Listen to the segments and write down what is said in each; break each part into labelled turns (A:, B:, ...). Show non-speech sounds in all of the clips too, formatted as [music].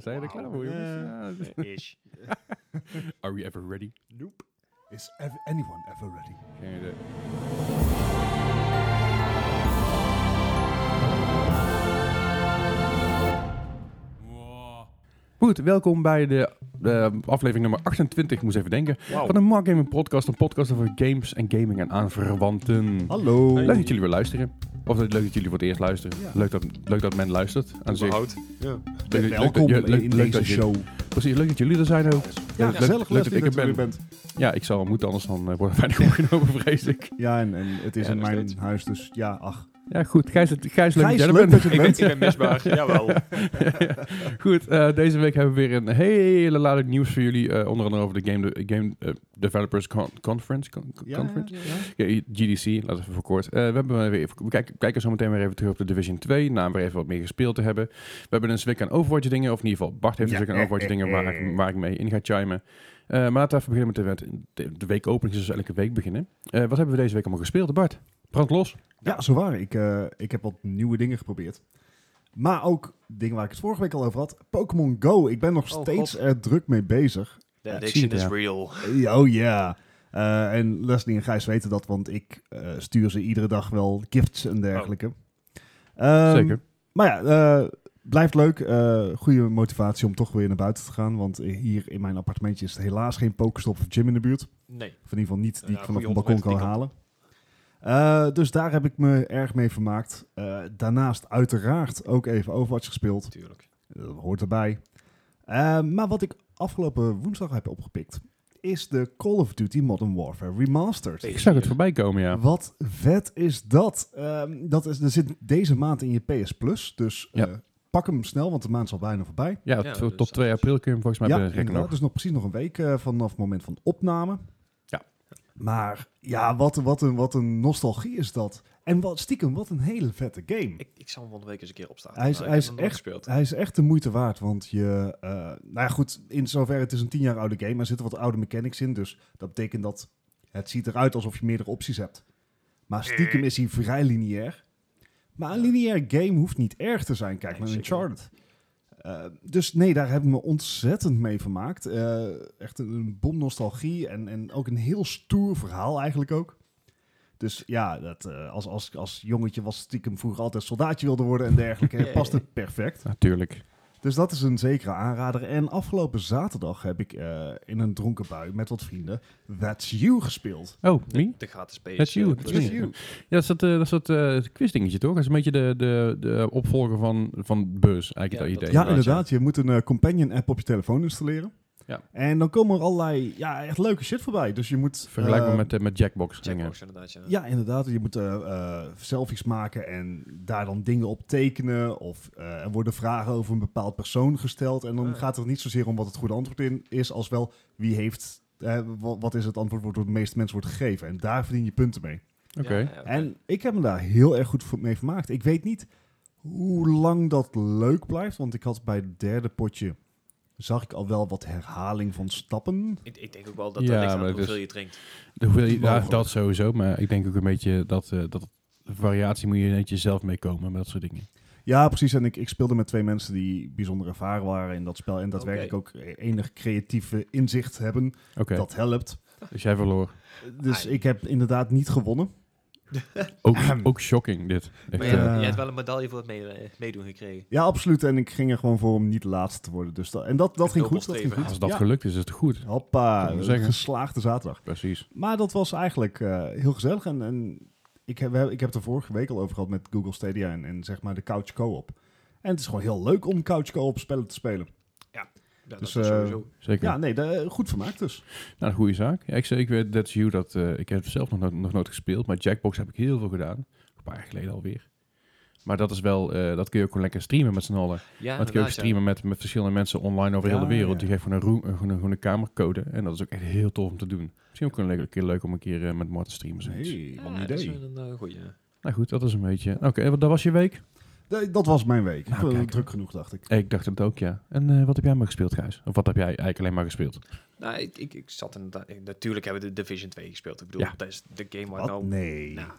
A: Sta je er klaar voor, jongens? Ja.
B: Ish.
A: [laughs] Are we ever ready?
C: Nope. Is ev- anyone ever ready?
A: Geen idee. Goed, welkom bij de eh, aflevering nummer 28, moest even denken, van de Mark Gaming Podcast. Een podcast over games en gaming en aanverwanten.
C: Hallo.
A: Leuk dat jullie weer luisteren. Of leuk dat jullie voor het eerst luisteren.
C: Ja.
A: Leuk, dat, leuk dat men luistert. Aan zich.
B: Überhaupt.
A: Leuk- leuk-
C: Welkom
A: leuk- leuk-
C: in
A: leuk
C: deze
A: dat je-
C: show.
A: Precies, leuk dat jullie er zijn ook.
C: Ja,
A: leuk-
C: gezellig
A: leuk
C: leuk
A: dat
C: dat
A: ik er ben.
C: je bent.
A: Ja, ik zal moeten, anders dan eh, worden wij niet opgenomen, vrees ik.
C: Ja, en, en het is
B: Ja,
C: in
B: nog
C: mijn
B: steeds.
C: huis, dus ja, ach.
A: Ja, goed. Gijs, het- Gijs leuk
C: Gijs,
A: dat jij er
C: leuk
A: bent.
C: dat je er bent.
B: Ik ben misbaar, jawel.
A: Goed, eh, deze week hebben we weer een hele lading nieuws voor jullie. eh, onder andere over de Game, de, game eh, Developers Con- Conference. Con-
C: Ja,
A: conference?
C: ja, ja.
A: Ja, GDC, laten we voor kort. Eh, we, hebben weer, we kijken, kijken zo meteen weer even terug op de Division 2. Na weer even wat meer gespeeld te hebben. We hebben een zwik aan Overwatch dingen. Of in ieder geval, Bart heeft
C: Ja.
A: een zwik aan Overwatch dingen waar, ik- waar ik mee in ga chimen. Eh, maar laten we even beginnen met de, de, de weekopening. Dus elke week beginnen. Eh, wat hebben we deze week allemaal gespeeld, Bart? Brand los.
C: Ja, zo waar. Ik, eh, ik heb wat nieuwe dingen geprobeerd. Maar ook dingen waar ik het vorige week al over had. Pokémon Go. Ik ben nog
B: Oh,
C: steeds
B: God.
C: er druk mee bezig.
B: The
A: Ja, ik zie
B: addiction
A: het,
B: is
A: ja.
B: real.
C: Eh, Oh ja. Eh, en Leslie en Gijs weten dat, want ik eh, stuur ze iedere dag wel gifts en dergelijke. Ehm,
A: Zeker.
C: Maar ja, eh, blijft leuk. Eh, goede motivatie om toch weer naar buiten te gaan. Want hier in mijn appartementje is helaas geen Pokestop of gym in de buurt.
B: Nee.
C: Of in ieder geval niet die
B: Ja,
C: ik vanaf
B: goeie
C: een balkon kan
B: onderweg
C: halen. Eh, dus daar heb ik me erg mee vermaakt. Eh, daarnaast uiteraard ook even Overwatch gespeeld.
B: Tuurlijk.
C: Dat hoort erbij. Eh, maar wat ik afgelopen woensdag heb opgepikt... is de Call of Duty Modern Warfare Remastered.
A: Ik zag het voorbij komen, ja.
C: Wat vet is dat? Ehm, dat is, er zit deze maand in je PS Plus. Dus
A: Ja.
C: eh, pak hem snel, want de maand is al bijna voorbij.
A: Ja,
B: Ja,
A: tot,
B: dus
A: tot 2 april kun je hem volgens mij
C: ja,
A: berekken
C: inderdaad.
A: nog.
C: Dus nog precies nog een week eh, vanaf het moment van opname.
A: Ja.
C: Maar ja, wat, wat, een, wat een nostalgie is dat. En wat, stiekem, wat een hele vette game.
B: Ik, ik zal hem van de week eens een keer opstaan.
C: Hij is-
B: Maar ik
C: hij
B: heb
C: is
B: hem nog nooit
C: echt-
B: gespeeld.
C: Hij is echt de moeite waard, want je... eh, nou ja, goed, in zoverre het is een tien jaar oude game. Er zitten wat oude mechanics in, dus dat betekent dat het ziet eruit alsof je meerdere opties hebt. Maar
B: Eh.
C: stiekem is hij vrij lineair. Maar een lineair game hoeft niet erg te zijn, kijk
B: Nee,
C: maar naar
B: zeker
C: Uncharted. Eh, dus nee, daar heb ik me ontzettend mee vermaakt. Eh, echt een, een bom nostalgie en, en ook een heel stoer verhaal eigenlijk ook. Dus ja, dat, eh, als, als, als jongetje was stiekem vroeger altijd soldaatje wilde worden en
B: [laughs]
C: dergelijke.
B: Yay.
C: Past het perfect.
A: Natuurlijk.
C: Dus dat is een zekere aanrader. En afgelopen zaterdag heb ik eh, in een dronken bui met wat vrienden That's You gespeeld.
A: Oh,
B: De-
A: me?
B: De gratis PS.
A: That's you, that's
C: That's
A: me.
C: You.
A: Ja, dat is dat, eh, dat, is dat eh, quizdingetje toch? Dat is een beetje de, de, de opvolger van, van Buzz, eigenlijk
B: Ja,
A: dat
B: dat-
A: idee.
C: Ja, inderdaad. Je moet een eh, companion app op je telefoon installeren.
A: Ja.
C: En dan komen er allerlei ja, echt leuke shit voorbij. Dus je moet...
A: Vergelijkbaar
C: eh,
A: met, eh, met Jackbox. dingen.
B: Checkbox inderdaad, ja.
C: Ja, inderdaad. Je moet eh, eh, selfies maken en daar dan dingen op tekenen. Of eh, er worden vragen over een bepaald persoon gesteld. En dan
B: Ah.
C: gaat het niet zozeer om wat het goede antwoord in is, als wel wie heeft. eh, wa- wat is het antwoord wat door de meeste mensen wordt gegeven? En daar verdien je punten mee.
A: Oké.
B: Ja, ja, oké.
C: En ik heb me daar heel erg goed voor- mee vermaakt. Ik weet niet hoe lang dat leuk blijft, want ik had bij het derde potje. zag ik al wel wat herhaling van stappen.
B: ik, ik denk ook wel dat
A: Ja,
B: dat ligt aan
A: maar het
B: hoeveel
A: is-
B: je drinkt.
A: Dan wil je- ja,
C: Mogelijk.
A: dat sowieso, maar ik denk ook een beetje dat, eh, dat variatie moet je netjes zelf mee komen met dat soort dingen.
C: Ja, precies. En ik, ik speelde met twee mensen die bijzonder ervaren waren in dat spel. En
B: Oké.
C: daadwerkelijk ook enig creatieve inzicht hebben.
A: Oké,
C: Dat helpt.
A: dus jij verloor.
C: Dus
B: Ah.
C: ik heb inderdaad niet gewonnen.
A: Ook,
C: [clears throat]
A: ook shocking dit. Echt,
B: Maar
C: eh,
B: je,
A: eh,
B: je hebt wel een medaille voor het mede- meedoen gekregen.
C: Ja, absoluut. En ik ging er gewoon voor om niet de laatste te worden. Dus dat, en dat, dat
B: Een
C: ging goed. Dat
B: dobbelstrever.
C: ging goed.
A: eh, als dat
C: Ja.
A: gelukt is, is het goed.
C: Hoppa,
A: Kan ik zeggen.
C: geslaagde zaterdag.
A: Precies.
C: Maar dat was eigenlijk eh, heel gezellig. En, en ik, heb, we hebben- ik heb het er vorige week al over gehad met Google Stadia en, en zeg maar de Couch Co-op. En het is gewoon heel leuk om Couch Co-op spellen te spelen.
B: Ja,
C: Dus,
B: dat is
C: eh,
B: sowieso.
A: Zeker.
C: Ja, nee, de, goed vermaakt dus.
A: Nou, een goede zaak. Ja, ik, zei- ik weet That's You, dat, eh, ik heb het zelf nog, nooit- nog nooit gespeeld, maar Jackbox heb ik heel veel gedaan. Een paar jaar geleden alweer. Maar dat is wel, eh, dat kun je ook gewoon lekker streamen met z'n allen.
B: Ja,
A: dat kun je ook
B: inderdaad, ja.
A: streamen met, met verschillende mensen online over
C: Ja,
A: heel de wereld.
C: ja.
A: Die geeft gewoon een, roe- eh, gewoon een, gewoon een kamercode en dat is ook echt heel tof om te doen. Misschien ook een leuk- een keer leuk om een keer eh, met Mart te streamen. zoiets.
C: Nee, wat
B: Ja,
C: een
B: dat is
C: idee.
B: wel een eh, goeie. ja.
A: Nou goed, dat is een beetje. Oké, wat- dat was je week?
C: Nee, Dat was mijn week.
A: Nou,
C: Ik ben
A: kijk.
C: druk genoeg, dacht ik.
A: Eh, Ik dacht het ook, ja. En eh, wat heb jij maar gespeeld, Gijs? Of wat heb jij eigenlijk alleen maar gespeeld?
B: Nou, ik, ik, ik zat inderdaad... ik- Natuurlijk hebben we de Division 2 gespeeld. Ik bedoel,
A: Ja.
B: dat is de game waar
C: Wat?
B: ik nou...
C: nee.
B: Nou,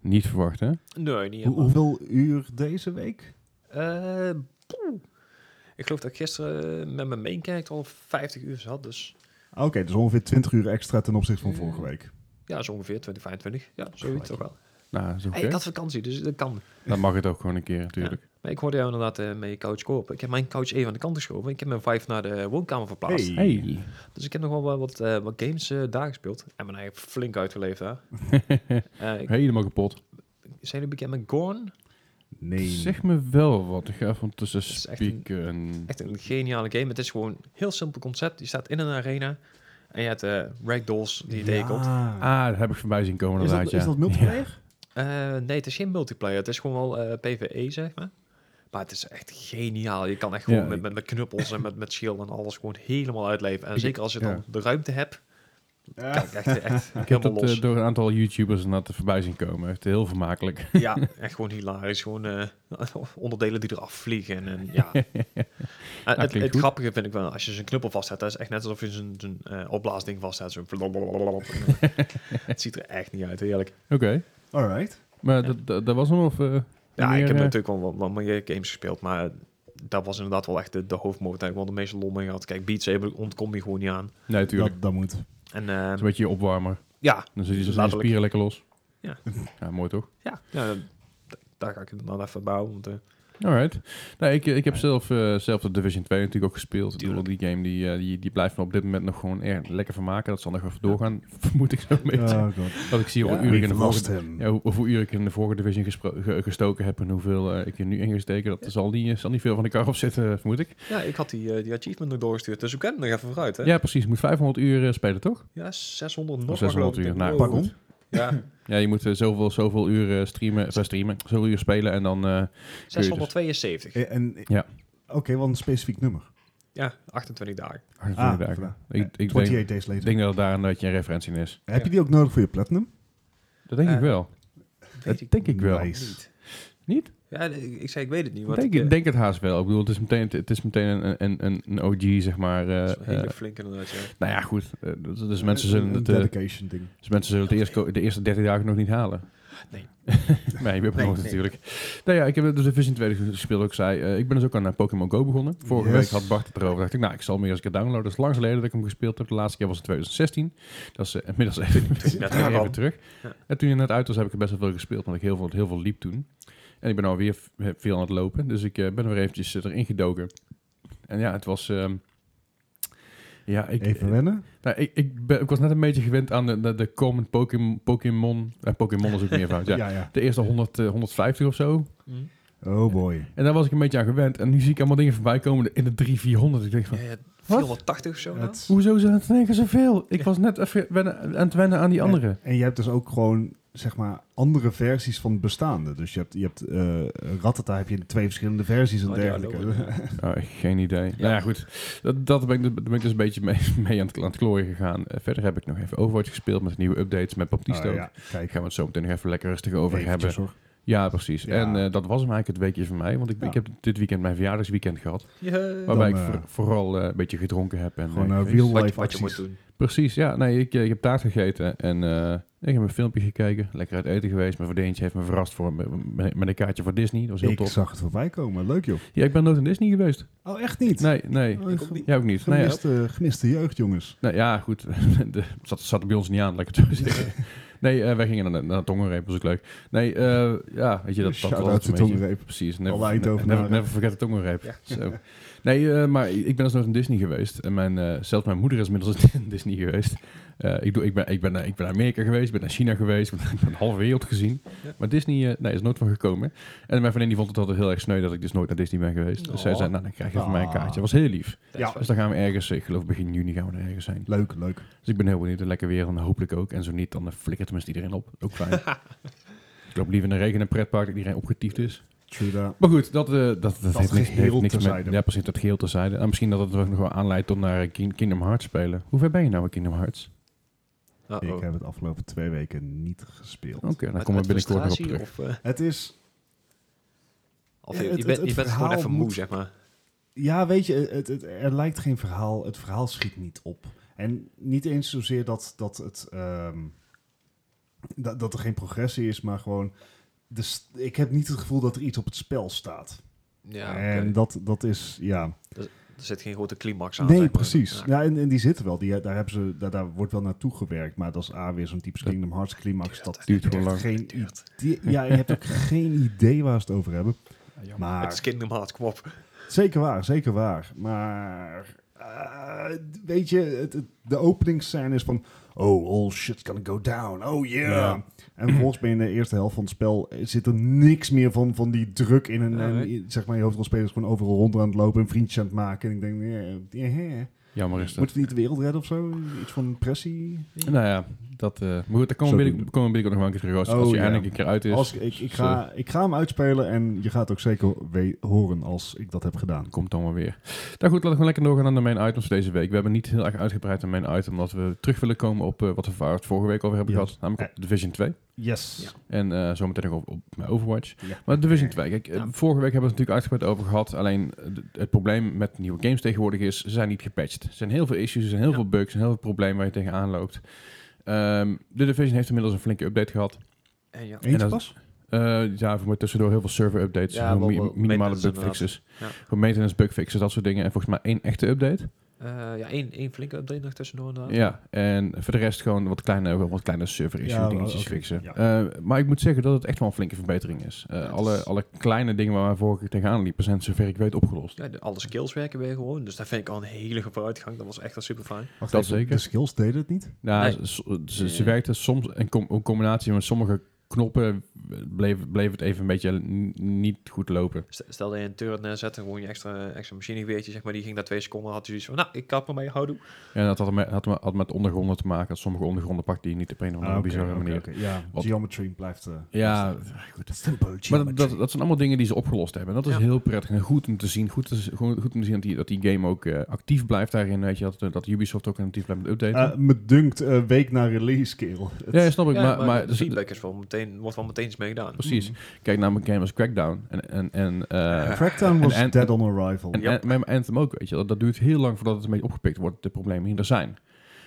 A: Niet verwacht, hè?
B: nee, niet
C: Hoe-
B: helemaal.
C: hoeveel uur deze week?
B: Eh, poeh. Ik geloof dat ik gisteren eh, met mijn main character al 50 uur zat. Dus
C: Oké, dus ongeveer 20 uur extra ten opzichte van vorige week.
B: ja, zo ongeveer 20, 25. Ja, zoiets toch wel.
A: Nou, zo
B: Hey, ik had vakantie, dus dat kan.
A: Dan mag het ook gewoon een keer natuurlijk.
B: Maar ik hoorde jou inderdaad eh met je couch kopen. Ik heb mijn couch even aan de kant geschoven. Ik heb mijn vijf naar de woonkamer verplaatst.
C: Hey.
A: Hey.
B: Dus ik heb nog wel wat, wat, eh, wat games eh, daar gespeeld. En ben eigenlijk flink uitgeleefd daar. Eh, ik-
A: Helemaal kapot.
B: zijn jullie bekend met Gorn?
C: Nee.
A: Zeg me wel wat. Ik ga van tussen
B: is echt een-
A: spieken en...
B: Echt een geniale game. Het is gewoon een heel simpel concept. Je staat in een arena en je hebt eh, ragdolls die je tegenkomt.
C: Ah.
A: Ah, dat heb ik voorbij zien komen
C: Is,
A: inderdaad,
C: dat,
A: ja.
C: is dat multiplayer?
B: Eh, nee, het is geen multiplayer. Het is gewoon wel eh, PvE, zeg maar. Maar het is echt geniaal. Je kan echt gewoon
A: Ja,
B: met,
A: ik-
B: met, met knuppels en met, met shield en alles gewoon helemaal uitleven. En zeker als je dan
A: ja.
B: de ruimte
A: [laughs]
B: hebt.
C: Ja.
B: Kijk, echt, echt
A: Ik heb
B: helemaal
A: dat
B: los.
A: eh, door een aantal YouTubers inderdaad voorbij zien komen. Echt heel vermakelijk. [laughs]
B: Ja, echt gewoon hilarisch. Gewoon eh, [laughs] onderdelen die eraf vliegen. En, en
A: [laughs]
B: ja. Eh, het,
A: klinkt
B: het
A: goed.
B: grappige vind ik wel, als je zo'n knuppel vastzet, dat is echt net alsof je zo'n zo'n, eh, opblaasding
A: [laughs]
B: vastzet. Zo'n [laughs] blablabla. het ziet er echt niet uit, heerlijk.
A: Oké.
C: Alright.
A: Maar dat, dat, dat was hem of... eh,
B: Ja,
A: meer,
B: ik heb
A: eh,
B: natuurlijk wel wat, wat meer games gespeeld, maar dat was inderdaad wel echt de, de hoofdmoot. Daar ik wel de meeste lol mee had. Kijk, Beat Saber ontkom je gewoon niet aan.
A: Nee, natuurlijk.
C: Dat, dat moet.
A: [laughs]
B: En
A: Dat
B: eh,
A: is een beetje je opwarmer.
B: ja,
A: Dan zit je zo zijn
B: Letterlijk.
A: spieren lekker los.
B: Ja.
A: [laughs] Ja, mooi toch?
B: ja, ja, d- daar ga ik het dan even bouwen. Want, eh,
A: Alright. Nou, ik, ik heb zelf, eh, zelf de Division 2 natuurlijk ook gespeeld. Ik bedoel,
B: Tuurlijk.
A: Die game die, eh, die, die blijft me op dit moment nog gewoon erg lekker vermaken. Dat zal nog even doorgaan, [laughs] vermoed ik zo een beetje.
C: Oh god.
A: Wat ik zie hoeveel
B: Ja.
A: uren ik in
C: We've
A: de
C: lost
A: vorige,
C: him.
A: ja, hoe- hoeveel uren ik in de vorige division gespro- ge- gestoken heb en hoeveel eh, ik er nu in gesteken. Dat zal niet, eh, zal niet veel van de kar op zitten, vermoed ik.
B: ja, ik had die, eh, die achievement nog doorgestuurd, dus ik ken hem nog even vooruit. Hè?
A: Ja, precies. Je moet 500 uur eh, spelen, toch?
B: Ja, 600 nog.
A: 600
B: geloof ik.
A: uur, nou,
B: Wow.
C: Pardon?
A: [laughs]
B: Ja, [laughs]
A: Ja, je moet eh, zoveel, zoveel uur eh, streamen, eh, streamen, zoveel uur spelen en dan... eh,
B: 672.
C: Eh, En,
A: Ja.
C: Oké, wel een specifiek nummer.
B: Ja, 28 dagen.
A: 28 dagen.
C: vandaar.
A: ik, ik denk,
C: 28 days
A: ik
C: later.
A: denk dat daar een beetje een referentie in is.
C: Heb je die ook nodig voor je platinum?
A: Dat denk
B: Eh,
A: ik wel. Dat
B: Weet ik
A: denk ik wel.
C: Nice.
B: niet.
A: Niet?
B: Ja, ik, ik zei, ik weet het niet.
A: Ik
B: Want
A: denk,
B: ik, eh,
A: ik denk het haast wel. Ik bedoel, het is meteen, het is meteen een, een, een, een OG, zeg maar. eh,
B: dat is wel
A: eh,
B: hele flink inderdaad, ja.
A: nou ja, goed. eh, dus- dus mensen zullen
C: Een-
A: het...
C: Een
A: eh,
C: dedication ding.
A: Dus mensen zullen de eerste, de eerste 30 dagen nog niet halen.
B: Nee.
A: [laughs] nee, je hebt
B: Nee,
A: nog
B: nee.
A: natuurlijk. Nou ja, ik heb dus de Division 2 gespeeld, ook zei. eh, ik ben dus ook aan eh, Pokémon Go begonnen. Vorige
C: Yes.
A: week had Bart het erover. dacht ik, nou, ik zal hem eerst een keer downloaden. Dat is lang geleden dat ik hem gespeeld heb. De laatste keer was in 2016. Dat is eh, inmiddels even,
B: ik net
A: even
B: kwam.
A: terug.
B: Ja.
A: En toen je net uit was, heb ik er best wel veel gespeeld. Want ik heel veel, heel veel liep toen. En ik ben alweer v- eh, veel aan het lopen. Dus ik eh, ben er weer eventjes eh, erin gedoken. En ja, het was... ehm, ja, ik,
C: Even wennen.
A: nou, ik, ik, ben, ik was net een beetje gewend aan de, de, de common Pokémon- Pokémon. eh, Pokémon is ook meervoud, [laughs] ja.
C: ja.
A: De eerste 100, eh, 150 of zo.
B: Hm.
C: Oh boy.
A: En daar was ik een beetje aan gewend. En nu zie ik allemaal dingen voorbij komen in de 300, 400. Ik denk van,
B: Eh, 480 of zo nou?
C: Het-
A: hoezo zijn het in één keer zoveel? Ik was net even wennen- aan het wennen aan die andere.
C: En, en je hebt dus ook gewoon, zeg maar, andere versies van het bestaande. Dus je hebt, je hebt eh Rattata heb je in twee verschillende versies en
B: Oh, ja,
C: dergelijke.
B: dat
C: [laughs]
B: wordt-
A: Nou, echt geen idee. Nou ja, goed. Dat, dat ben ik, dus- daar ben ik dus een beetje mee, [laughs] mee aan, het, aan het klooien gegaan. Eh, verder heb ik nog even Overwatch gespeeld met nieuwe updates met Baptiste
C: Oh,
A: ook.
C: ja,
A: Ik
C: kijk.
A: ga het zo meteen nog even lekker rustig over
C: Eventjes,
A: hebben.
C: hoor.
A: Ja, precies.
C: Ja.
A: En eh, dat was hem eigenlijk het weekje van mij. Want ik,
C: Ja.
A: ik heb dit weekend mijn verjaardagsweekend gehad.
B: Ja.
A: Waarbij
C: Dan,
A: ik voor-
C: eh,
A: vooral eh, een beetje gedronken heb. En,
C: Gewoon
A: eh,
C: eh,
A: feest.
C: real
B: Wat,
C: life
B: wat je moet
C: acties.
B: doen.
A: Precies, ja. Nee, ik, eh, ik heb taart gegeten en eh, ik heb een filmpje gekeken. Lekker uit eten geweest. Mijn verdeentje heeft me verrast voor, een- met, met een kaartje voor Disney. Dat was heel
C: Ik
A: tof.
C: zag het voorbij komen. Leuk joh.
A: Ja, ik ben nooit in Disney geweest.
C: Oh, echt niet?
A: Nee, nee.
C: Oh,
B: Ik
C: ge-
B: ook niet.
A: Jij ook niet. Nee, ja.
C: gemiste, gemiste jeugd, jongens.
A: Nou ja, goed. [laughs] De, zat, zat er bij ons niet aan, lekker zo zeggen. Nee, eh, wij gingen naar, naar Tongenreep, was ook leuk. Nee, eh, ja, weet je, dat, dat was
C: Shout-out
A: het
C: to
A: een beetje.
C: Tongenreep.
A: Precies.
C: Alle
A: Never,
C: Eindhovenaren.
A: never, never, never forget the tongenreep. Zo. Nee, eh, maar ik ben dus nooit in Disney geweest. En mijn, eh, zelfs mijn moeder is inmiddels [laughs] in Disney geweest. Eh, ik, doe, ik, ben, ik, ben, naar- ik ben naar Amerika geweest, ik ben naar China geweest, [laughs] ik ben de halve wereld gezien.
B: Ja.
A: Maar Disney eh, nee, is nooit van gekomen. En mijn vriendin die vond het altijd heel erg sneu dat ik dus nooit naar Disney ben geweest. Dus zij
B: Oh.
A: zei, nou dan krijg je van mij een
C: Ah.
A: kaartje. Dat was heel lief.
B: Dat is
C: Ja.
B: wel-
A: Dus dan gaan we ergens, ik geloof begin juni gaan we er ergens zijn.
C: Leuk, leuk.
A: Dus ik ben heel benieuwd. Lekker weer en hopelijk ook. En zo niet, dan eh, flikkert tenminste iedereen op. Ook [laughs] fijn. ik loop liever in de regen in een pretpark dat iedereen opgetiefd is.
C: True that.
A: Maar goed, dat, eh, dat, dat, heeft niks,
C: geheel
A: heeft niks met...
C: terzijde.
A: Ja, precies, dat geheel terzijde. En misschien dat het ook nog wel aanleidt tot naar eh, King- Kingdom Hearts spelen. Hoe ver ben je nou in Kingdom Hearts?
B: Uh-oh.
C: Ik heb het afgelopen twee weken niet gespeeld.
A: Oké, dan
B: Met-
A: komen
B: met
A: we binnenkort nog op
B: frustratie
A: terug.
B: Of, eh,
C: Het is
B: of
C: Het-
B: je,
C: het-
B: je bent,
C: het
B: je bent gewoon
C: verhaal
B: even moe,
C: moet-
B: zeg maar.
C: Ja, weet je, het, het, er lijkt geen verhaal. Het verhaal schiet niet op. En niet eens zozeer dat, dat, het, ehm, dat, dat er geen progressie is, maar gewoon... De, s- ik heb niet het gevoel dat er iets op het spel staat.
B: Ja,
C: en
B: oké.
C: dat, dat is, ja...
B: er zit geen grote climax aan. zeg
C: nee,
B: maar.
C: precies.
B: Ja.
C: Ja, en, en die zitten wel. Die, daar, hebben ze, daar, daar wordt wel naartoe gewerkt. Maar dat is A, weer zo'n typisch
A: Dat
C: Kingdom Hearts climax.
B: duurt
C: Dat
A: duurt gewoon
C: heeft
A: lang.
C: Geen
B: Duurt.
C: idee, ja, je hebt ook [laughs] geen idee waar ze het over hebben. Maar
B: Het is Kingdom Hearts, kom op.
C: Zeker waar, zeker waar. Maar eh, weet je, het, het- de openingsscène is van... Oh, all shit's gonna go down. Oh yeah.
A: Ja.
C: En volgens mij in de eerste helft van het spel eh, zit er niks meer van, van die druk in. En,
B: Ja,
C: en,
B: nee.
C: zeg maar, je hoofdrolspeler is gewoon overal rond aan het lopen en vriendjes aan het maken. En ik denk, eh, eh, eh,
A: Jammer is dat.
C: moeten we niet de wereld redden of zo? Iets van pressie?
A: Nou ja, dat... eh maar goed, daar
C: Zo
A: komen we
C: doen we.
A: binnenkort komen we binnenkort nog wel een keer terug. Als, als
C: Oh,
A: je
C: ja.
A: eindelijk een keer uit is,
C: Als, ik, ik, ga, ik ga hem uitspelen en je gaat ook zeker we- horen als ik dat heb gedaan.
A: komt dan wel weer. Nou goed, laten we gewoon lekker doorgaan aan de main items voor deze week. We hebben niet heel erg uitgebreid aan main item, omdat we terug willen komen op eh, wat we het vorige week over hebben
C: Ja.
A: gehad. Namelijk op Division 2.
C: Yes.
B: Ja.
A: En eh, zometeen nog op, op Overwatch.
C: Ja.
A: Maar Division 2, kijk, eh,
B: Ja.
A: vorige week hebben we het natuurlijk uitgebreid over gehad. Alleen eh, d- het probleem met nieuwe games tegenwoordig is, ze zijn niet gepatcht. Er zijn heel veel issues, er zijn heel
B: Ja.
A: veel bugs, er zijn heel veel problemen waar je tegenaan loopt. Ehm, de Division heeft inmiddels een flinke update gehad.
B: En ja.
C: Eentje
A: En dat-
C: pas?
A: Eh, ja, voor mij tussendoor heel veel server updates,
B: Ja,
A: gewoon
B: wel-
A: mi-
B: wel
A: minimale
B: maintenance
A: bugfixes.
B: Ja.
A: Gewoon maintenance bugfixes, dat soort dingen. En volgens mij één echte update.
B: Eh, ja, één, één flinke update nog tussendoor inderdaad.
A: Ja, en voor de rest gewoon wat kleine, wat kleine server issues,
C: Ja,
A: dingetjes
C: oké,
A: fixen.
C: ja.
A: Eh, maar ik moet zeggen dat het echt wel een flinke verbetering is. Eh,
B: het
A: alle,
B: is-
A: alle kleine dingen waar we vorige keer tegenaan liepen zijn zover ik weet opgelost.
B: Ja, de- alle skills werken weer gewoon. Dus dat vind ik al een hele vooruitgang. Dat was echt al super fijn.
C: Wacht
A: dat
C: even,
A: zeker.
C: De skills deden het niet?
A: Nou,
B: Nee.
A: s- ze, ze
B: Eh.
A: werkte soms in, com- in combinatie met sommige knoppen eh, bleef, bleef het even een beetje n- niet goed lopen.
B: Stel- Stel dat je een turret neerzet en gewoon je extra, extra machinegeweertje, zeg maar, die ging na twee seconden, had je zoiets van, nou, ik kap ermee, houdoe.
A: En dat had met, had me- had met ondergronden te maken. Dat sommige ondergronden pakte die niet op een of andere
C: Ah, oké,
A: bizarre
C: oké,
A: manier.
C: oké. Ja,
A: Wat-
C: geometry blijft... eh,
A: Ja,
C: goed. Simple
A: maar dat, dat, dat zijn allemaal dingen die ze opgelost hebben. En dat is
B: Ja.
A: heel prettig en goed om te zien. Goed, te- gewoon goed om te zien dat die, dat die game ook eh, actief blijft daarin. Weet je, dat, eh, dat Ubisoft ook actief blijft met updaten.
C: me dunkt eh, week na release, kerel. Het-
A: ja, snap ik.
B: Ja,
A: maar maar,
B: de
A: dus-
B: feedback is wel meteen, wordt wel meteen iets mee gedaan.
A: precies.
C: Mm.
A: Kijk naar mijn game als Crackdown. En, en, en eh,
C: Crackdown was
A: En- en-
C: dead on arrival.
A: En,
B: Yep.
A: en met mijn Anthem ook, weet je. Dat, dat duurt heel lang voordat het een beetje opgepikt wordt, de problemen die er zijn.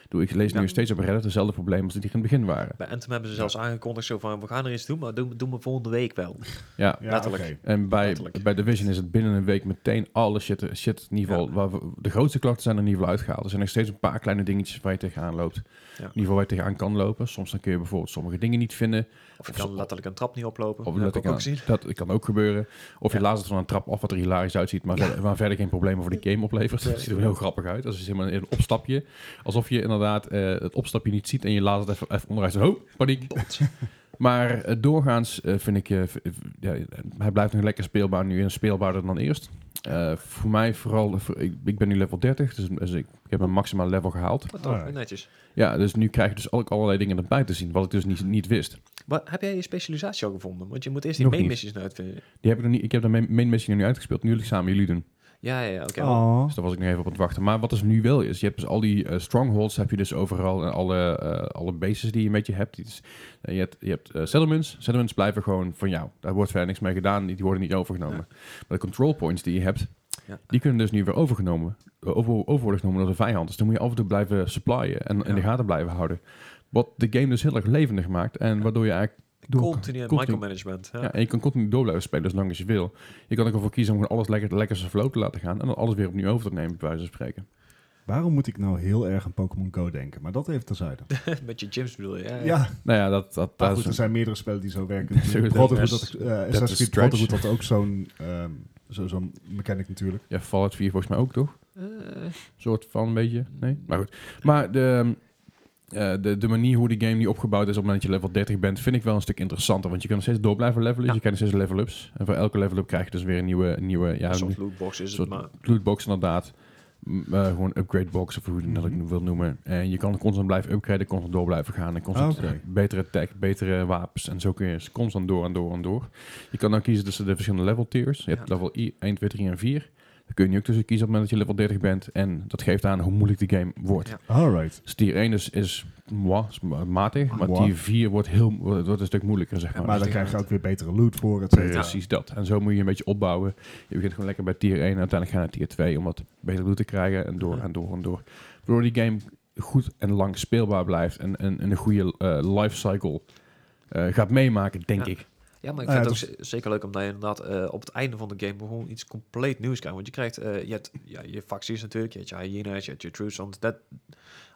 A: Doe, ik lees
B: Ja.
A: nu steeds op Reddit dezelfde problemen als die er in het begin waren.
B: Bij Anthem hebben ze zelfs aangekondigd zo van, we gaan er iets doen, maar doen, doen we volgende week wel.
A: Ja.
C: ja,
B: letterlijk.
C: oké.
A: En bij,
B: Letterlijk.
A: bij Division is het binnen een week meteen alle shit, shit in ieder geval,
B: Ja.
A: waar we- de grootste klachten zijn er in ieder geval uitgehaald. Er zijn nog steeds een paar kleine dingetjes waar je tegenaan loopt. In
B: Ja.
A: ieder geval waar je tegenaan kan lopen. Soms dan kun je bijvoorbeeld sommige dingen niet vinden.
B: Of je kan letterlijk een trap niet oplopen.
A: Of
B: dat heb
A: dat,
B: ik ook gezien.
A: dat kan ook gebeuren. Of je
B: Ja.
A: laatst van een trap af wat er hilarisch uitziet, maar, verder, maar verder geen problemen voor de game oplevert.
B: Nee.
A: Dat ziet er wel heel grappig uit. Dat is helemaal een opstapje. Alsof je inderdaad eh, het opstapje niet ziet en je laat het even, even onderuit. Zo, Oh, paniek. [laughs] Maar eh, doorgaans eh, vind ik, eh, v- v- ja, hij blijft nog lekker speelbaar nu en speelbaarder dan eerst. Eh, voor mij vooral, voor- ik, ik ben nu level 30, dus, dus ik, ik heb mijn maximaal level gehaald.
B: Wat
C: Alright.
B: toch, netjes.
A: Ja, dus nu krijg ik dus ook allerlei dingen erbij te zien, wat ik dus niet, niet wist.
B: Maar heb jij je specialisatie al gevonden? Want je moet eerst die
A: Nog
B: main
A: niet.
B: missies uitvinden.
A: Die heb ik, nog niet, ik heb de main, main mission nog niet uitgespeeld, nu wil ik samen jullie doen.
B: Ja, ja, ja, oké.
C: Oh.
A: Dus daar was ik nog even op aan het wachten. Maar wat dus nu wel is, je hebt dus al die eh, strongholds heb je dus overal en alle, eh, alle bases die je met je hebt. Die is- eh, je hebt, je hebt eh, settlements. Settlements blijven gewoon van jou. Daar wordt verder niks mee gedaan, die die worden niet overgenomen. Maar de control points die je hebt,
B: Ja.
A: die kunnen dus nu weer overgenomen, eh, over, over worden genomen door de vijand. Dus dan moet je af en toe blijven supplyen en in de
B: Ja.
A: gaten blijven houden. Wat de game dus heel erg levendig maakt en waardoor je eigenlijk... door-
B: Continu
A: continu-
B: micromanagement. Ja.
A: ja, en je kan continu door blijven spelen, zolang als je wil. Je kan ook ervoor kiezen om gewoon alles lekker, lekker zijn flow te laten gaan... en dan alles weer opnieuw over te nemen, bij wijze van spreken.
C: Waarom moet ik nou heel erg aan Pokémon Go denken? Maar dat even terzijde.
B: [laughs] Met je gyms bedoel je. Ja,
C: ja,
B: ja.
A: Nou ja, dat, dat,
C: maar
A: dat
C: goed, er
A: is
C: zijn meerdere spellen die
A: [laughs]
C: zo werken.
A: Dat is
C: Natuurlijk.
A: ook-
C: Brotherhood,
B: dat
C: dat,
B: is-
C: eh, Assassin's Creed
A: stretch.
C: Brotherhood had ook zo'n ehm, zo- zo'n mechanic natuurlijk.
A: ja, Fallout 4 volgens mij ook, toch?
B: Eh,
A: soort van een beetje. Nee, maar goed. Maar de, eh, de, de manier hoe die game nu opgebouwd is op het moment dat je level 30 bent, vind ik wel een stuk interessanter. Want je kan nog steeds door blijven levelen,
B: Ja.
A: je krijgt nog steeds level-ups. En voor elke level-up krijg je dus weer een nieuwe, een nieuwe ja,
B: een
A: een
B: soort lootbox is het,
A: soort
B: maar...
A: lootbox inderdaad. M, eh, gewoon upgrade box of hoe je dat ik
C: Mhm.
A: wil noemen. En je kan constant blijven upgraden, constant door blijven gaan. En constant
C: Oké.
A: eh, betere tech, betere wapens. En zo kun je constant door en door en door. Je kan dan kiezen tussen de verschillende level tiers. Je hebt
B: Ja.
A: level I, 1, 2, 3 en 4. Daar kun je ook tussen kiezen op het moment dat je level 30 bent. En dat geeft aan hoe moeilijk de game wordt.
B: Ja.
C: Alright.
A: Dus tier 1 is, is, moi, is ma- matig, maar
C: Moi.
A: tier 4 wordt, heel, wordt wordt een stuk moeilijker, zeg maar. Dus
C: Maar daar
B: dat-
C: krijg je ook weer betere loot voor, et cetera.
A: Precies dat. En zo moet je een beetje opbouwen. Je begint gewoon lekker bij tier 1 en uiteindelijk ga je naar tier 2 om wat beter loot te krijgen. En door
B: Ja.
A: en door en door. Waardoor die game goed en lang speelbaar blijft en, en, en een goede eh, lifecycle eh, gaat meemaken, denk
B: Ja.
A: ik.
B: Ja, maar ik
C: Nou ja,
B: vind het ook z- zeker leuk omdat je inderdaad eh, op het einde van de game gewoon iets compleet nieuws krijgt. Want je krijgt eh, je, hebt, ja, je facties natuurlijk, je hebt je hyena's, je hebt je troops, want dat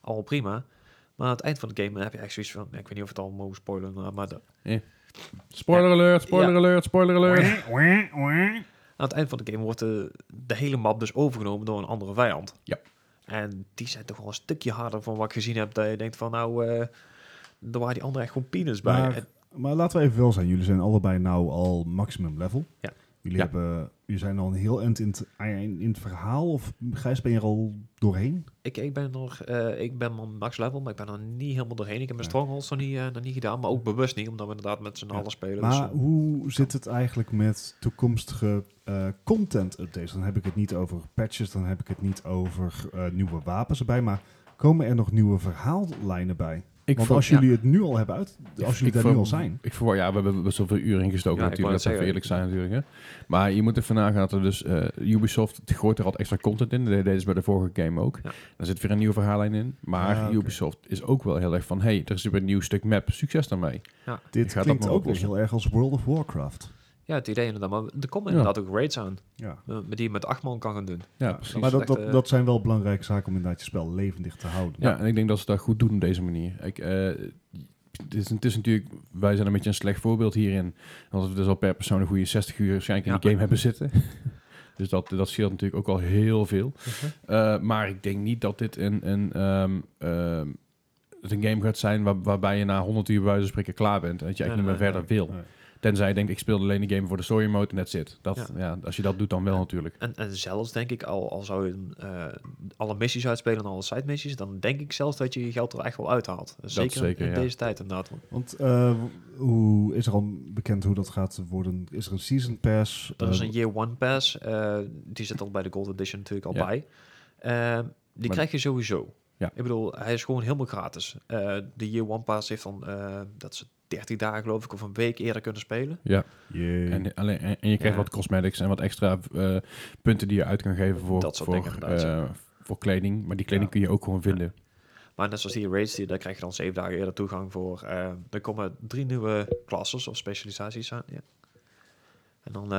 B: allemaal prima. Maar aan het eind van de game heb je echt zoiets van, ja, ik weet niet of het al mogen spoilen, maar, maar de-
A: Spoiler alert, spoiler
B: Ja.
A: alert, spoiler alert.
B: aan het eind van de game wordt de, de hele map dus overgenomen door een andere vijand.
A: Ja.
B: En die zijn toch wel een stukje harder van wat ik gezien heb, dat je denkt van nou, eh daar waren die anderen echt gewoon peanuts bij.
C: Maar-
B: En-
C: Maar laten we even wel zijn, jullie zijn allebei nou al maximum level.
B: Ja.
C: Jullie,
A: Ja.
C: Hebben, jullie zijn al een heel eind in het, in het verhaal, of Gijs, ben je er al doorheen?
B: Ik, ik ben nog, eh, ik ben nog max level, maar ik ben er niet helemaal doorheen. Ik heb mijn
C: Nee.
B: strongholds nog niet, eh, nog niet gedaan, maar ook bewust niet, omdat we inderdaad met z'n
C: Ja,
B: allen spelen. dus,
C: Maar
B: eh,
C: hoe zit het eigenlijk met toekomstige eh, content-updates? Dan heb ik het niet over patches, dan heb ik het niet over eh, nieuwe wapens erbij, maar komen er nog nieuwe verhaallijnen bij?
A: Ik
C: Want
A: ver-
C: als
B: ja.
C: jullie het nu al hebben uit, als jullie
A: ik
C: daar
A: ver-
C: nu al zijn.
A: Ik verwacht, ja, we hebben best wel veel uren ingestoken
B: Ja, ik wou
A: natuurlijk,
B: het
A: dat we even
B: zeggen.
A: eerlijk zijn natuurlijk. Hè. Maar je moet even nagaan dat er dus, eh, Ubisoft gooit er altijd extra content in. Dat deden ze bij de vorige game ook.
B: Ja.
A: Daar zit weer een nieuwe verhaallijn in. Maar
C: Ja, Ah, oké.
A: Ubisoft is ook wel heel erg van, hey, er is weer een nieuw stuk map. Succes daarmee.
C: Dit
A: gaat dat
C: klinkt
A: maar
C: ook weer
A: oplossen.
C: heel erg als World of Warcraft.
B: ja, het idee inderdaad. Maar er komen
A: Ja.
B: inderdaad ook raids aan,
C: Ja.
B: eh, met die je met acht man kan gaan doen.
A: Ja,
C: Ja,
A: precies.
C: Maar dat,
B: Slecht,
C: dat,
B: eh,
C: dat zijn wel belangrijke zaken om inderdaad je spel levendig te houden.
A: Ja, en ik denk dat ze dat goed doen op deze manier. Ik, eh, het, is, het is natuurlijk, wij zijn een beetje een slecht voorbeeld hierin. Want we dus al per persoon een goede 60 uur waarschijnlijk in
B: Ja.
A: die game hebben zitten. [laughs] dus dat, dat scheelt natuurlijk ook al heel veel. Eh, maar ik denk niet dat dit een, een, ehm, ehm, het een game gaat zijn waar, waarbij je na 100 uur bij wijze van spreken klaar bent. En dat je
B: Nee,
A: eigenlijk niet
B: nee,
A: meer verder wil.
C: nee.
A: Tenzij je denkt, ik speel alleen de game voor de story mode en that's it. Dat, ja. als je dat doet, dan wel natuurlijk.
B: En, en zelfs denk ik, al, al zou je hem, eh, alle missies uitspelen en alle side missies, dan denk ik zelfs dat je je geld er echt wel uithaalt. Zeker,
A: zeker,
B: in
A: ja.
B: deze tijd inderdaad. Want
C: Want eh, hoe is er al bekend hoe dat gaat worden? Is er een season pass?
B: Er is
C: Eh,
B: een Year One Pass, eh, die zit al bij de Gold Edition natuurlijk al
A: Ja.
B: bij. Ehm, die
A: Maar-
B: krijg je sowieso.
A: Ja.
B: Ik bedoel, hij is gewoon helemaal gratis. Eh, de Year One Pass heeft dan eh, dat ze 30 dagen geloof ik of een week eerder kunnen spelen.
C: jee.
A: En, alleen, en, en je krijgt
B: Ja.
A: wat cosmetics en wat extra eh, punten die je uit kan geven voor,
B: Dat soort
A: voor,
B: dingen inderdaad,
A: eh,
B: ja.
A: voor kleding. Maar die kleding kun je ook gewoon vinden.
B: Maar net zoals die raids, die, daar krijg je dan 7 dagen eerder toegang voor. Eh, er komen drie nieuwe classes of specialisaties aan. Ja. En dan, eh,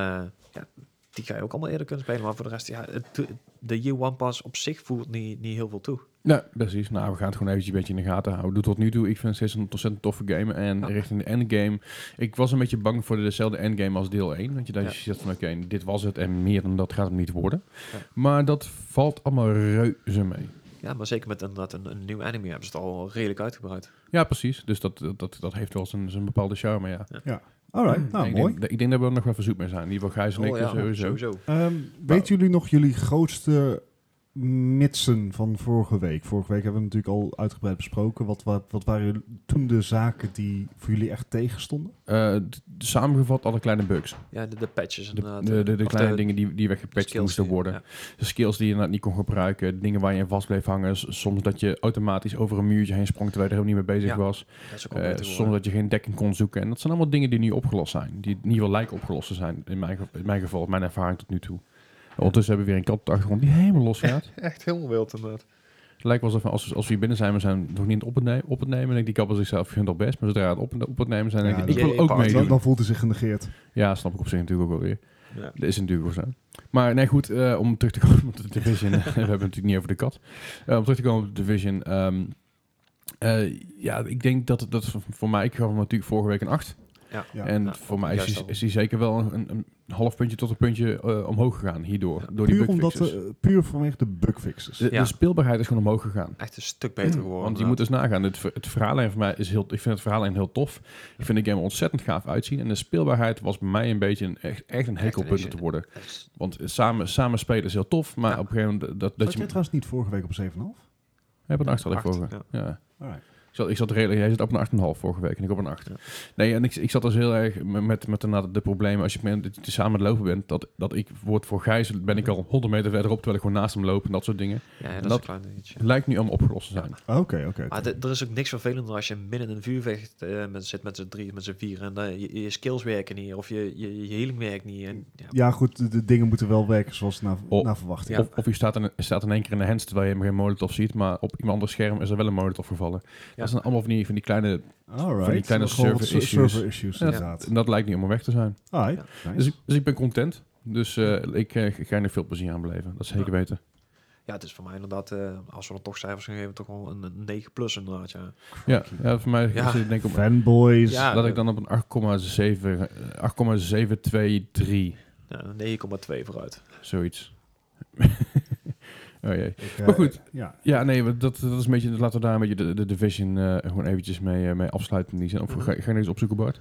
B: ja, die ga je ook allemaal eerder kunnen spelen. Maar voor de rest, ja, het- de Year One Pass op zich voert niet, niet heel veel toe.
A: Nou, precies. Nou, we gaan het gewoon eventjes een beetje in de gaten houden. Doe tot nu toe. Ik vind het steeds een ontzettend toffe game. En
B: Ja.
A: richting de endgame. Ik was een beetje bang voor dezelfde endgame als deel 1. Want je dacht,
B: Ja.
A: je zegt van oké, dit was het en meer dan dat gaat het niet worden.
B: Ja.
A: Maar dat valt allemaal reuze mee.
B: Ja, maar zeker met inderdaad een, een nieuw anime hebben ze het al redelijk uitgebreid.
A: Ja, precies. Dus dat, dat- dat, dat heeft wel zijn, zijn bepaalde charme, ja. [clears throat]
C: Alright, nou
A: ik
C: mooi.
A: Denk, ik denk dat we er nog wel verzoek mee zijn. In ieder geval Gijs en
B: Oh,
A: ik sowieso.
C: Ehm, weten jullie nog jullie grootste mitsen van vorige week? Vorige week hebben we natuurlijk al uitgebreid besproken. Wat, wat, wat waren toen de zaken die voor jullie echt tegenstonden?
A: Eh, d- samengevat alle kleine bugs.
B: Ja, de, de patches
A: De,
B: inderdaad.
A: de, de, de
B: Of
A: kleine
B: de-
A: dingen die, die
B: de
A: weggepatcht
B: skills
A: moesten
B: die-
A: worden.
B: ja.
A: De skills die je inderdaad niet kon gebruiken. Dingen waar je in vast bleef hangen. S- Soms dat je automatisch over een muurtje heen sprong terwijl je er helemaal niet mee bezig
B: Ja,
A: was.
B: Dat is ook
A: Eh,
B: wel beter
A: soms
B: geworden.
A: dat je geen dekking kon zoeken. En dat zijn allemaal dingen die nu opgelost zijn. Die in ieder geval lijken opgelost te zijn. In mijn, ge- in mijn geval, mijn ervaring tot nu toe. Ondertussen hebben we weer een kat op de achtergrond die helemaal los
B: [laughs]
A: gaat.
B: Echt helemaal wild inderdaad.
A: Het lijkt wel alsof we- als, we- als we hier binnen zijn, we zijn nog niet aan het op het nemen. Op het nemen. En ik denk die kat wel zichzelf vindt al best. Maar zodra het op, op het nemen zijn, denk
C: Ja,
A: ik, ik
C: dat-
A: wil ook
B: Jee, Hey,
C: dan,
A: meedoen.
C: dan voelt hij zich genegeerd.
A: Ja, snap ik op zich natuurlijk ook wel weer.
B: Ja.
A: Dat is natuurlijk wel zo. Maar nee, goed, eh, om terug te komen op de Division. [laughs] we hebben het natuurlijk niet over de kat. Eh, om terug te komen op de Division. ehm, eh, ja, ik denk dat dat voor mij... Ik gaf hem natuurlijk vorige week een 8.
B: Ja.
C: Ja.
A: en
B: Ja,
A: voor mij is,
B: juist
A: hij-
B: al.
A: is hij zeker wel een, een, een half puntje tot een puntje eh, omhoog gegaan hierdoor.
B: Ja.
A: Door die
C: Puur, omdat eh,
A: bugfixes.
C: de, puur vanwege de bugfixes.
A: de, de
B: Ja. eh,
A: speelbaarheid is gewoon omhoog gegaan.
B: Echt een stuk beter geworden.
A: Want je moet eens nagaan. Het, ver- het verhaallijn voor mij is heel... Ik vind het verhaallijn heel tof. Ik vind de game er ontzettend gaaf uitzien. En de speelbaarheid was bij mij een beetje... Een, echt, echt een hekelpunt om
B: issue.
A: te worden.
B: inderdaad.
A: Want samen, samen spelen is heel tof, maar
B: Ja.
A: op een gegeven moment eh, dat,
C: Dat
A: dat
C: je
A: je...
C: jij trouwens niet vorige week op 7,5?
A: Ik heb een 8 had ik
B: Acht,
A: vorige ja.
C: Alright.
A: Ik, zat, ik zat redelijk... Jij zit op een 8,5 vorige week en ik op een 8.
B: Ja.
A: Nee, en ik, ik zat dus heel erg met, met, met de, de problemen... Als je met, dat je samen aan het lopen bent, dat, dat ik word voor Gijs... ben ik al 100 meter verderop terwijl ik gewoon naast hem loop en dat soort dingen.
B: Ja, ja, dat, is
A: Dat-
B: een klein dingetje.
A: Het lijkt nu allemaal opgelost te zijn.
C: Oké, Ah, oké.
B: Maar de- er is ook niks vervelender als je midden in een vuurvecht eh, met, zit met z'n drie, met z'n vier. En eh, je, je skills werken niet, of je, je, je healing werkt niet. En, ja,
C: Ja, goed, de, de dingen moeten wel werken zoals naar,
A: Oh.
C: naar verwachting.
B: Ja.
A: Of, of je staat in, staat in één keer in de hands terwijl je hem geen molotov ziet... maar op iemand anders scherm is er wel een molotov gevallen.
B: ja,
A: dat zijn allemaal van die, van die kleine...
C: Alright.
A: Van die kleine
C: Dat is gewoon wat
A: server
C: ser-
A: issues.
C: server issues,
A: Ja.
C: inderdaad.
A: En dat lijkt niet om weg te zijn.
C: Alright,
A: Dus,
C: nice.
A: ik- dus ik ben content. Dus eh, ik eh, ga er nog veel plezier aan beleven. Dat is zeker
B: Ja.
A: weten.
B: Ja, het is voor mij inderdaad, eh, als we dan toch cijfers gaan geven, toch wel een, een 9 plus inderdaad. Ja.
A: Ja, ja, voor mij
B: Ja.
A: is het denk ik om
C: Fanboys.
B: Ja.
A: dat ik dan op een 8,7 8,723
B: Ja, een 9,2 vooruit.
A: zoiets. [laughs] oh jee.
C: Ik, eh,
A: Maar goed.
C: Ja.
A: Ja, nee, want dat, dat is een beetje. Laten we daar een beetje de, de Division eh, gewoon eventjes mee, eh, mee afsluiten. Die zijn. Of
B: Mhm.
A: ga, ga je eens opzoeken, Bart?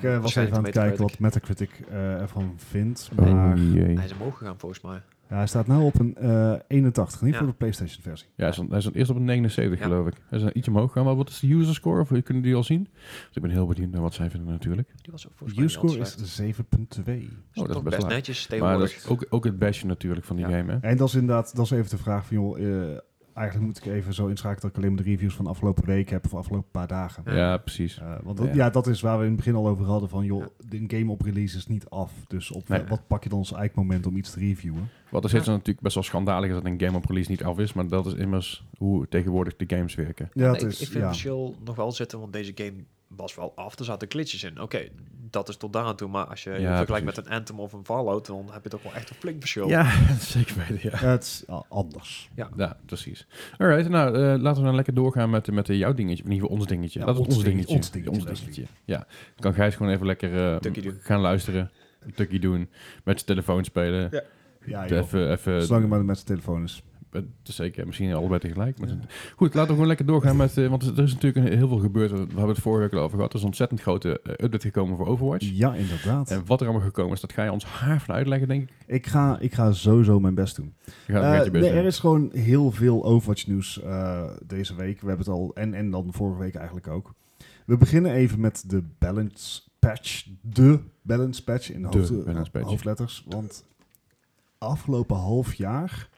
B: Ja,
C: eh, was even aan het
B: waarschijnlijk
C: kijken
B: de
C: wat Metacritic eh, ervan vindt.
A: Ehm.
B: Nee.
C: Maar
A: Oh, jee.
B: Hij is omhoog gegaan volgens mij.
C: ja, hij staat nu op een eh, 81. Niet
B: Ja.
C: voor de PlayStation versie.
A: Ja, hij is, dan, hij is dan eerst op een 79,
B: Ja.
A: geloof ik. Hij is dan ietsje omhoog gegaan. Maar wat is de user score? Of kunnen die al zien? Dus ik ben heel benieuwd naar wat zij vinden, natuurlijk.
B: Die was ook volgens mij niet al
C: U-score
B: te
C: is
B: slecht.
C: 7.2.
B: Dus
A: Oh, dat is
B: toch
A: best laag.
B: netjes
A: Maar dat
B: tegenwoordig.
A: is ook, ook het basje natuurlijk van die
B: Ja.
A: game, hè?
C: En dat is inderdaad, dat is even de vraag van joh, eh, eigenlijk moet ik even zo inschakelen dat ik alleen maar de reviews van de afgelopen week heb of de afgelopen paar dagen.
A: Ja, precies.
C: Eh, want dat,
A: Ja.
C: ja. dat is waar we in het begin al over hadden van joh, de een game op release is niet af. Dus op
A: Nee.
C: wat pak je dan als eikmoment om iets te reviewen?
A: Wat er steeds natuurlijk best wel schandalig is dat een game op release niet af is. Maar dat is immers hoe tegenwoordig de games werken.
C: Ja,
B: Nee,
C: het
B: ik,
C: is,
B: ik vind
C: ja.
B: het verschil nog wel zitten, want deze game was wel af. Er zaten glitches in. Oké, dat is tot daar aan toe. Maar als je het vergelijkt
A: precies.
B: met een Anthem of een Fallout, dan heb je toch wel echt een flink verschil.
A: Ja, [laughs] zeker weten, ja.
C: Ja, het is a- anders.
A: Ja, precies. Alright, nou eh, laten we dan lekker doorgaan met, met eh, jouw dingetje. Of in ieder geval ons dingetje.
C: Ja,
A: Laten we
C: ons
A: ons dingetje.
C: dingetje, ons dingetje,
A: Ons dingetje. Ja, dan kan Gijs gewoon even lekker eh,
B: Tukkie doen.
A: gaan luisteren. Een tukkie doen. Met zijn telefoon spelen.
B: Ja.
C: Ja, joh.
A: Even, eh, even,
C: Zolang het maar met zijn telefoon is.
A: eh, het is zeker, misschien allebei tegelijk. Maar Goed, laten we gewoon lekker doorgaan met... eh, want er is natuurlijk een- heel veel gebeurd. We hebben het vorige week al over gehad. Er is een ontzettend grote eh, update gekomen voor Overwatch.
C: Ja, inderdaad.
A: En wat er allemaal gekomen is, dat ga je ons haar van uitleggen, denk ik.
C: Ik ga, ik ga sowieso mijn best doen.
A: Je gaat een beetje
C: Eh,
A: best
C: nee,
A: doen.
C: er is gewoon heel veel Overwatch nieuws eh, deze week. We hebben het al en, en dan vorige week eigenlijk ook. We beginnen even met de balance patch. De balance patch in de,
A: De
C: hoofd-
A: balance patch.
C: hoofdletters. Want afgelopen half jaar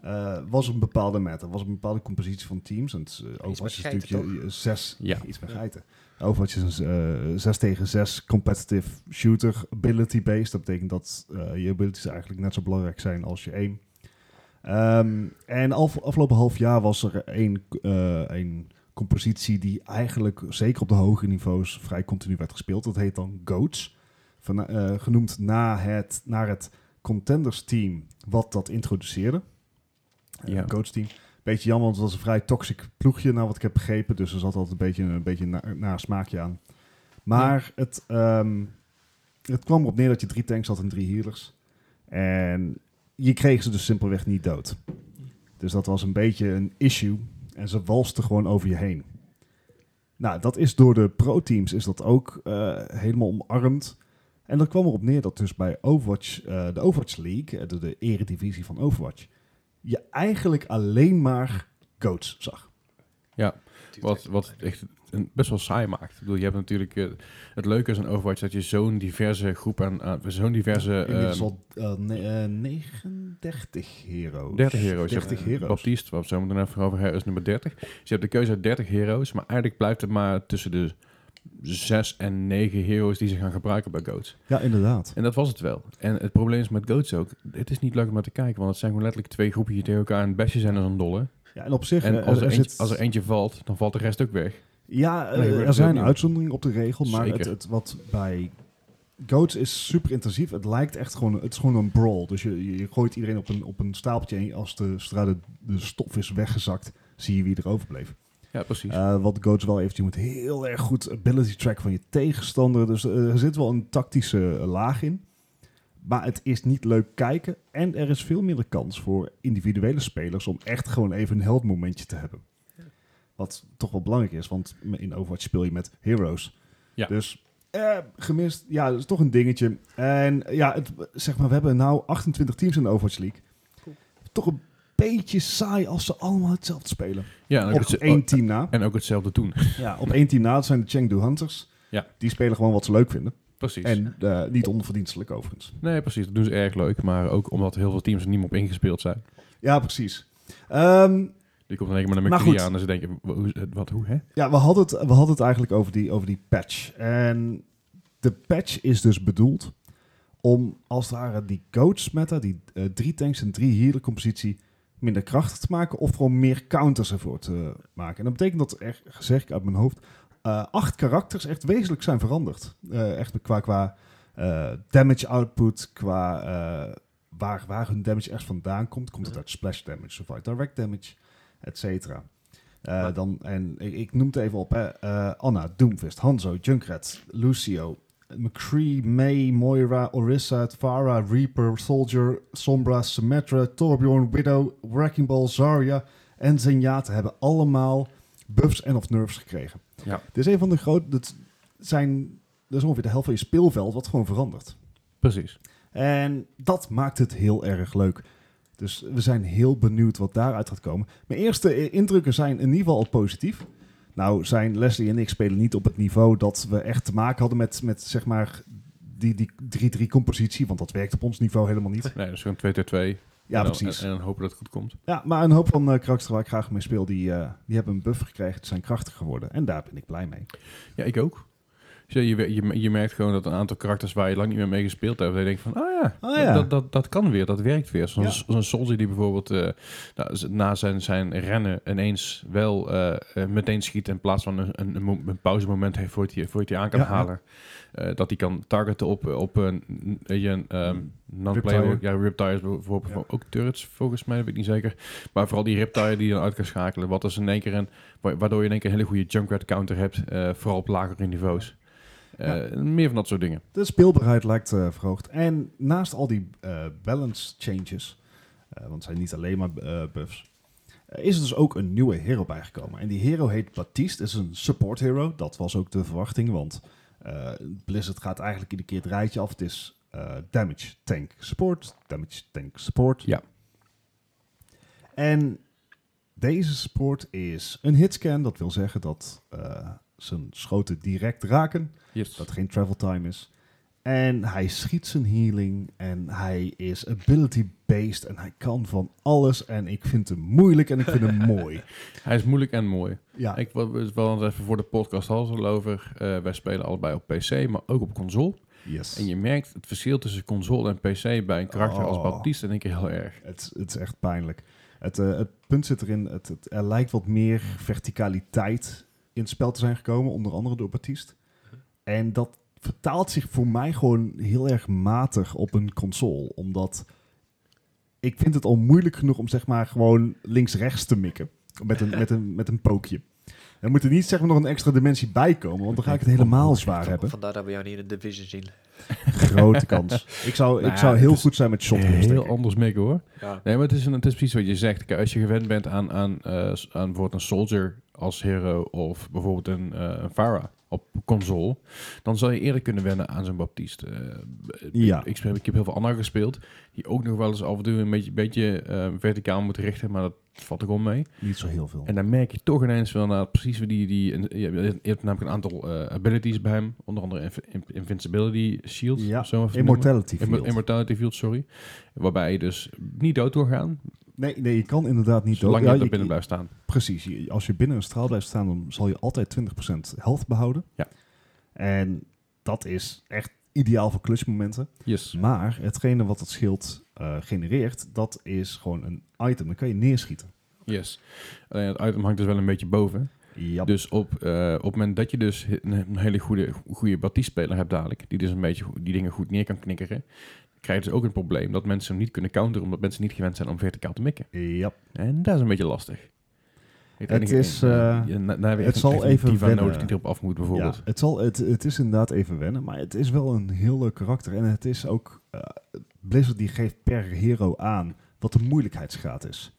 C: eh, was een bepaalde meta. Was een bepaalde compositie van teams. En het, is, eh, Overwatch is
B: geiten,
C: natuurlijk je, je zes...
A: Ja.
C: Iets met
B: Ja.
C: geiten. Overwatch is een eh, 6 tegen 6 competitive shooter, ability-based. Dat betekent dat eh, je abilities eigenlijk net zo belangrijk zijn als je aim. Ehm, en af, afgelopen half jaar was er één eh, één compositie die eigenlijk, zeker op de hogere niveaus, vrij continu werd gespeeld. Dat heet dan GOATS. Van, eh, genoemd na het, naar het contenders team wat dat introduceerde. Eh,
A: Ja.
C: GOATS team. Beetje jammer, want het was een vrij toxic ploegje, naar wat ik heb begrepen. Dus er zat altijd een beetje een beetje na, naar smaakje aan. Maar het, ehm, het kwam erop neer dat je drie tanks had en drie healers. En je kreeg ze dus simpelweg niet dood. Dus dat was een beetje een issue. En ze walsten gewoon over je heen. Nou, dat is door de pro-teams is dat ook eh, helemaal omarmd. En dat kwam erop neer dat dus bij Overwatch, eh, de Overwatch League, eh, de, de eredivisie van Overwatch, je eigenlijk alleen maar coach zag.
A: Wat, wat het echt een- best wel saai maakt. Ik bedoel, je hebt natuurlijk... eh, het leuke is aan Overwatch dat je zo'n diverse groep aan... aan- zo'n diverse...
C: Inmiddels
A: ehm,
C: al eh, ne- eh, 39 heroes.
A: 30 heroes. Je hebt,
C: 30
A: eh,
C: heroes.
A: Baptiste, waar we zo meteen even over hebben, is nummer 30. Dus je hebt de keuze uit 30 heroes. Maar eigenlijk blijft het maar tussen de 6 en 9 heroes die ze gaan gebruiken bij Goats.
C: Ja, inderdaad.
A: En dat was het wel. En het probleem is met Goats ook. Het is niet leuk om naar te kijken. Want het zijn gewoon letterlijk twee groepjes die tegen elkaar een bestje zijn als een dolle.
C: Ja, en op zich...
A: En
C: eh,
A: als er, eentje,
C: zit-
A: als er eentje valt, dan valt de rest ook weg.
C: Ja, eh,
A: Nee, gebeurt
C: er zijn
A: opnieuw.
C: uitzonderingen op de regel, maar
A: Zeker.
C: het, het, wat bij Goats is super intensief. Het lijkt echt gewoon, het is gewoon een brawl. Dus je, je- je gooit iedereen op een, op een stapeltje en als de, zodra de, de stof is weggezakt, zie je wie er overbleef.
A: Ja, precies.
C: Eh, wat Goats wel heeft, je moet heel erg goed ability track van je tegenstander. Dus eh, er zit wel een tactische eh, laag in. Maar het is niet leuk kijken en er is veel minder kans voor individuele spelers om echt gewoon even een heldmomentje te hebben. Wat toch wel belangrijk is, want in Overwatch speel je met heroes.
A: Ja.
C: Dus eh, gemist, ja, dat is toch een dingetje. En eh, ja, het, zeg maar, we hebben nou 28 teams in de Overwatch League.
B: Cool.
C: Toch een beetje saai als ze allemaal hetzelfde spelen.
A: ja, en ook,
C: Op
A: hetze-
C: één team na.
A: oh, en ook hetzelfde doen.
C: Ja, op één team na dat zijn de Chengdu Hunters.
A: Ja.
C: Die spelen gewoon wat ze leuk vinden.
A: precies.
C: En eh, niet onverdienstelijk overigens.
A: Nee, precies. Dat doen ze erg leuk. Maar ook omdat heel veel teams er niet meer op ingespeeld zijn.
C: Ja, precies. Ehm,
A: Die komt dan één keer met een
C: Maar
A: McCree
C: goed.
A: aan. En ze denken, wa- hoe- wat, hoe, hè?
C: ja, we hadden, het, we hadden het eigenlijk over die, over die patch. En de patch is dus bedoeld om als het ware die coach meta, die eh, drie tanks en drie healer compositie, minder krachtig te maken of gewoon meer counters ervoor te maken. En dat betekent dat er, zeg ik uit mijn hoofd, eh, acht karakters echt wezenlijk zijn veranderd. Eh, echt qua, qua eh, damage output, qua eh, waar, waar hun damage echt vandaan komt. Komt het uit splash damage of uit direct damage, et cetera. Eh,
B: Maar-
C: dan, en ik, ik noem het even op, hè. Eh, Anna, Doomfist, Hanzo, Junkrat, Lucio, McCree, May, Moira, Orisa, Farah, Reaper, Soldier, Sombra, Symmetra, Torbjorn, Widow, Wrecking Ball, Zarya en Zenyatta hebben allemaal buffs en of nerfs gekregen.
A: Ja.
C: Dit is een van de grote... Dat, zijn, dat is ongeveer de helft van je speelveld wat gewoon verandert.
A: Precies.
C: En dat maakt het heel erg leuk. Dus we zijn heel benieuwd wat daaruit gaat komen. Mijn eerste i- indrukken zijn in ieder geval al positief. Nou zijn Leslie en ik spelen niet op het niveau dat we echt te maken hadden met, met zeg maar die, die 3-3 compositie. Want dat werkt op ons niveau helemaal niet.
A: Nee, dat is gewoon 2 2 2
C: Ja,
A: en dan,
C: precies.
A: En, en dan hopen dat het goed komt.
C: Ja, maar een hoop van eh karakters waar ik graag mee speel, die, eh, die hebben een buff gekregen. Die zijn krachtig geworden. En daar ben ik blij mee.
A: Ja, ik ook. Dus ja, je, je, je merkt gewoon dat een aantal karakters waar je lang niet meer mee gespeeld hebt, dat je denkt van, ah ja,
C: Ah ja.
A: Dat, dat, dat kan weer, dat werkt weer. Zo'n
C: Ja.
A: zo'n soldier die bijvoorbeeld eh, nou, z- na zijn, zijn rennen ineens wel eh, eh, meteen schiet in plaats van een, een, een mo- een pauzemoment heeft voordat hij, voordat hij aan kan
C: Ja, ja.
A: halen. Eh, dat hij kan targeten op, eh, op een, een, een ehm, non-player,
C: Riptire.
A: ja, Riptires bijvoorbeeld,
C: Hmm. Ja.
A: ook turrets volgens mij, dat weet ik niet zeker. Maar vooral die Riptire die je dan uit kan schakelen, wat is in één keer een Wa- Waardoor je in één keer een hele goede Junkrat counter hebt, eh, vooral op lagere niveaus. Eh, Meer van dat soort dingen.
C: De speelbaarheid lijkt eh, verhoogd. En naast al die eh, balance changes, eh, want het zijn niet alleen maar eh, buffs, eh, is er dus ook een nieuwe hero bijgekomen. En die hero heet Baptiste, is een support hero. Dat was ook de verwachting, want eh, Blizzard gaat eigenlijk iedere keer het rijtje af. Het is eh, damage, tank, support, damage, tank, support.
A: Ja.
C: En deze support is een hitscan. Dat wil zeggen dat eh, zijn schoten direct raken
A: Yes.
C: dat er geen travel time is. En hij schiet zijn healing en hij is ability-based en hij kan van alles. En ik vind hem moeilijk en
A: [laughs]
C: ik vind hem mooi.
A: Hij is moeilijk en mooi.
C: Ja,
A: Ik wil het wel even voor de podcast hadden we het al over. Eh, wij spelen allebei op PC, maar ook op console.
C: yes.
A: En je merkt het verschil tussen console en PC bij een karakter als
C: Oh.
A: Baptiste in één keer heel erg.
C: Het, het is echt pijnlijk. Het, eh, het punt zit erin, het, het, er lijkt wat meer verticaliteit in het spel te zijn gekomen, onder andere door Baptiste. En dat vertaalt zich voor mij gewoon heel erg matig op een console, omdat ik vind het al moeilijk genoeg om zeg maar gewoon links-rechts te mikken met een, met een, met een pookje. Er moet er niet zeg maar nog een extra dimensie bij komen, want dan ga ik het helemaal zwaar hebben.
B: Vandaar dat we jou niet in de division zien.
C: Grote kans. Ik zou,
A: Nou
C: ik
A: ja,
C: zou
A: het
C: heel
A: is
C: goed zijn met shotguns. denk
A: Heel
C: ik.
A: anders mikken hoor.
B: Ja.
A: Nee, maar het is, een, het is precies wat je zegt. Kijk, als je gewend bent aan, aan, eh, s- aan bijvoorbeeld een Soldier als hero of bijvoorbeeld een, eh een Farah op console, dan zal je eerder kunnen wennen aan zo'n Baptiste. Eh, b-
C: Ja.
A: ik, ik, speel- ik heb heel veel Anna gespeeld, die ook nog wel eens af en toe een beetje, beetje eh, verticaal moet richten, maar dat valt ik om mee.
C: Niet zo heel veel.
A: En dan merk je toch ineens wel nou, precies wie die... die en je, hebt- je hebt namelijk een aantal eh, abilities bij hem, onder andere inv- in- Invincibility Shield.
C: Ja,
A: om zo even te noemen.
C: Immortality
A: Immo-
C: field.
A: Immortality Field, sorry. Waarbij je dus niet dood wil gaan,
C: Nee, nee, je kan inderdaad niet
A: Zolang
C: dood.
A: je
C: Ja,
A: daar binnen blijft staan.
C: Precies. Je- Als je binnen een straal blijft staan, dan zal je altijd 20% health behouden.
A: Ja.
C: En dat is echt ideaal voor clutchmomenten.
A: Yes.
C: Maar hetgene wat het schild eh, genereert, dat is gewoon een item. Dan kan je neerschieten.
A: yes. Alleen het item hangt dus wel een beetje boven.
C: Ja.
A: Dus op, eh, op het moment dat je dus een, een hele goede, goede Baptiste-speler hebt dadelijk... die dus een beetje go- die dingen goed neer kan knikkeren... krijg je dus ook een probleem dat mensen hem niet kunnen counteren... omdat mensen niet gewend zijn om verticaal te mikken.
C: Ja.
A: En dat is een beetje lastig.
C: Het is, eh, het zal even
A: die van
C: wennen.
A: nodig die erop af moet
C: ja
A: bijvoorbeeld.
C: het, zal, het, het is inderdaad even wennen, maar het is wel een heel leuk karakter. En het is ook... eh, Blizzard die geeft per hero aan wat de moeilijkheidsgraad is.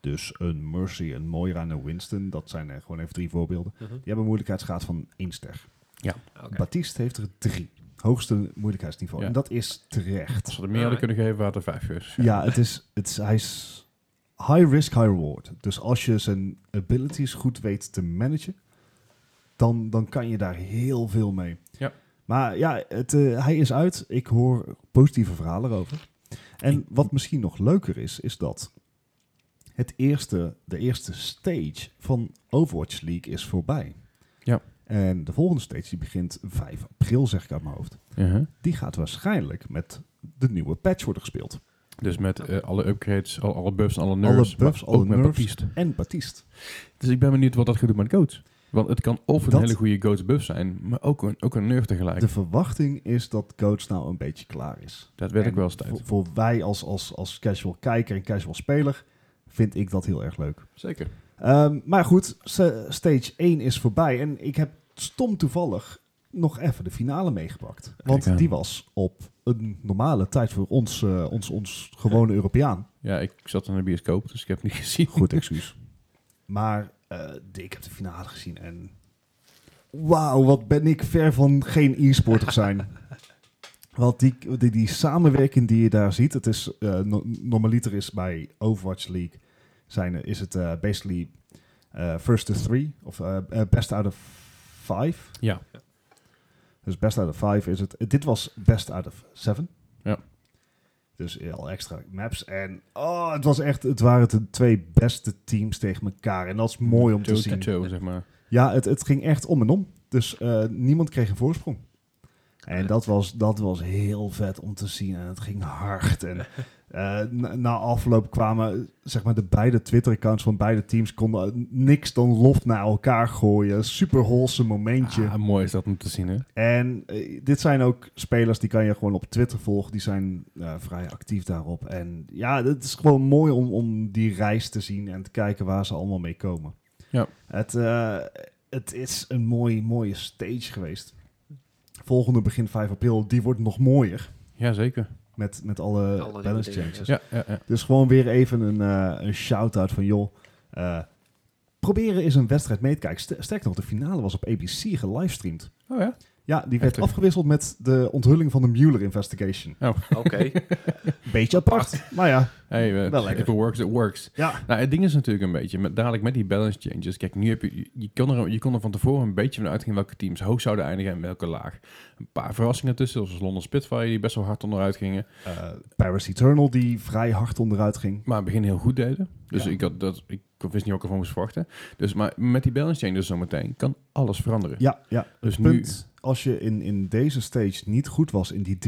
C: Dus een Mercy, een Moira en een Winston, dat zijn er gewoon even drie voorbeelden.
B: Mhm.
C: Die hebben een moeilijkheidsgraad van 1 ster.
B: Oké.
C: Baptiste heeft er drie. Hoogste moeilijkheidsniveau.
A: Ja.
C: En dat is terecht.
A: Als ze er meer hadden kunnen geven, waren het er vijf geweest.
C: Ja, het is, het is, hij is high risk, high reward. Dus als je zijn abilities goed weet te managen, dan, dan kan je daar heel veel mee.
A: Ja.
C: Maar ja, het, eh, hij is uit. Ik hoor positieve verhalen over. En
A: Ik-
C: wat misschien nog leuker is, is dat het eerste, de eerste stage van Overwatch League is voorbij.
A: Ja.
C: En de volgende stage die begint 5 april, zeg ik uit mijn hoofd.
A: Uh-huh.
C: Die gaat waarschijnlijk met de nieuwe patch worden gespeeld.
A: Dus met eh, alle upgrades, al, alle buffs en alle
C: Alle
A: nerfs.
C: buffs,
A: maar
C: alle
A: ook met
C: nerfs.
A: Baptiste.
C: En Baptiste.
A: Dus ik ben benieuwd wat dat gaat doen met goats. Want het kan of een
C: Dat-
A: hele goede goats buff zijn, maar ook een, ook een nerf tegelijk.
C: De verwachting is dat Coach nou een beetje klaar is.
A: dat werd
C: En
A: ik wel eens tijd.
C: Voor, voor wij als, als, als casual kijker en casual speler vind ik dat heel erg leuk.
A: Zeker.
C: Ehm, maar goed, s- stage 1 is voorbij. En ik heb stom toevallig nog even de finale meegepakt.
A: aan.
C: Want die was op een normale tijd voor ons, eh, ons, ons gewone Europeaan.
A: Ja, ik zat in de bioscoop, dus ik heb het niet [laughs] gezien.
C: Goed excuus. Maar eh, de- ik heb de finale gezien en... Wauw, wat ben ik ver van geen e-sporter
A: [laughs]
C: zijn. Want die, die, die samenwerking die je daar ziet, het is eh, no- normaliter is bij Overwatch League, zijn, er- is het eh, basically eh, first to three, of eh, eh, best out of five.
A: Ja.
C: Dus best out of five is het. Dit was best out of seven.
A: Ja.
C: Dus al extra maps. En oh, het was echt, het waren de twee beste teams tegen elkaar. En dat is mooi om te
A: Toe- toe-
C: zien.
A: toe, zeg maar.
C: Ja, het, het ging echt om en om. Dus eh, niemand kreeg een voorsprong. En dat was, dat was heel vet om te zien. En het ging hard. En eh, na, na afloop kwamen zeg maar, de beide Twitter-accounts van beide teams... konden eh, niks dan lof naar elkaar gooien. Super wholesome momentje.
A: Ah, mooi is dat om te zien, hè?
C: En eh, dit zijn ook spelers die kan je gewoon op Twitter volgen. Die zijn eh, vrij actief daarop. En ja, het is gewoon mooi om, om die reis te zien en te kijken waar ze allemaal mee komen.
A: Ja.
C: Het, eh, het is een mooi, mooie stage geweest. Volgende begin 5 april, die wordt nog mooier.
A: Ja, zeker.
C: Met, met alle,
B: Alle nieuwe
C: balance
B: dingen,
C: changes.
A: Ja, ja, ja.
C: Dus gewoon weer even een, eh, een shout-out van joh. eh, proberen is een wedstrijd mee te kijken. Ster- Sterk nog, de finale was op ABC gelivestreamd.
A: Oh ja?
C: Ja, die werd
A: Heftig.
C: afgewisseld met de onthulling van de Mueller investigation.
B: Oké.
C: Beetje [laughs] apart. maar ja,
A: Hey, eh,
C: Wel lekker.
A: if it works, it works.
C: ja.
A: Nou, het ding is natuurlijk een beetje, met, dadelijk met die balance changes. Kijk, nu heb je, je- je, kon er, je kon er van tevoren een beetje van uitgaan welke teams hoog zouden eindigen en welke laag. Een paar verrassingen tussen, zoals London Spitfire, die best wel hard onderuit gingen,
C: Eh, Paris Eternal die vrij hard onderuit ging.
A: maar in het begin heel goed deden. Dus
C: Ja.
A: ik, had, dat, ik wist niet wat ik ervan moest verwachten. Dus, maar met die balance changes zometeen kan alles veranderen.
C: Ja, ja.
A: dus nu is
C: Punt. Als je in, in deze stage niet goed was in die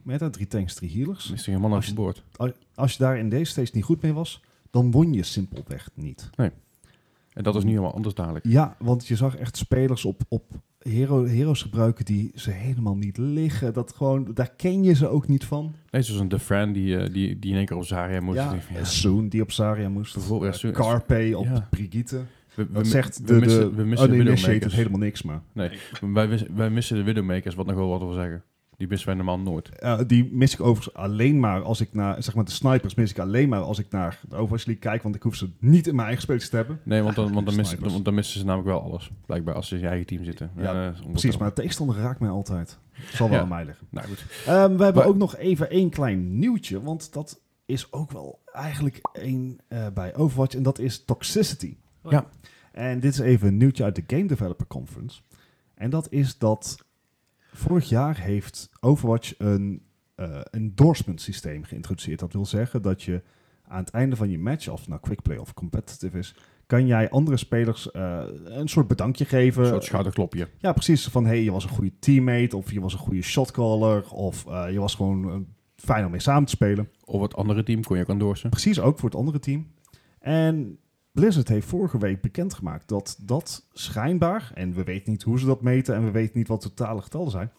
C: 3-3 met hè, drie tanks, drie healers.
A: er geen man over boord.
C: al- Als je daar in deze stage niet goed mee was, dan won je simpelweg niet.
A: En dat is nu helemaal anders dadelijk.
C: Ja, want je zag echt spelers op, op hero, heroes gebruiken die ze helemaal niet liggen. Dat gewoon, daar ken je ze ook niet van.
A: Nee, zoals een The Friend die, eh, die, die in één keer op Zarya moest.
C: ja,
A: Ik denk van, ja,
C: Soon die op Saria moest.
A: Bijvoorbeeld, ja, Soon-
C: Carpe op
A: ja.
C: Brigitte.
A: we, we
C: Dat
A: mi-
C: zegt
A: we
C: de, oh,
A: missen,
C: de
A: we missen de
C: uninitiated
A: Widowmakers.
C: helemaal niks, maar
A: Nee, wij, wis- wij missen de Widowmakers, wat nog wel wat wil zeggen. Die missen wij normaal nooit.
C: eh, die mis ik overigens alleen maar als ik naar, zeg maar de snipers mis ik alleen maar als ik naar de Overwatch League kijk, want ik hoef ze niet in mijn eigen spelers te hebben.
A: Nee, want dan, want dan, missen,
C: Snipers.
A: want dan missen ze namelijk wel alles. Blijkbaar als ze in je eigen team zitten.
C: Ja,
A: eh, om-
C: Precies, maar de tegenstander raakt mij altijd. Zal wel
A: Ja.
C: aan mij liggen.
A: Nou goed.
C: Ehm, we hebben
A: Maar-
C: ook nog even één klein nieuwtje, want dat is ook wel eigenlijk één eh, bij Overwatch en dat is toxicity.
B: Oh
A: ja.
C: En dit is even een nieuwtje uit de Game Developer Conference. En dat is dat vorig jaar heeft Overwatch een eh, endorsement systeem geïntroduceerd. Dat wil zeggen dat je aan het einde van je match, of het nou quick play of competitive is, kan jij andere spelers eh, een soort bedankje geven.
A: Een soort schouderklopje.
C: Ja, precies. Van hey, je was een goede teammate, of je was een goede shotcaller, of eh, je was gewoon eh, fijn om mee samen te spelen
A: Of het andere team kon je ook endorsen.
C: precies ook voor het andere team. En Blizzard heeft vorige week bekendgemaakt dat dat schijnbaar, en we weten niet hoe ze dat meten en we weten niet wat de totale getallen zijn,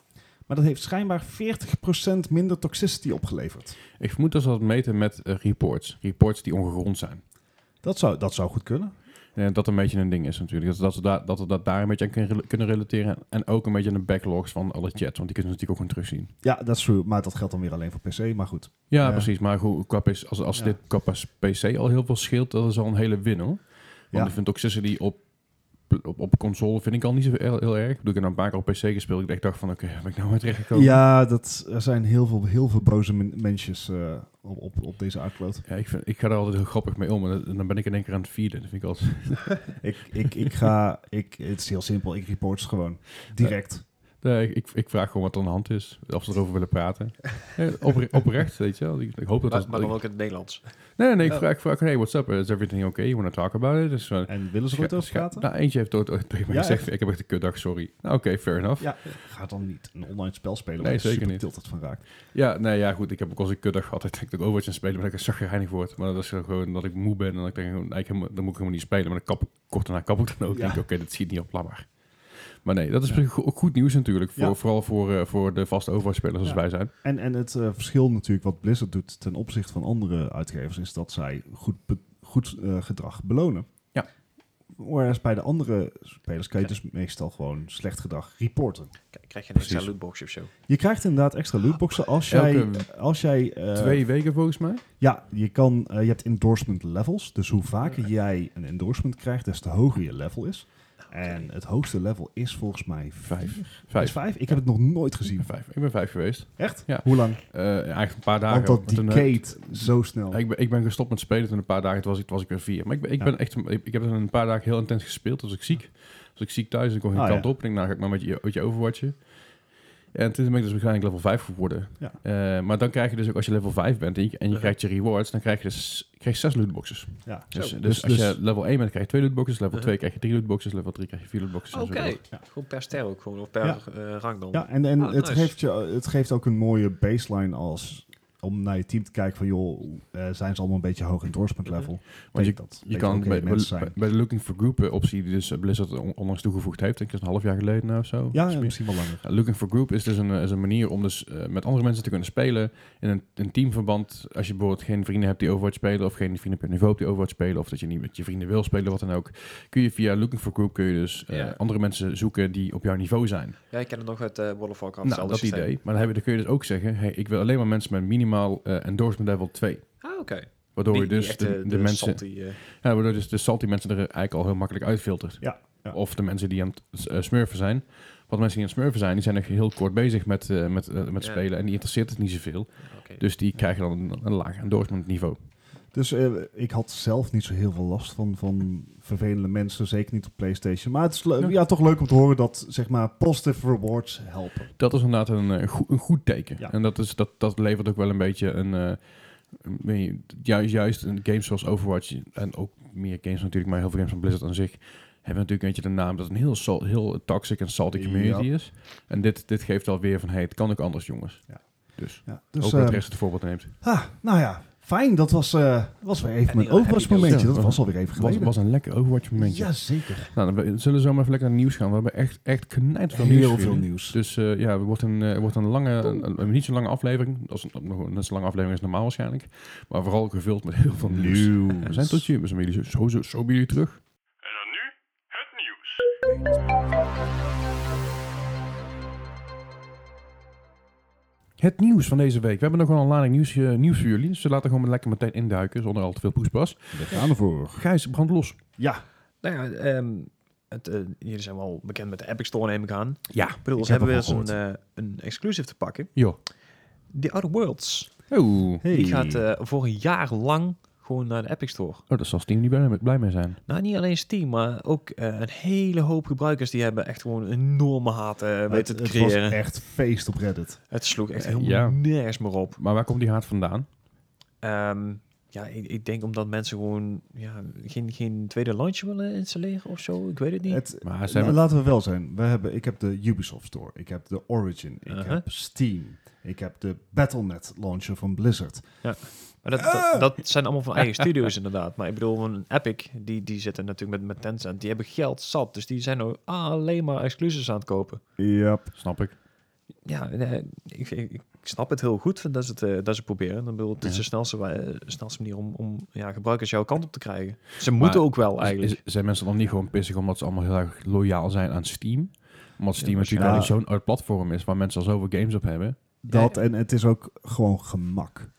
C: maar dat heeft schijnbaar 40% minder toxicity opgeleverd.
A: Ik vermoed dat ze dat meten met eh, reports. Reports die ongegrond zijn.
C: Dat zou, dat zou goed kunnen.
A: En dat een beetje een ding is natuurlijk. Dat, dat, ze daar, dat we dat daar een beetje aan kunnen rela- kunnen relateren. En ook een beetje aan de backlogs van alle chats. Want die kunnen ze natuurlijk ook gewoon terugzien.
C: Ja, dat is true, maar dat geldt dan weer alleen voor PC, maar goed.
A: Ja,
C: Ja.
A: precies. Maar goed, qua PC als, als
C: Ja.
A: dit qua PC al heel veel scheelt, dat is al een hele win hoor. Want
C: Ja.
A: ik vind toxicity op, op, op console vind ik al niet zo heel, heel erg. Ik bedoel, Ik heb nou een paar keer op PC gespeeld. Ik dacht- dacht van, oké, heb ik nou weer terechtgekomen?
C: Ja, dat, er zijn heel veel, heel veel boze men- mensjes eh, op, op, op deze aardkloot.
A: Ja, ik, vind, ik ga daar altijd heel grappig mee om. En dat- en dan ben ik in één keer aan het vieren. Dat vind ik altijd...
C: Ik, ik, ik ga, ik, het is heel simpel, ik report ze gewoon direct.
A: Nee, ik- ik, ik vraag gewoon wat er aan de hand is. Of ze erover willen praten. Nee, opre- [laughs] oprecht, weet je wel. Ik, ik hoop dat...
B: Maar,
A: dat-
B: maar dan ook in het Nederlands.
A: nee, nee, ik
C: Ja.
A: vraag, ik vraag, hey, what's up? Eh, Is everything okay? You wanna talk about it? Dus, eh,
C: En willen ze er
A: scha-
C: ooit over
A: scha-
C: praten?
A: Nou, eentje heeft ooit, ooit tegen mij
C: Ja,
A: gezegd,
C: echt?
A: ik heb echt een kutdag, sorry. Nou, oké, fair enough. Ja.
C: Ja, ga dan niet een online spel spelen
A: Nee,
C: waar je
A: zeker
C: super
A: niet.
C: tilted van raakt.
A: nee, ja, goed. Ik heb ook al eens een kutdag gehad. [laughs] Ik denk dat ik Overwatch aan het spelen ben, dat ik er zagrijnig word. Maar dat is gewoon dat ik moe ben en dat ik denk, nou, ik, helemaal- dan moet ik helemaal niet spelen. Maar dan kap, ik- kort daarna kap ik dan ook.
C: Ja.
A: denk ik, oké, dat ziet niet op, laat maar. Maar nee, dat is go- ook goed nieuws natuurlijk. Voor,
C: Ja.
A: Vooral voor, eh, voor de vaste Overwatch-spelers als
C: Ja.
A: wij zijn.
C: En, en het eh, verschil natuurlijk wat Blizzard doet ten opzichte van andere uitgevers is dat zij goed, be- goed eh, gedrag belonen.
A: Ja.
C: Whereas bij de andere spelers kan je dus meestal gewoon slecht gedrag reporten.
B: K- Krijg je een
A: Precies.
B: extra lootbox of zo.
C: Je krijgt inderdaad extra lootboxen als jij...
A: Elke
C: Als jij eh,
A: twee weken volgens mij.
C: Ja, je, kan, eh, je hebt endorsement levels. Dus hoe vaker jij een endorsement krijgt, des te hoger je level is.
B: Nou,
C: En het hoogste level is volgens mij
A: Vijf.
C: vier. Is
A: Vijf.
C: vijf? Ik heb het nog nooit gezien.
A: Vijf. Ik ben vijf geweest.
C: Echt?
A: Ja.
C: Hoe lang?
A: Eh, ja, eigenlijk een paar dagen.
C: Want dat
A: Want toen, eh,
C: decayed zo snel.
A: ja, ik, ben, ik ben gestopt met spelen toen een paar dagen. Toen was ik, toen was ik weer vier. Maar ik, ben, ik,
C: Ja.
A: ben echt, ik, ik heb toen een paar dagen heel intens gespeeld. Toen was ik ziek. Als ik ziek thuis en kon geen
C: Ah,
A: kant
C: ja.
A: op. Ik Denk, nou ga ik maar met je, met je overwatchen. En toen ben ik dus waarschijnlijk level 5 geworden.
C: Ja.
A: Eh, maar dan krijg je dus ook, als je level 5 bent en je, en je
B: Ja.
A: krijgt je rewards, dan krijg je dus je krijgt zes lootboxes.
C: Ja.
A: Dus, dus,
C: Dus-
A: als
C: dus-
A: je level 1 bent, krijg je twee lootboxes. Level
B: Uh-huh.
A: 2 krijg je drie lootboxes. Level 3 krijg je vier lootboxes. en zo
B: Oké.
A: door.
C: Ja.
B: Gewoon per ster ook gewoon. Of per
C: Ja.
B: eh, rang dan.
C: ja, en, en
B: Ah,
C: het,
B: nice.
C: geeft je, het geeft ook een mooie baseline als om naar je team te kijken van joh, eh, zijn ze allemaal een beetje hoog endorsement
B: Mhm.
C: level?
A: Want je,
C: Denk dat
A: Je
C: deze
A: kan
C: oké
A: bij, bij,
C: mensen zijn.
A: bij de Looking for Group eh, optie, die dus eh, Blizzard on- onlangs toegevoegd heeft, denk ik dat een half jaar geleden nou of zo.
C: Ja,
A: Iets
C: ja,
A: meer.
C: misschien wel langer.
A: Ja, Looking for Group is dus een, eh, is een manier om dus eh, met andere mensen te kunnen spelen. In een, een teamverband, als je bijvoorbeeld geen vrienden hebt die Overwatch spelen, of geen vrienden op je niveau hebt die Overwatch spelen, of dat je niet met je vrienden wil spelen, wat dan ook, kun je via Looking for Group kun je dus eh,
B: Ja.
A: andere mensen zoeken die op jouw niveau zijn.
B: Ja, ik ken het nog uit eh World of
A: Nou,
B: Warcraft. hetzelfde
A: dat
B: systeem.
A: idee. Maar dan, heb je, dan kun je dus ook zeggen, hey, ik wil alleen maar mensen met minimaal eh, endorsement level 2.
B: Ah, oké.
A: Waardoor
B: Die-
A: je
B: die
A: dus
B: echte,
A: de, de mensen...
B: salty, eh,
A: Ja, waardoor dus de salty mensen er eigenlijk al heel makkelijk uitfiltert.
C: Ja, ja.
A: Of de mensen die aan het eh, smurfen zijn. Want mensen die aan het smurfen zijn, die zijn nog heel kort bezig met, eh, met, eh, met
B: Ja.
A: spelen. En die interesseert het niet zoveel.
B: oké.
A: Dus die krijgen dan een, een lager endorsement niveau.
C: Dus eh, ik had zelf niet zo heel veel last van, van vervelende mensen, zeker niet op PlayStation. Maar het is le-
A: Ja.
C: ja. toch leuk om te horen dat zeg maar positive rewards helpen.
A: Dat is inderdaad een, eh, goe- een goed teken.
C: Ja.
A: En dat, is, dat, dat levert ook wel een beetje een... eh, een- weet je, juist, juist een game zoals Overwatch en ook meer games natuurlijk, maar heel veel games van Blizzard aan zich hebben natuurlijk een beetje de naam dat het een heel, sal- heel toxic en salty community
C: Ja.
A: is. En dit, dit geeft alweer van, hey, het kan ook anders, jongens.
C: Ja.
A: Dus...
C: Ja, dus
A: ook wat
C: eh,
A: de rest het voorbeeld neemt.
C: ah, nou ja, fijn. Dat was, eh, was weer even
B: En
C: mijn
B: die-
C: Overwatch
B: en die-
C: momentje.
A: ja,
C: Dat
A: was-
C: was alweer even
A: was,
C: geleden.
A: was een lekker Overwatch momentje.
C: Jazeker.
A: Nou, dan we- zullen we zo maar even lekker naar het nieuws gaan. We hebben echt, echt knijt veel nieuws.
C: Heel
A: voor
C: veel
A: jullie.
C: nieuws.
A: Dus eh, ja, het wordt een, eh, wordt een lange, een, een niet zo lange aflevering. Als een, nog een net zo lange aflevering is normaal waarschijnlijk. Maar vooral gevuld met heel veel nieuws. We zijn tot je, we zijn bij jullie zo, zo, zo, zo bij jullie terug.
D: En dan nu het nieuws.
A: Het nieuws van deze week. We hebben nog wel een lading nieuws, eh, nieuws voor jullie. Dus we laten gewoon lekker meteen induiken zonder al te veel poespas.
C: We gaan ervoor.
A: Gijs, brand los.
C: Ja,
B: Nou ja, ehm, het, eh, jullie zijn wel bekend met de Epic Store, neem ik aan.
A: Ja.
B: Ik bedoel,
C: Ik
B: ze
C: heb
B: hebben weer eens
C: ervan
B: een, eh, een exclusive te pakken.
A: Joh.
B: The Outer Worlds.
A: Oh.
C: hey.
B: Die gaat eh, voor een jaar lang gewoon naar de Epic Store.
A: Oh, daar zal Steam niet blij- blij mee zijn.
B: Nou, niet alleen Steam, maar ook eh, een hele hoop gebruikers die hebben echt gewoon een enorme haat eh,
C: het,
B: weten te
C: het was
B: creëren.
C: echt feest op Reddit.
B: Het sloeg echt
A: Eh,
B: helemaal
A: ja.
B: nergens meer op.
A: Maar waar komt die haat vandaan?
B: Ehm, ja, ik, ik denk omdat mensen gewoon ja, geen, geen tweede launcher willen installeren of zo. Ik weet het niet.
C: Het,
A: Maar ze
C: Nou,
A: hebben...
C: laten we wel zijn. We hebben, ik heb de Ubisoft Store, ik heb de Origin, ik
B: Uh-huh.
C: heb Steam, ik heb de Battle.net launcher van Blizzard.
B: Maar dat,
C: Ah!
B: dat, dat zijn allemaal van
C: [laughs]
B: eigen studio's inderdaad. Maar ik bedoel, een Epic, die, die zitten natuurlijk met, met Tencent. Die hebben geld zat, dus die zijn nou alleen maar exclusives aan het kopen.
C: Yep.
A: Snap ik.
B: Ja, nee, ik, ik, ik snap het heel goed dat ze het, eh, dat ze het proberen. Dan bedoel, het is
A: Ja.
B: de snelste, wa- eh, snelste manier om, om ja, gebruikers jouw kant op te krijgen. Ze
A: Maar
B: moeten ook wel
A: Is,
B: eigenlijk.
A: is- zijn mensen dan niet gewoon pissig omdat ze allemaal heel erg loyaal zijn aan Steam? Omdat Steam natuurlijk
C: waarschijnlijk.
A: eigenlijk zo'n oud platform is waar mensen al zoveel games op hebben.
C: Dat en het is ook gewoon gemak.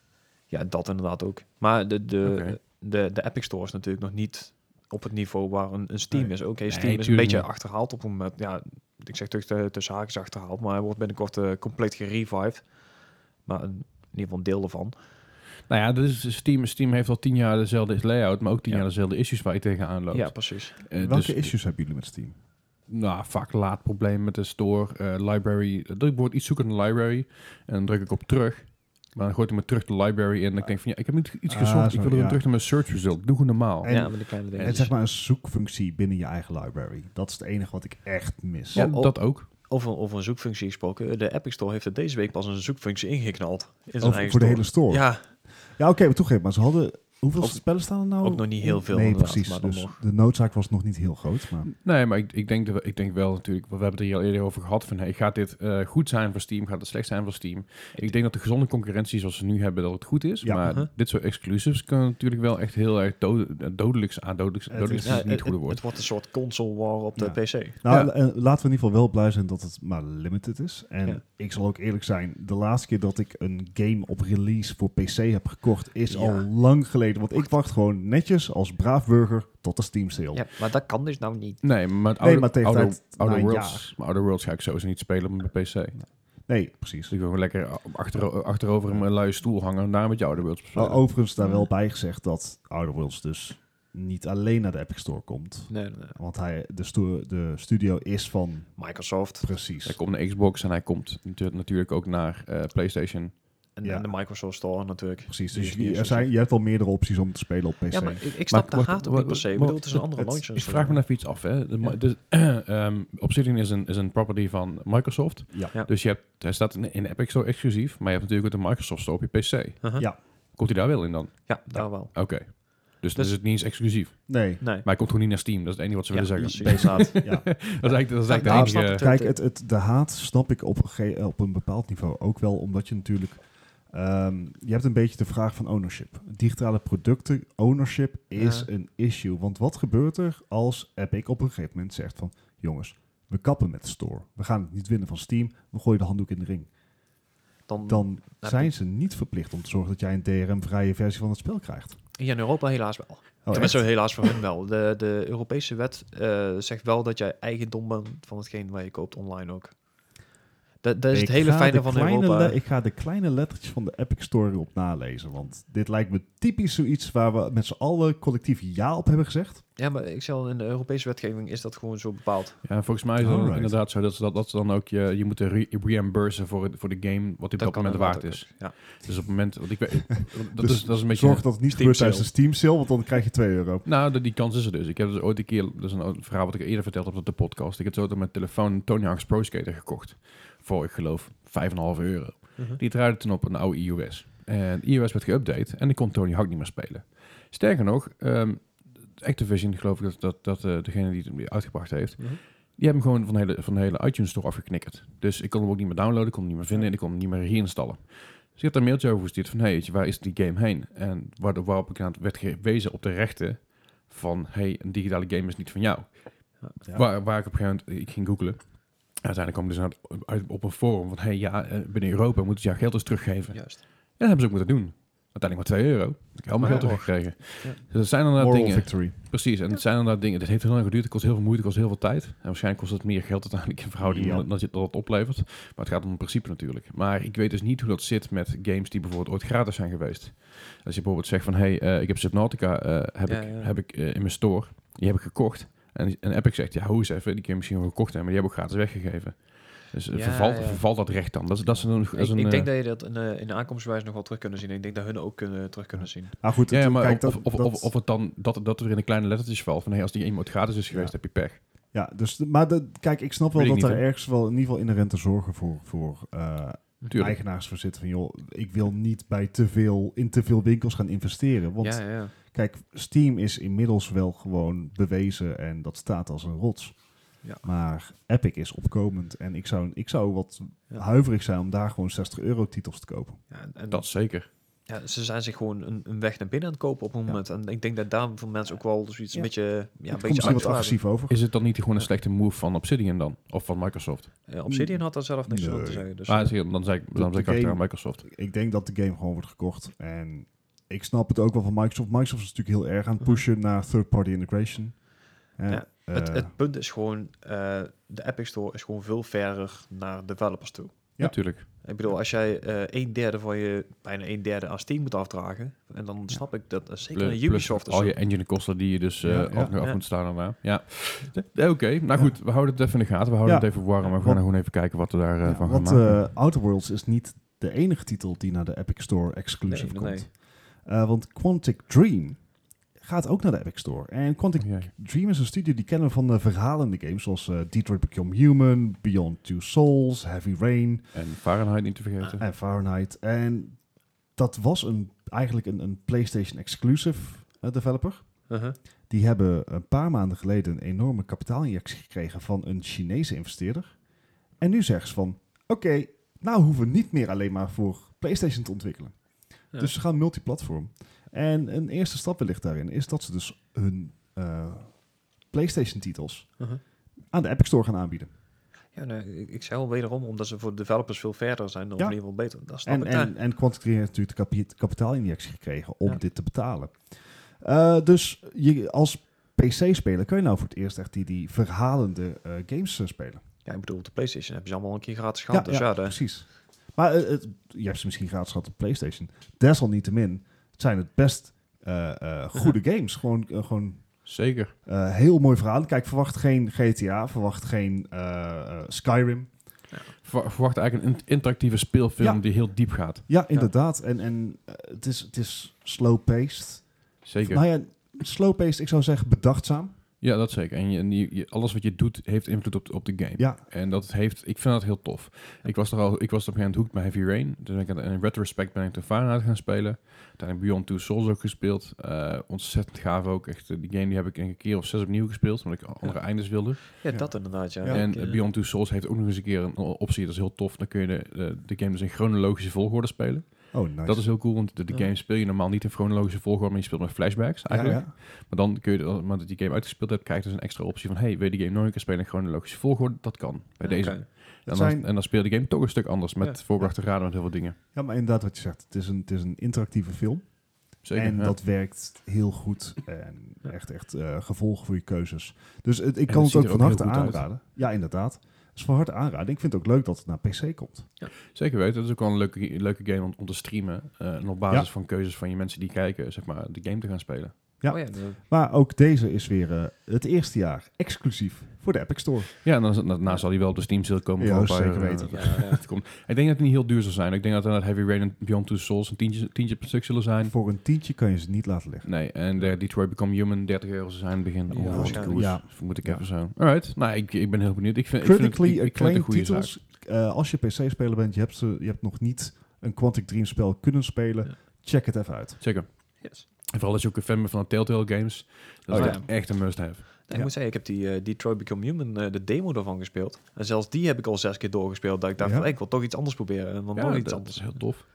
B: Ja, dat inderdaad ook. Maar de, de,
A: Oké.
B: de, de Epic Store is natuurlijk nog niet op het niveau waar een, een Steam
C: Nee.
B: is. Oké, Steam is een
A: tuurlijk
B: beetje
A: niet.
B: achterhaald op een moment. Ja, ik zeg tussen, tussen haakjes achterhaald, maar hij wordt binnenkort eh, compleet gerevived. Maar een- in ieder geval een deel ervan.
A: Nou ja, dus Steam, Steam heeft al tien jaar dezelfde layout, maar ook tien
B: Ja.
A: jaar dezelfde issues waar je tegenaan loopt.
B: Ja, precies.
A: Eh,
C: Welke
A: dus-
C: issues hebben jullie met Steam?
A: nou, vaak laat probleem met de store, eh, library. Dat ik bijvoorbeeld iets zoek in de library en dan druk ik op terug. Maar dan gooit hij me terug de library in. En ik denk van ja, ik heb niet iets
C: Ah,
A: gezocht. ik
C: sorry,
A: wil er dan
C: ja.
A: terug naar mijn search result. Doe gewoon normaal.
C: En-
B: ja, dus- met die kleine dingen.
C: En zeg maar een zoekfunctie binnen je eigen library. Dat is het enige wat ik echt mis.
A: ja,
B: Oh, oh.
A: dat ook.
B: over, over een zoekfunctie gesproken. De Epic Store heeft er deze week pas een zoekfunctie ingeknald. In zijn
C: Of
B: eigen
C: voor de
B: store.
C: hele store. Ja,
B: Ja,
C: oké, maar toegeven. Maar ze hadden... Hoeveel
B: Ook-
C: spellen staan er nou?
B: ook nog niet heel veel
C: Nee,
B: inderdaad,
C: precies.
B: maar dan
C: dus
B: nog.
C: de noodzaak was nog niet heel groot. Maar
A: Nee, maar ik, ik, denk, dat- ik denk wel natuurlijk, want we hebben het er hier al eerder over gehad, van hey, gaat dit eh, goed zijn voor Steam, gaat het slecht zijn voor Steam? Ik denk dat de gezonde concurrentie zoals ze nu hebben, dat het goed is.
C: Ja.
A: maar
B: Mhm.
A: dit soort exclusives kunnen natuurlijk wel echt heel erg dood, dodelijks aan dodelijks,
C: Het
A: dodelijks
C: is-
A: is
B: ja,
A: het niet het goede woord.
B: het wordt een soort console war op de
C: Ja.
B: PC.
C: Nou,
A: Ja.
C: eh, laten we in ieder geval wel blij zijn dat het maar limited is. En
B: Ja.
C: ik zal ook eerlijk zijn, de laatste keer dat ik een game op release voor PC heb gekocht, is
B: Ja.
C: al lang geleden. Want ik wacht gewoon netjes als braaf burger tot de Steam sale.
B: Ja, maar dat kan dus nou niet.
A: Nee, maar, het oude,
C: maar tegen
A: oude,
C: tijd
A: oude
C: na een
A: Worlds, maar oude Worlds ga ik sowieso niet spelen op mijn PC. Dus
C: Nee, precies.
A: ik wil gewoon lekker achter, achterover in mijn luie stoel hangen en daar met je oude Worlds
C: Wel,
A: spelen.
C: overigens daar wel bij gezegd dat Outer Worlds dus niet alleen naar de Epic Store komt.
B: Nee, nee, nee.
C: Want hij, de, sto- de studio is van
B: Microsoft
A: Hij
C: precies.
A: komt naar Xbox en hij komt natu- natuurlijk ook naar eh, PlayStation.
B: en,
C: Ja.
B: en de Microsoft Store natuurlijk.
C: Precies,
B: Die
C: dus
B: is
C: je,
B: niet
C: er zijn, je hebt wel meerdere opties om te spelen op PC.
B: Ja, maar ik, ik snap
A: Maar
B: de haat
A: wat-
B: ook niet per
A: wat-
B: se. Ik
A: wat-
B: bedoel, het is een andere dus, eh,
C: het-
B: launch.
A: Ik vraag me even iets af. Hè. De, [clears throat] ma- dus, ehm, Obsidian is een, is een property van Microsoft.
C: Ja.
B: Ja.
A: Dus je hebt, hij staat in, in Epic Store exclusief, maar je hebt natuurlijk ook de Microsoft Store op je PC.
B: Huh?
C: Ja.
A: Komt hij daar wel in dan?
B: uh-huh. Ja, daar wel.
A: Oké. Dus, dan
B: Dus-
A: is het niet eens exclusief.
C: Nee,
B: Nee.
A: Maar hij komt gewoon niet naar Steam. Dat is het enige wat ze
B: Ja,
A: willen zeggen.
B: precies, inderdaad.
C: ja.
A: [laughs] Dat is eigenlijk, dat is eigenlijk
B: Nou,
A: de
B: snap
A: enige...
B: ik.
C: Kijk,
B: Het-
C: het, het, de haat snap ik op een, ge- eh, op een bepaald niveau ook wel, omdat je natuurlijk... ehm, je hebt een beetje de vraag van ownership. Digitale producten, ownership is
B: Ja.
C: een issue. Want wat gebeurt er als Epic op een gegeven moment zegt van... Jongens, we kappen met de store. We gaan het niet winnen van Steam. We gooien de handdoek in de ring.
B: Dan,
C: Dan
B: heb
C: zijn ze niet verplicht om te zorgen dat jij een DRM-vrije versie van het spel krijgt.
B: hier in Europa helaas wel.
C: Oh,
B: Tenminste,
C: echt?
B: helaas voor hen wel. De, de Europese wet eh, zegt wel dat jij eigendom bent van hetgeen waar je koopt online ook. Dat, dat is
C: Ik
B: het hele
C: ga
B: fijne
C: de
B: van
C: kleine
B: Europa.
C: le- ik ga de kleine lettertjes van de Epic Story op nalezen. Want dit lijkt me typisch zoiets waar we met z'n allen collectief ja op hebben gezegd.
B: Ja, maar ik zeg al, in de Europese wetgeving is dat gewoon zo bepaald.
A: Ja, volgens mij is het
C: Alright.
A: inderdaad zo dat ze, dat, dat ze dan ook je, je moeten re reimbursen voor, het- voor de game wat die op dat, moment waard is.
B: Ja.
A: Dus op het moment, want ik
C: [laughs]
A: weet, dat,
C: Dus
A: is, dat is een beetje...
C: Zorg dat het niet
B: Steam
C: gebeurt tijdens de
B: sale.
C: Steam sale, want dan krijg je 2 euro.
A: Nou, de- die kans is er dus. Ik heb dus ooit een keer, dat is een oud verhaal wat ik eerder verteld heb op de podcast. Ik heb zo op mijn telefoon Tony Hawk's Pro Skater gekocht. Voor, ik geloof, 5,5 euro.
B: Mhm.
A: Die draaide toen op een oude iOS. En iOS werd geüpdate en ik kon Tony Hawk niet meer spelen. Sterker nog, ehm, Activision, geloof ik dat, dat, dat eh, degene die het weer uitgebracht heeft,
B: Mhm.
A: die hebben hem gewoon van de, hele, van de hele iTunes Store afgeknikkerd. Dus ik kon hem ook niet meer downloaden, ik kon hem niet meer vinden en ik kon hem niet meer herinstallen. Dus ik had daar een mailtje over gestuurd van, hey, weet je, waar is die game heen? En waardoor, waarop ik aan het werd gewezen op de rechten van, hey, een digitale game is niet van jou.
C: Ja.
A: Waar, waar ik op een gegeven moment, ik ging googlen. Uiteindelijk kwam ik dus uit, uit- op een forum van, hey, ja, eh, binnen Europa moeten ze jouw geld eens teruggeven.
B: Juist.
A: En dat hebben ze ook moeten doen. Uiteindelijk maar 2 euro. Dan heb ik heb al mijn
B: Ja.
A: geld teruggekregen.
B: Ja.
A: Dus dat zijn inderdaad
C: Moral
A: dingen.
C: victory.
A: Precies, en het zijn inderdaad dingen. Dit heeft heel lang geduurd. Het kost heel veel moeite, het kost heel veel tijd. En waarschijnlijk kost het meer geld uiteindelijk in verhouding
C: Ja.
A: dan dat je dat het oplevert. Maar het gaat om het principe natuurlijk. Maar ik weet dus niet hoe dat zit met games die bijvoorbeeld ooit gratis zijn geweest. Als je bijvoorbeeld zegt van, hey, eh, ik heb Subnautica eh, heb
B: Ja,
A: ik,
B: ja.
A: Heb ik, eh, in mijn store. Die heb ik gekocht. En, en Epic zegt, ja, hoe eens even. Die kun je misschien wel gekocht hebben, maar die heb ik gratis weggegeven. Dus eh,
B: Ja,
A: vervalt,
B: ja.
A: vervalt dat recht dan? Dat is, dat is een... dat
B: Ik,
A: is een
B: ik
A: eh,
B: denk dat je dat in, eh, in de aankomstwijze nog wel terug kunnen zien. Ik denk dat hun ook kunnen, terug kunnen zien.
C: Ah goed,
A: Ja, ja,
C: het-
A: maar
C: kijk,
A: of,
C: dat-
A: of,
C: dat-
A: of, of het dan dat, dat er in de kleine lettertjes valt van hey, als die iemand gratis is geweest,
C: Ja.
A: heb je pech.
C: ja, dus, de- maar de, kijk, ik snap wel
A: Weet
C: dat
A: ik
C: er
A: niet, hè?
C: ergens wel in ieder geval inherente zorgen voor, voor eh,
A: Tuurlijk.
C: eigenaars voor zitten. Van joh, ik wil niet bij te veel, in te veel winkels gaan investeren. Want
B: ja, ja.
C: kijk, Steam is inmiddels wel gewoon bewezen en dat staat als een rots.
B: Ja.
C: Maar Epic is opkomend en ik zou, ik zou wat
B: Ja.
C: huiverig zijn om daar gewoon 60 euro titels te kopen.
B: ja en
A: Dat zeker.
B: ja, ze zijn zich gewoon een, een weg naar binnen aan het kopen op het moment. En ik denk dat daarom voor mensen ook wel zoiets
C: Ja.
B: een beetje... Ja, een
C: het komt
B: beetje
C: misschien wat
B: uitwaarden.
C: agressief over.
A: Is het dan niet gewoon een slechte move van Obsidian dan? Of van Microsoft?
B: Ja, Obsidian had daar zelf niks
C: Nee.
B: over te zeggen. Dus
A: ah, zie je, dan zeg ik, dan zeg ik
C: de
A: achteraan
C: game-
A: Microsoft.
C: Ik denk dat de game gewoon wordt gekocht. En ik snap het ook wel van Microsoft. Microsoft is natuurlijk heel erg aan het pushen naar third-party integration. Eh,
B: Ja, het,
C: eh,
B: het punt is gewoon, eh, de Epic Store is gewoon veel verder naar developers toe.
A: natuurlijk.
B: Ik bedoel, als jij eh een derde van je, bijna een derde aan Steam moet afdragen, en dan snap ik dat eh, zeker
A: Plus-
B: een Ubisoft
A: plus
B: of
A: al
B: zo.
A: je engine kosten die je dus eh
C: Ja,
A: ook
C: ja,
A: nog af
B: ja.
A: moet staan daarna. Ja, Eh, oké. Nou goed, we houden het even in de gaten. We houden
C: Ja.
A: het even warm. En we gaan
C: Want-
A: gewoon even kijken wat we daarvan
C: Ja,
A: van gaan
C: want
A: maken.
C: eh, Outer Worlds is niet de enige titel die naar de Epic Store exclusief
B: Nee, nee,
C: komt. Eh, want Quantic Dream gaat ook naar de Epic Store. En Quantic
A: Ja.
C: Dream is een studio die kennen we van de verhalende games zoals eh, Detroit Become Human, Beyond Two Souls, Heavy Rain
A: En Fahrenheit niet te vergeten.
C: en Fahrenheit. En dat was een, eigenlijk een, een PlayStation exclusive eh, developer.
B: Uh-huh.
C: Die hebben een paar maanden geleden een enorme kapitaalinjectie gekregen van een Chinese investeerder. En nu zeggen ze van, oké, nou hoeven we niet meer alleen maar voor PlayStation te ontwikkelen.
B: Ja.
C: Dus ze gaan multiplatform. En een eerste stap wellicht daarin is dat ze dus hun eh, PlayStation titels
B: Uh-huh.
C: aan de Epic Store gaan aanbieden.
B: Ja, nee, ik, ik zei al wederom, omdat ze voor developers veel verder zijn, dan
C: Ja.
B: in ieder geval beter. Dat snap
C: En,
B: ik. Ja.
C: en, en Quantic Dream heeft natuurlijk de kapi- kapitaalinjectie gekregen om
B: Ja.
C: dit te betalen. Eh, dus je, als PC-speler kun je nou voor het eerst echt die, die verhalende eh, games eh, spelen.
B: Ja, ik bedoel, op de PlayStation hebben ze allemaal een keer gratis gehad. dus ja, daar-
C: precies. Maar eh, het- je hebt ze misschien gratis gehad op PlayStation. Desalniettemin het zijn het best eh, eh, goede
A: [laughs]
C: games. Gewoon, eh, gewoon
A: Zeker.
C: eh, heel mooi verhaal. Kijk, verwacht geen GTA, verwacht geen eh, eh, Skyrim.
A: Ver- Verwacht eigenlijk een in- interactieve speelfilm
C: Ja.
A: die heel diep gaat.
C: Ja, inderdaad. En, en eh, het, is, het is slow-paced.
A: Zeker.
C: Nou ja, slow-paced, ik zou zeggen bedachtzaam.
A: Ja, dat zeker. En, je, en je- je- alles wat je doet heeft invloed op, de- op de game.
C: Ja,
A: En dat heeft, ik vind dat heel tof. Ik was er al, ik was op een gegeven moment hoek bij Heavy Rain. Dus ben ik aan- in retrospect ben ik de Fahrenheit gaan spelen. Daar heb ik Beyond Two Souls ook gespeeld. Eh, ontzettend gaaf ook. Echt, eh, die game die heb ik een keer of zes opnieuw gespeeld, omdat ik andere eindes wilde.
B: ja, dat inderdaad, ja.
A: en
B: Ik,
A: eh,
B: eh,
A: Beyond Two Souls heeft ook nog eens een keer een o- optie. Dat is heel tof. Dan kun je de, de, de game dus in chronologische volgorde spelen.
C: oh nice.
A: Dat is heel cool, want de, de
B: Ja.
A: game speel je normaal niet in chronologische volgorde, maar je speelt met flashbacks
C: ja,
A: eigenlijk.
C: ja.
A: Maar dan kun je, dan- maar dat je die game uitgespeeld hebt, krijg je dus een extra optie van... hey, wil je die game nog een keer spelen in chronologische volgorde? Dat kan. Bij
B: oké. Oh
A: deze. En
C: Het
A: dan,
C: zijn,
A: en dan speel je de game toch een stuk anders met
B: Ja.
A: voorbrachte raden met heel veel dingen.
C: ja, maar inderdaad wat je zegt. Het is een, het is een interactieve film.
A: Zeker.
C: en
A: ja.
C: dat werkt heel goed. En
B: Ja.
C: echt, echt eh gevolgen voor je keuzes. Dus het, ik
A: het
C: kan het,
A: ziet
C: ook
A: er
C: van
A: ook
C: harte
A: heel goed uit.
C: aanraden. Ja, inderdaad. Het is van harte aanraden. Ik vind het ook leuk dat het naar PC komt.
A: Zeker weten. Dat is ook wel een leuke, leuke game om, om te streamen. eh, en op basis van keuzes van je mensen die kijken, zeg maar, de game te gaan spelen.
C: Ja.
B: Oh, ja, de-
C: Maar ook deze is weer eh, het eerste jaar exclusief voor de Epic Store.
A: Ja, en dan, is- daarna zal die wel op de Steam sale komen.
C: Ja,
A: voor een paar,
C: zeker
A: eh,
C: weten.
B: ja, ja.
A: het komt. Ik denk dat het niet heel duur zal zijn. Ik denk dat inderdaad Heavy Rain en Beyond Two Souls een tientje, tientje per stuk zullen zijn.
C: Voor een tientje kan je ze niet laten liggen.
A: Nee, en de Detroit Become Human 30 euro zal zijn in het begin. Oh,
B: Ja,
A: Ja,
B: waarschijnlijk.
C: Ja.
A: Moet ik
C: Ja.
A: even zo. Alright. Nou, ik, ik ben heel benieuwd. Ik vind, ik vind het-
C: Critically
A: ik- ik vind het een
C: acclaimed
A: goede zaak.
C: titels. Eh, als je PC-speler bent, je hebt, ze, je hebt nog niet een Quantic Dream spel kunnen spelen.
B: Ja.
C: Check het even uit.
A: Zeker.
B: Yes.
A: En vooral als je ook een fan bent van de Telltale Games. Dat is
B: Oh, ja.
A: echt- echt een must-have.
B: Ik moet zeggen, ik heb die eh, Detroit Become Human, eh, de demo daarvan gespeeld. En zelfs die heb ik al zes keer doorgespeeld. Dat ik dacht
C: Ja.
B: van, hey, ik wil toch iets anders proberen. En dan nog iets
A: dat
B: anders.
A: is heel tof.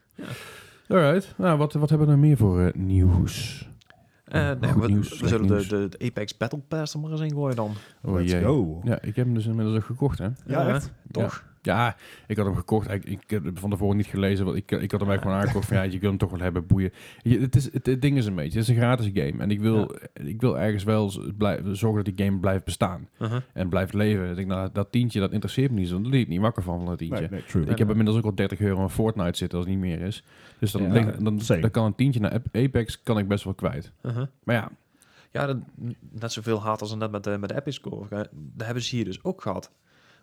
A: Alright. Nou, wat, wat hebben we nog meer voor eh, nieuws?
B: Eh, nee,
A: Goed
B: we,
A: nieuws,
B: we
A: slecht
B: zullen
A: nieuws.
B: de, de, de Apex Battle Pass er maar eens in gooien dan.
A: Oh,
C: Let's
A: jee.
C: go.
A: Ja, ik heb hem dus inmiddels ook gekocht, hè.
C: Ja,
B: Ja,
C: echt?
B: Toch?
A: Ja, ik had hem gekocht. Ik, ik heb hem van tevoren niet gelezen, want ik, ik had hem eigenlijk gewoon aangekocht van ja, je kunt hem toch wel hebben, boeien. Je- het, is, het, het ding is een beetje, het is een gratis game. En ik wil, ik wil ergens wel z- blij- zorgen dat die game blijft bestaan
B: Uh-huh.
A: en blijft leven. Ik denk, nou, dat tientje, dat interesseert me niet, zo. daar liep ik niet wakker van, van dat tientje.
C: Nee, nee, true.
A: Ik heb inmiddels ook al 30 euro aan Fortnite zitten als het niet meer is. Dus dan,
B: Ja,
A: ligt- dan,
C: zeker.
A: dan kan een tientje naar Ap- Apex kan ik best wel kwijt.
B: uh-huh.
A: Maar ja,
B: Ja, dat, net zoveel haat als er net met de, met de Epic Score. Eh, Dat hebben ze hier dus ook gehad.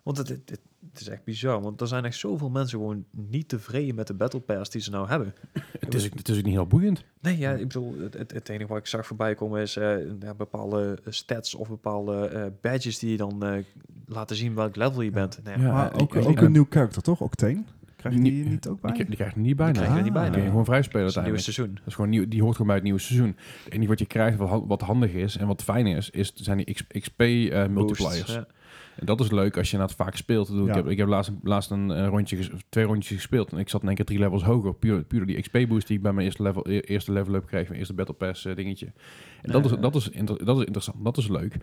B: Want het, het, het- het is echt bizar. Want er zijn echt zoveel mensen gewoon niet tevreden met de Battle Pass die ze nou hebben.
A: het is, ook- het is ook niet heel boeiend.
B: Nee, ja, ik bedoel, het, het, het enige wat ik zag voorbij komen is eh, ja, bepaalde stats of bepaalde eh, badges die je dan eh, laten zien welk level je bent. Nou ja,
A: Ja,
C: maar
A: ik-
C: ook,
A: ik-
C: ook
A: en-
C: een nieuw karakter, toch? Octane? Krijg je die
A: Nie-
C: niet ook
A: Die,
C: bij?
A: krijg- die krijg je er niet bij.
B: Die krijg
A: nee.
B: je er niet
A: Die kun
B: bij,
A: Ah, je
B: nee.
A: gewoon vrij spelen
B: het is een nieuw
A: uiteindelijk.
B: seizoen.
A: Dat is gewoon nieuw, die hoort gewoon bij het nieuwe seizoen. En enige wat je krijgt, wat, han- wat handig is en wat fijn is, is zijn die X- XP eh, multipliers.
B: Boosts, ja.
A: En dat is leuk als je het vaak speelt. Ik, bedoel,
C: Ja.
A: ik heb, ik heb laatst, laatst een eh, rondje, ges- twee rondjes gespeeld en ik zat in één keer drie levels hoger. Puur, puur door die XP boost die ik bij mijn eerste level, e- eerste level up kreeg, mijn eerste battle pass eh, dingetje. En dat, is,
B: Ja.
A: dat, is inter- dat is interessant, dat is leuk.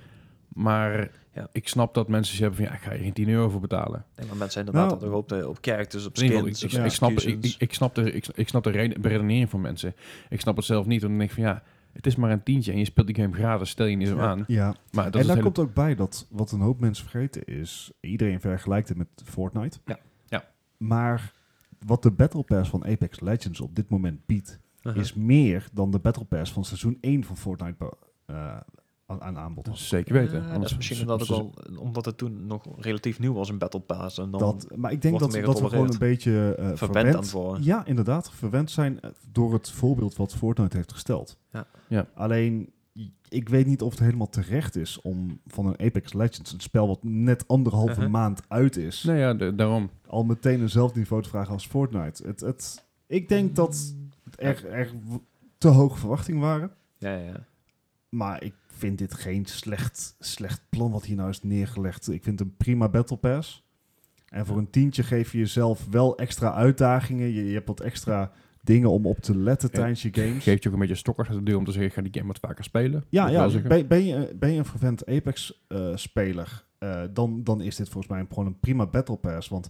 A: Maar
B: Ja.
A: ik snap dat mensen zeggen van ja, ik ga hier geen 10 euro voor betalen.
B: Nee, maar mensen zijn inderdaad
C: Nou.
B: ook op, de, op characters, op
A: In ieder geval,
B: skins,
A: ik, ik,
B: op
A: ik snap, ik, ik,
B: executions.
A: ik snap de, ik, ik snap de reden- beredenering van mensen. Ik snap het zelf niet. Want dan denk ik van ja, het is maar een tientje en je speelt die game gratis, stel je niet zo
B: Ja.
A: aan.
C: Ja,
A: Maar dat
C: en
A: is
C: daar
A: het hele-
C: komt ook bij dat wat een hoop mensen vergeten is, iedereen vergelijkt het met Fortnite.
B: Ja.
A: Ja.
C: Maar wat de Battle Pass van Apex Legends op dit moment biedt,
B: Aha.
C: is meer dan de Battle Pass van seizoen 1 van Fortnite be- eh, aan, aan aanbod
A: Dat
C: was.
A: is zeker weten.
B: Ah, dat
A: Anders- dus-
B: is misschien omdat, ook wel, omdat het toen nog relatief nieuw was, een Battle Pass. En dan
C: Dat, maar ik denk
B: wordt
C: dat,
B: er meer
C: dat we gewoon een beetje eh
B: verwend aan het
C: verwend,
B: worden.
C: ja, inderdaad, verwend zijn eh, door het voorbeeld wat Fortnite heeft gesteld.
B: Ja.
A: Ja.
C: Alleen, ik weet niet of het helemaal terecht is om van een Apex Legends, een spel wat net anderhalve
B: Uh-huh.
C: maand uit is,
A: Nou ja, de- daarom.
C: al meteen eenzelfde niveau te vragen als Fortnite. Het, het, ik denk dat er, er w- te hoge verwachtingen waren.
B: Ja, ja, ja.
C: Maar ik vind dit geen slecht, slecht plan wat hier nou is neergelegd. Ik vind een prima battle pass. En voor een tientje geef je jezelf wel extra uitdagingen. Je, je hebt wat extra dingen om op te letten
A: Ja.
C: tijdens je games.
A: Geeft je ook een beetje stokkers uit de deur om te zeggen, ik ga die game wat vaker spelen.
C: Ja,
A: Dat wil
C: ja
A: zeggen.
C: ben, ben, je, ben je een vervent Apex-speler, eh, dan, dan is dit volgens mij gewoon een prima battle pass. Want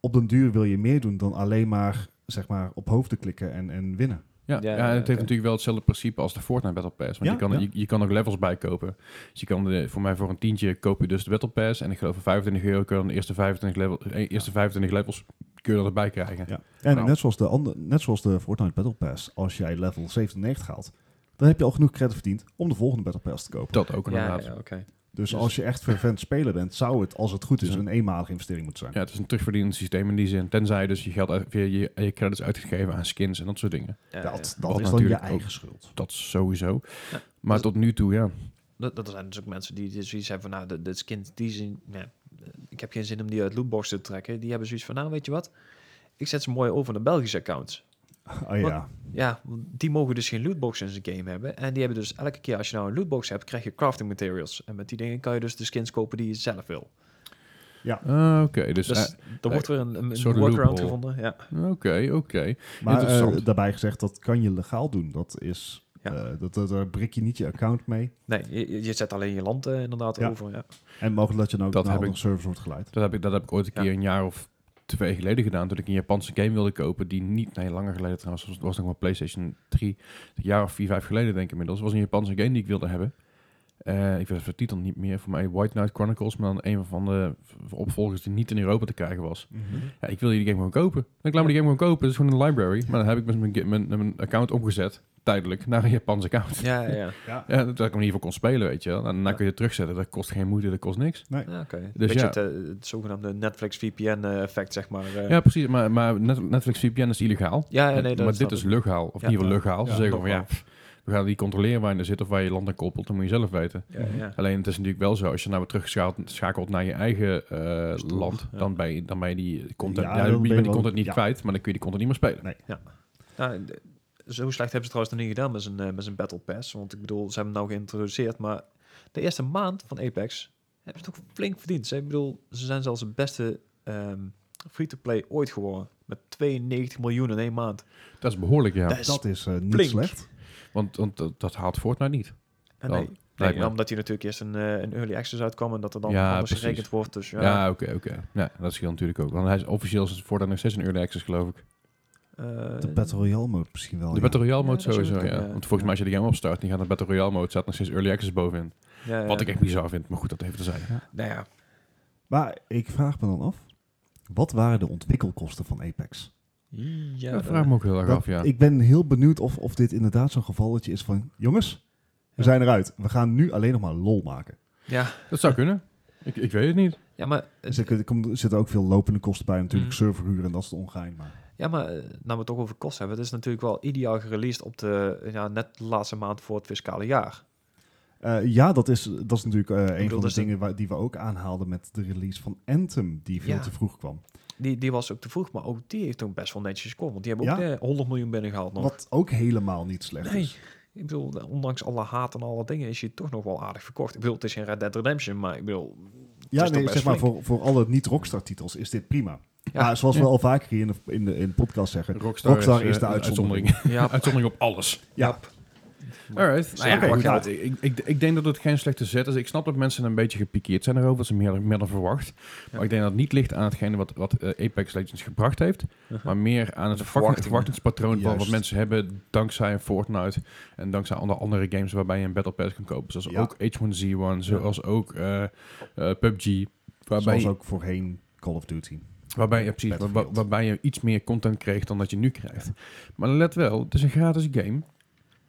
C: op den duur wil je meer doen dan alleen maar, zeg maar op hoofden klikken en, en winnen.
A: Ja,
B: Ja,
A: ja,
B: ja,
A: en het
B: oké.
A: heeft natuurlijk wel hetzelfde principe als de Fortnite Battle Pass. Want
C: Ja,
A: je, kan,
C: ja.
A: je, je kan ook levels bijkopen. Dus je kan de, voor mij voor een tientje koop je dus de Battle Pass. En ik geloof voor 25 euro kun je dan de eerste 25, level, eh, eerste 25 levels kun je dat erbij krijgen.
C: Ja. En
A: Nou.
C: net, zoals de ander, net zoals de Fortnite Battle Pass, als jij level 97 haalt, dan heb je al genoeg credit verdiend om de volgende Battle Pass te kopen.
A: Dat ook
B: ja, ja,
A: inderdaad. Ja,
B: ja, oké.
C: dus,
B: dus-
C: als je echt vervent speler bent, zou het, als het goed is,
A: Ja.
C: een eenmalige investering moeten zijn.
A: het is een terugverdienend systeem in die zin. Tenzij dus je geld uit, je, je, je credits uitgegeven aan skins en dat soort dingen.
B: Ja, ja.
C: Dat, dat
A: Wat
C: is dan je
A: natuurlijk ook-
C: eigen
A: [laughs]
C: schuld.
A: Dat sowieso.
B: Ja.
A: Maar tot nu toe, ja.
B: Dat, dat zijn dus ook mensen die, die zoiets hebben van, nou, de, de skins die zien, ja, ik heb geen zin om die uit lootbox te trekken. Die hebben zoiets van, nou, weet je wat? Ik zet ze mooi over naar Belgische accounts.
C: Ah ja,
B: Ja, want die mogen dus geen lootbox in zijn game hebben. En die hebben dus elke keer als je nou een lootbox hebt, krijg je crafting materials. En met die dingen kan je dus de skins kopen die je zelf wil.
A: Ah, Oké, dus...
B: Dus
A: eh,
B: er wordt weer een, een, een
A: soort
B: workaround
A: loophole.
B: gevonden. Ja.
A: Oké, oké.
C: maar eh,
A: Interessant.
C: daarbij gezegd, dat kan je legaal doen. Dat is,
B: Ja.
C: eh, dat, dat, daar brik je niet je account mee.
B: Nee, je- je, je zet alleen je land eh, inderdaad
C: Ja.
B: over. Ja.
C: En mogelijk dat je dan ook
A: Dat
C: naar
A: heb
C: andere servers wordt geleid.
A: Dat heb ik, dat heb ik ooit een
B: Ja.
A: keer een jaar of twee geleden gedaan. Toen ik een Japanse game wilde kopen. Die niet, nee, langer geleden trouwens. Het was nog maar PlayStation 3. Een jaar of vier, vijf geleden denk ik inmiddels. was een Japanse game die ik wilde hebben. Eh, ik weet de titel niet meer. Voor mij White Knight Chronicles. Maar dan een van de v- opvolgers die niet in Europa te krijgen was.
B: Mhm.
A: Ja, ik wilde die game gewoon kopen. Dan ik laat me die game gewoon kopen. Het is gewoon een library. Maar dan heb ik met mijn, ga- mijn, mijn account omgezet. Tijdelijk. Naar een Japanse account.
B: Ja, ja,
A: [laughs]
B: ja.
C: Ja.
A: Ja, dat ik hem in ieder geval kon spelen, weet je wel. En daarna
B: Ja.
A: kun je het terugzetten. Dat kost geen moeite, dat kost niks.
B: Ja, oké. Een
A: Dus
B: beetje
A: ja.
B: het, eh, het zogenaamde Netflix VPN-effect, zeg maar. eh.
A: Ja, precies. Maar, maar Net- Netflix VPN is illegaal. Eh,
B: Ja, ja, Eh, nee, dat
A: maar dit
B: snap
A: is
B: ik.
A: legaal. Of
B: Ja,
A: in ieder geval legaal.
C: ja,
A: Ze zeggen
B: toch
A: van ja, pff, we gaan die controleren waar je er zit of waar je land aan koppelt. Dat moet je zelf weten.
B: Ja, ja.
A: Alleen het is natuurlijk wel zo, als je nou weer terugschakelt schakelt naar je eigen eh,
B: Stoel,
A: land,
B: ja.
A: dan ben, je, dan ben je die content,
C: Ja,
A: ja,
C: dan
A: dan ben
C: ben je
A: je die
C: wel-
A: content niet
C: ja.
A: kwijt, maar dan kun je die content niet meer spelen.
B: Nou, d- zo slecht hebben ze trouwens nog niet gedaan met zijn, eh, met zijn Battle Pass. Want ik bedoel, ze hebben hem nou geïntroduceerd. Maar de eerste maand van Apex hebben ze toch flink verdiend. Ze, ik bedoel, ze zijn zelfs de beste ehm, free-to-play ooit geworden. Met 92 miljoen in één maand.
A: Dat is behoorlijk, ja.
B: Dat is
C: Dat is eh, niet
B: flink.
C: slecht.
A: Want, want dat, dat haalt Fortnite niet.
B: En
A: Wel,
B: nee, nee,
A: lijkt me.
B: omdat hij natuurlijk eerst een, eh, een early access uitkwam en dat er dan
A: Ja,
B: anders
A: precies.
B: gerekend wordt. Dus ja,
A: Ja, oké, oké. Ja, dat scheelt natuurlijk ook. Want hij is officieel is Fortnite nog steeds een early access, geloof ik.
B: eh,
C: De Battle Royale mode misschien wel.
A: De
C: Oh, ja.
A: Battle Royale
B: Ja,
A: mode
B: dat zou
A: sowieso,
B: kunnen,
A: ja.
B: ja.
A: Want volgens mij als je de game opstart en je gaat naar Battle Royale mode, staat nog steeds early access bovenin.
B: ja, ja.
A: Wat ik echt bizar vind, maar goed, dat even te zijn.
B: Nou Eh, ja,
C: Maar ik vraag me dan af, wat waren de ontwikkelkosten van Apex?
B: ja, eh,
A: Ja,
B: dat-
A: dat vraag ik me ook heel erg
C: Dat-
A: af, ja.
C: Ik ben heel benieuwd of, of dit inderdaad zo'n gevalletje is van... Jongens, we
B: Ja. Eh,
C: zijn eruit. We gaan nu alleen nog maar lol maken.
B: ja,
A: Dat zou kunnen. Ik, ik weet het niet.
B: ja, maar,
C: Dus er, er komt- er zitten ook veel lopende kosten bij natuurlijk.
B: Mm.
C: Serverhuur en dat is het ongein. Maar
B: ja, maar eh, nou we het toch over kosten hebben. Het is natuurlijk wel ideaal gereleased op de, eh, ja, net de laatste maand voor het fiscale jaar.
C: Eh, ja, dat is, dat is natuurlijk eh, een
B: dat
C: van de
B: is een-
C: dingen waar- die we ook aanhaalden met de release van Anthem. Die veel
B: Ja.
C: te vroeg kwam.
B: Die, die was ook te vroeg, maar ook die heeft toen best wel netjes gescoord. Want die hebben ook
C: Ja.
B: eh, 100 miljoen binnengehaald nog.
C: Wat ook helemaal niet slecht
B: Nee.
C: is.
B: Ik bedoel, eh, ondanks alle haat en alle dingen is je toch nog wel aardig verkocht. Ik bedoel, het is geen Red Dead Redemption, maar ik bedoel...
C: Ja,
A: Dus
B: is toch
C: nee,
B: best
C: zeg maar,
B: flink.
C: voor, voor alle niet-Rockstar-titels is dit prima.
B: Ja.
C: Maar zoals we
A: Ja.
C: al vaker hier in de, in de, in de podcast zeggen...
A: Rockstar,
C: Rockstar is
A: eh,
C: de
A: een
C: uitzondering.
A: [laughs]
B: Ja,
A: uitzondering op alles.
C: Ja,
A: Alright.
B: Nou ja,
A: Oké,
B: pak
A: goed.
B: geld.
A: ik, ik, ik denk dat het geen slechte zet is. Ik snap dat mensen een beetje gepikeerd zijn erover. Dat ze meer, meer dan verwacht. Maar ik denk dat het niet ligt aan hetgene wat, wat eh, Apex Legends gebracht heeft. Maar meer aan het
B: Uh-huh. De
A: verwacht-
B: verwachtingen.
A: verwachtingspatroon van wat
C: Juist.
A: mensen hebben dankzij Fortnite. En dankzij andere, andere games waarbij je een Battle Pass kan kopen. Zoals
C: Ja.
A: ook H1Z1. Zoals ook eh, eh, PUBG. Waarbij
C: zoals ook voorheen Call of Duty.
A: Waarbij je, precies, waar- waar-
C: Battlefield.
A: waarbij je iets meer content kreeg dan dat je nu krijgt. Maar let wel, het is een gratis game.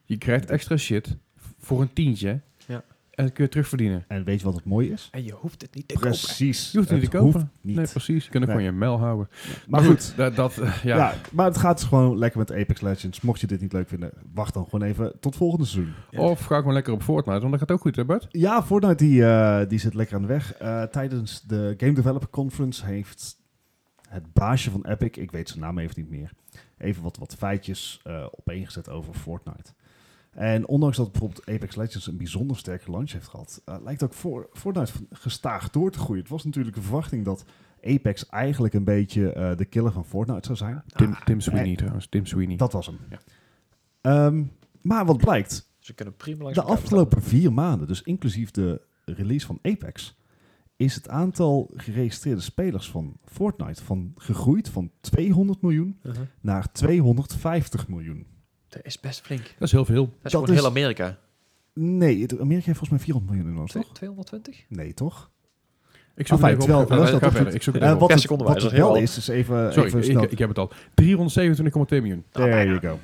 A: Je krijgt extra shit voor een tientje.
B: Ja.
A: En dat kun je terugverdienen.
C: En weet je wat het mooie is?
B: En je hoeft het niet te kopen.
C: Precies.
A: Je hoeft het niet te kopen.
C: niet.
A: Nee, precies. Je kunt het gewoon
C: Nee.
A: je mel houden.
C: maar goed,
A: [laughs] Dat, dat, eh, ja.
C: ja. maar het gaat dus gewoon lekker met Apex Legends. Mocht je dit niet leuk vinden, wacht dan gewoon even tot volgende seizoen.
B: Ja.
A: Of ga gewoon lekker op Fortnite, want dat gaat ook goed, hè Bart?
C: Ja, Fortnite die, eh, die zit lekker aan de weg. Eh, tijdens de Game Developer Conference heeft het baasje van Epic, ik weet zijn naam even niet meer, even wat, wat feitjes eh, opeengezet over Fortnite. En ondanks dat bijvoorbeeld Apex Legends een bijzonder sterke launch heeft gehad, eh, lijkt ook voor, Fortnite van- gestaag door te groeien. Het was natuurlijk de verwachting dat Apex eigenlijk een beetje eh, de killer van Fortnite zou zijn.
A: Tim, Tim Sweeney trouwens, Tim Sweeney.
C: Ah, Dat was hem.
A: Ja.
C: Ehm, maar wat blijkt,
B: Ze kunnen prima langs
C: de
B: elkaar
C: afgelopen vier maanden, dus inclusief de release van Apex, is het aantal geregistreerde spelers van Fortnite van, gegroeid van 200 miljoen
B: bestaan. Mhm.
C: naar 250 miljoen.
B: Dat is best flink.
A: Dat is heel veel.
B: Dat is
C: Dat
B: gewoon
C: is-
B: heel Amerika.
C: Nee, het- Amerika heeft volgens mij 400 miljoen inwoners,
B: Twee-
C: toch?
B: 220?
C: Nee, toch?
A: Ik zoek
C: Enfin,
A: het even
C: terwijl-
A: op. Ga verder,
C: dat is dat
A: ga
C: goed.
A: verder. Ik zoek het
C: Eh,
A: even op.
C: wat het,
B: seconden,
C: wat
B: dat
C: het
B: is
C: wel
B: heel
C: is, is even, even
A: Sorry,
C: snel.
A: ik, ik heb het al. 327,2 miljoen.
B: Ah, bijna.
C: There you go.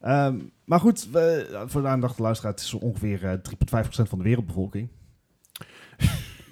C: Ehm, maar goed, we, voor de aandacht van de luisteraar, het is zo ongeveer eh, 3,5% van de
B: [laughs]
C: wereldbevolking.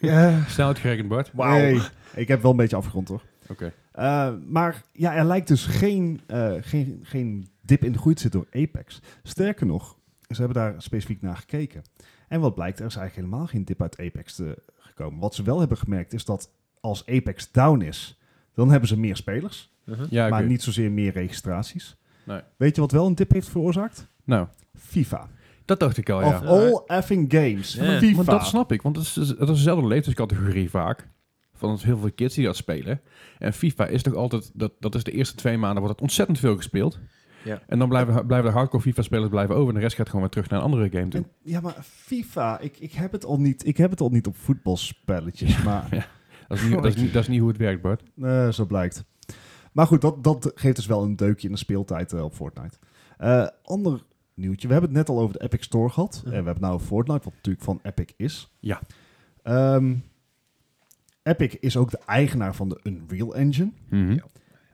C: ja,
A: Snel uitgerekend, Bart.
B: Wauw.
C: nee, ik heb wel een beetje afgerond hoor.
A: Oké.
C: Eh, maar ja, er lijkt dus geen, eh, geen, geen dip in de groei te zitten door Apex. Sterker nog, ze hebben daar specifiek naar gekeken. En wat blijkt, er is eigenlijk helemaal geen dip uit Apex te, gekomen. Wat ze wel hebben gemerkt is dat als Apex down is, dan hebben ze meer spelers,
B: Mhm.
A: Ja, oké.
C: maar niet zozeer meer registraties.
A: Nee.
C: Weet je wat wel een dip heeft veroorzaakt?
A: Nou,
C: FIFA.
A: dat dacht ik al, Oh, ja.
C: of all effing games.
B: Ja.
C: FIFA.
A: Want dat snap ik, want het is, het is dezelfde leeftijdscategorie vaak. Van heel veel kids die dat spelen. En FIFA is toch altijd, dat, dat is de eerste twee maanden wordt het ontzettend veel gespeeld.
B: Ja.
A: En dan blijven, blijven de hardcore FIFA-spelers blijven over. En de rest gaat gewoon weer terug naar een andere game toe.
C: En- ja, maar FIFA, ik, ik, heb het al niet, ik heb het al niet op voetbalspelletjes, maar...
A: Dat is, niet, dat, is niet, dat is niet hoe het werkt, Bart.
C: Eh, zo blijkt. Maar goed, dat, dat geeft dus wel een deukje in de speeltijd eh, op Fortnite. Eh, ander nieuwtje. We hebben het net al over de Epic Store gehad.
B: Ja.
C: En we hebben nou Fortnite, wat natuurlijk van Epic is.
A: Ja.
C: Ehm, Epic is ook de eigenaar van de Unreal Engine.
A: Mhm.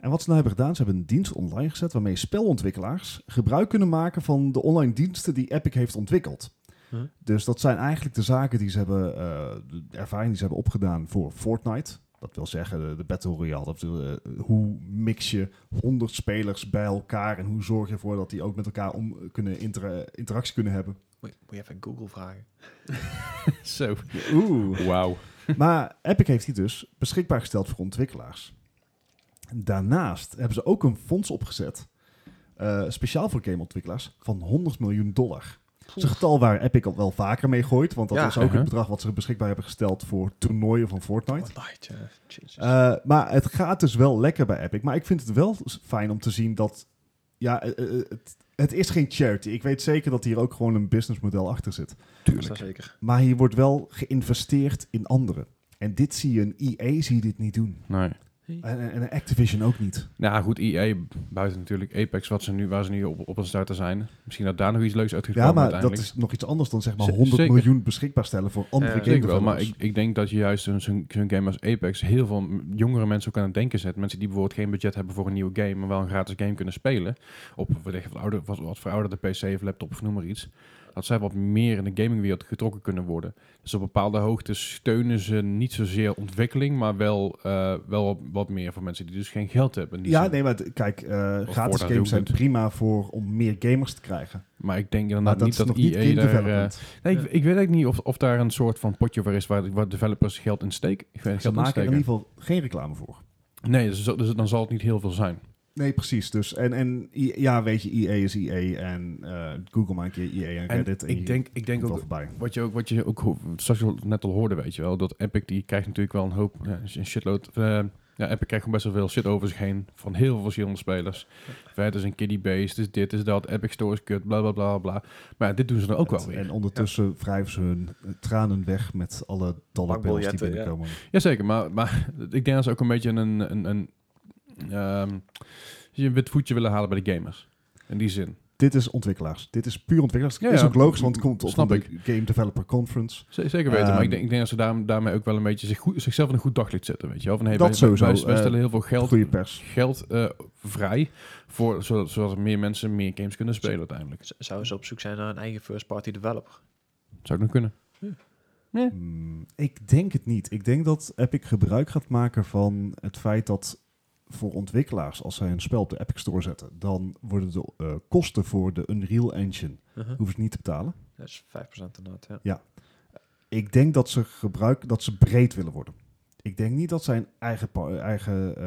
C: En wat ze nou hebben gedaan, ze hebben een dienst online gezet waarmee spelontwikkelaars gebruik kunnen maken van de online diensten die Epic heeft ontwikkeld.
B: Hm.
C: Dus dat zijn eigenlijk de zaken die ze hebben, eh, de ervaring die ze hebben opgedaan voor Fortnite. Dat wil zeggen de, de Battle Royale. Dat wil, eh, hoe mix je 100 spelers bij elkaar en hoe zorg je ervoor dat die ook met elkaar om kunnen inter- interactie kunnen hebben.
B: Moet, je, moet je even Google vragen.
A: [laughs] Zo,
C: Oeh.
A: wauw.
C: Maar Epic heeft die dus beschikbaar gesteld voor ontwikkelaars. Daarnaast hebben ze ook een fonds opgezet, eh, speciaal voor gameontwikkelaars, van 100 miljoen dollar. Dat is een getal waar Epic al wel vaker mee gooit, want dat
B: Ja.
C: is ook
A: Uh-huh.
C: het bedrag wat ze beschikbaar hebben gesteld voor toernooien van Fortnite.
B: Fortnite, ja. Oh, Jezus.
C: Eh, maar het gaat dus wel lekker bij Epic. Maar ik vind het wel s- fijn om te zien dat, ja, eh, eh, het, het is geen charity. Ik weet zeker dat hier ook gewoon een businessmodel achter zit.
B: Dat is wel zeker.
C: Maar hier wordt wel geïnvesteerd in anderen. En dit zie je, een EA zie je dit niet doen.
A: Nee.
C: En, en- en Activision ook niet.
A: Nou goed, EA, buiten natuurlijk Apex, wat ze nu, waar ze nu op, op een starter zijn. Misschien dat daar nog iets leuks uitgekomen
C: Ja, maar dat
A: uiteindelijk.
C: is nog iets anders dan zeg maar
A: Z-
C: 100
A: zeker.
C: miljoen beschikbaar stellen voor andere
B: Ja,
C: game
A: Zeker wel, maar
C: developers.
A: ik, ik denk dat je juist een- zo'n zo'n game als Apex heel veel m- jongere mensen ook aan het denken zet. Mensen die bijvoorbeeld geen budget hebben voor een nieuwe game, maar wel een gratis game kunnen spelen. Op wellicht wat, ouder, wat, wat verouderde PC of laptop of noem maar iets. Dat zij wat meer in de gamingwereld getrokken kunnen worden. Dus op bepaalde hoogtes steunen ze niet zozeer ontwikkeling, maar wel, eh, wel wat, wat meer voor mensen die dus geen geld hebben. in die
C: Ja,
A: zin.
C: nee, maar d- kijk, eh, gratis
A: Fortnite ook
C: games zijn
A: doet.
C: prima voor om meer gamers te krijgen.
A: Maar ik denk
C: Maar
A: inderdaad
C: dat
A: niet
C: is
A: dat
C: nog niet game
A: EA daar... eh,
C: development.
A: nee, ik,
B: Ja.
A: ik weet eigenlijk niet of, of daar een soort van potje voor is waar, waar developers geld in steken. Ik weet-
C: Ze
A: Geld in
C: maken er in
A: steken.
C: ieder geval geen reclame voor.
A: Nee, dus, zo- dus dan zal het niet heel veel zijn.
C: Nee, precies. Dus en, en i- ja, weet je, EA is EA en eh, Google maakt een keer EA en
A: En
C: Reddit. en je
A: ik denk, ik denk
C: komt wel
A: ook,
C: voorbij.
A: wat je ook, wat je ook ho- straks al net al hoorde, weet je wel, dat Epic die krijgt natuurlijk wel een hoop, ja, een shitload, eh, ja, Epic krijgt gewoon best wel veel shit over zich heen van heel veel verschillende spelers. Ja. Het is een kiddie base, het is dit, het is dat, Epic Store is kut, bla bla bla bla. Maar ja, dit doen ze dan ook wel weer.
C: En ondertussen wrijven ze hun eh, tranen weg met alle dollarbills die
B: Bankbiljetten, ja.
C: binnenkomen.
A: Jazeker, maar, maar [laughs] ik denk dat ze ook een beetje een, een, een, ehm, je een wit voetje willen halen bij de gamers. In die zin.
C: Dit is ontwikkelaars. Dit is puur ontwikkelaars.
A: Ja,
C: is
A: ja.
C: ook logisch, want het komt op
A: Snap
C: de
A: ik.
C: Game Developer Conference.
A: Z- Zeker weten, maar
C: Ehm,
A: ik denk, ik denk dat ze daar, daarmee ook wel een beetje zich goed, zichzelf in een goed daglicht zetten. Weet je wel? Van, hey,
C: Dat
A: wij,
C: sowieso,
A: Wij, wij
C: eh,
A: stellen heel veel geld,
C: Goede pers.
A: geld eh, vrij, voor, zodat, zodat meer mensen meer games kunnen spelen uiteindelijk.
B: Z- Zouden ze op zoek zijn naar een eigen first-party developer?
A: Zou ik nog kunnen.
C: Hmm, ik denk het niet. Ik denk dat Epic gebruik gaat maken van het feit dat voor ontwikkelaars, als zij een spel op de Epic Store zetten, dan worden de eh, kosten voor de Unreal Engine
B: Uh-huh.
C: hoeven ze niet te betalen.
B: Dat is 5% inderdaad, ja.
C: Ik denk dat ze gebruik dat ze breed willen worden. Ik denk niet dat zij een eigen, pa- eigen eh,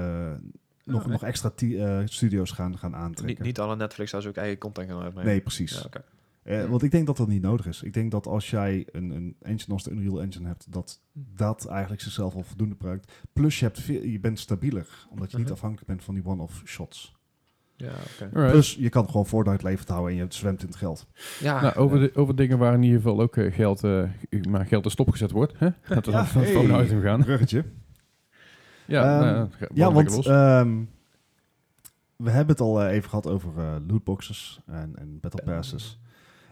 C: nog,
B: Oh, nee.
C: nog extra ti- eh, studio's gaan, gaan
B: Niet,
C: aantrekken.
B: niet alle Netflix daar ze ook eigen content gaan uitbrengen.
C: nee, precies.
B: Ja, oké.
C: Eh, want ik denk dat dat niet nodig is. Ik denk dat als jij een, een engine als de Unreal Engine hebt, dat dat eigenlijk zichzelf al voldoende gebruikt. Plus je, hebt veel- je bent stabieler, omdat je niet
B: Mhm.
C: afhankelijk bent van die one-off shots.
B: ja, oké.
A: Alright.
C: Plus je kan gewoon Fortnite levend houden en je zwemt in het
B: [laughs]
C: geld.
B: ja
A: nou, over, de, over dingen waar in ieder geval ook eh, geld, eh, maar geld er stopgezet wordt.
C: [laughs]
A: Hè? Dat we
C: Ja,
A: dan van
C: hey.
A: het volgende item gaan.
C: Bruggetje.
A: Ja,
C: Ehm,
A: nou, ga-
C: Ja,
A: waarom lekker
C: want
A: los.
C: ehm, we hebben het al eh, even gehad over eh, lootboxes en, en battle passes.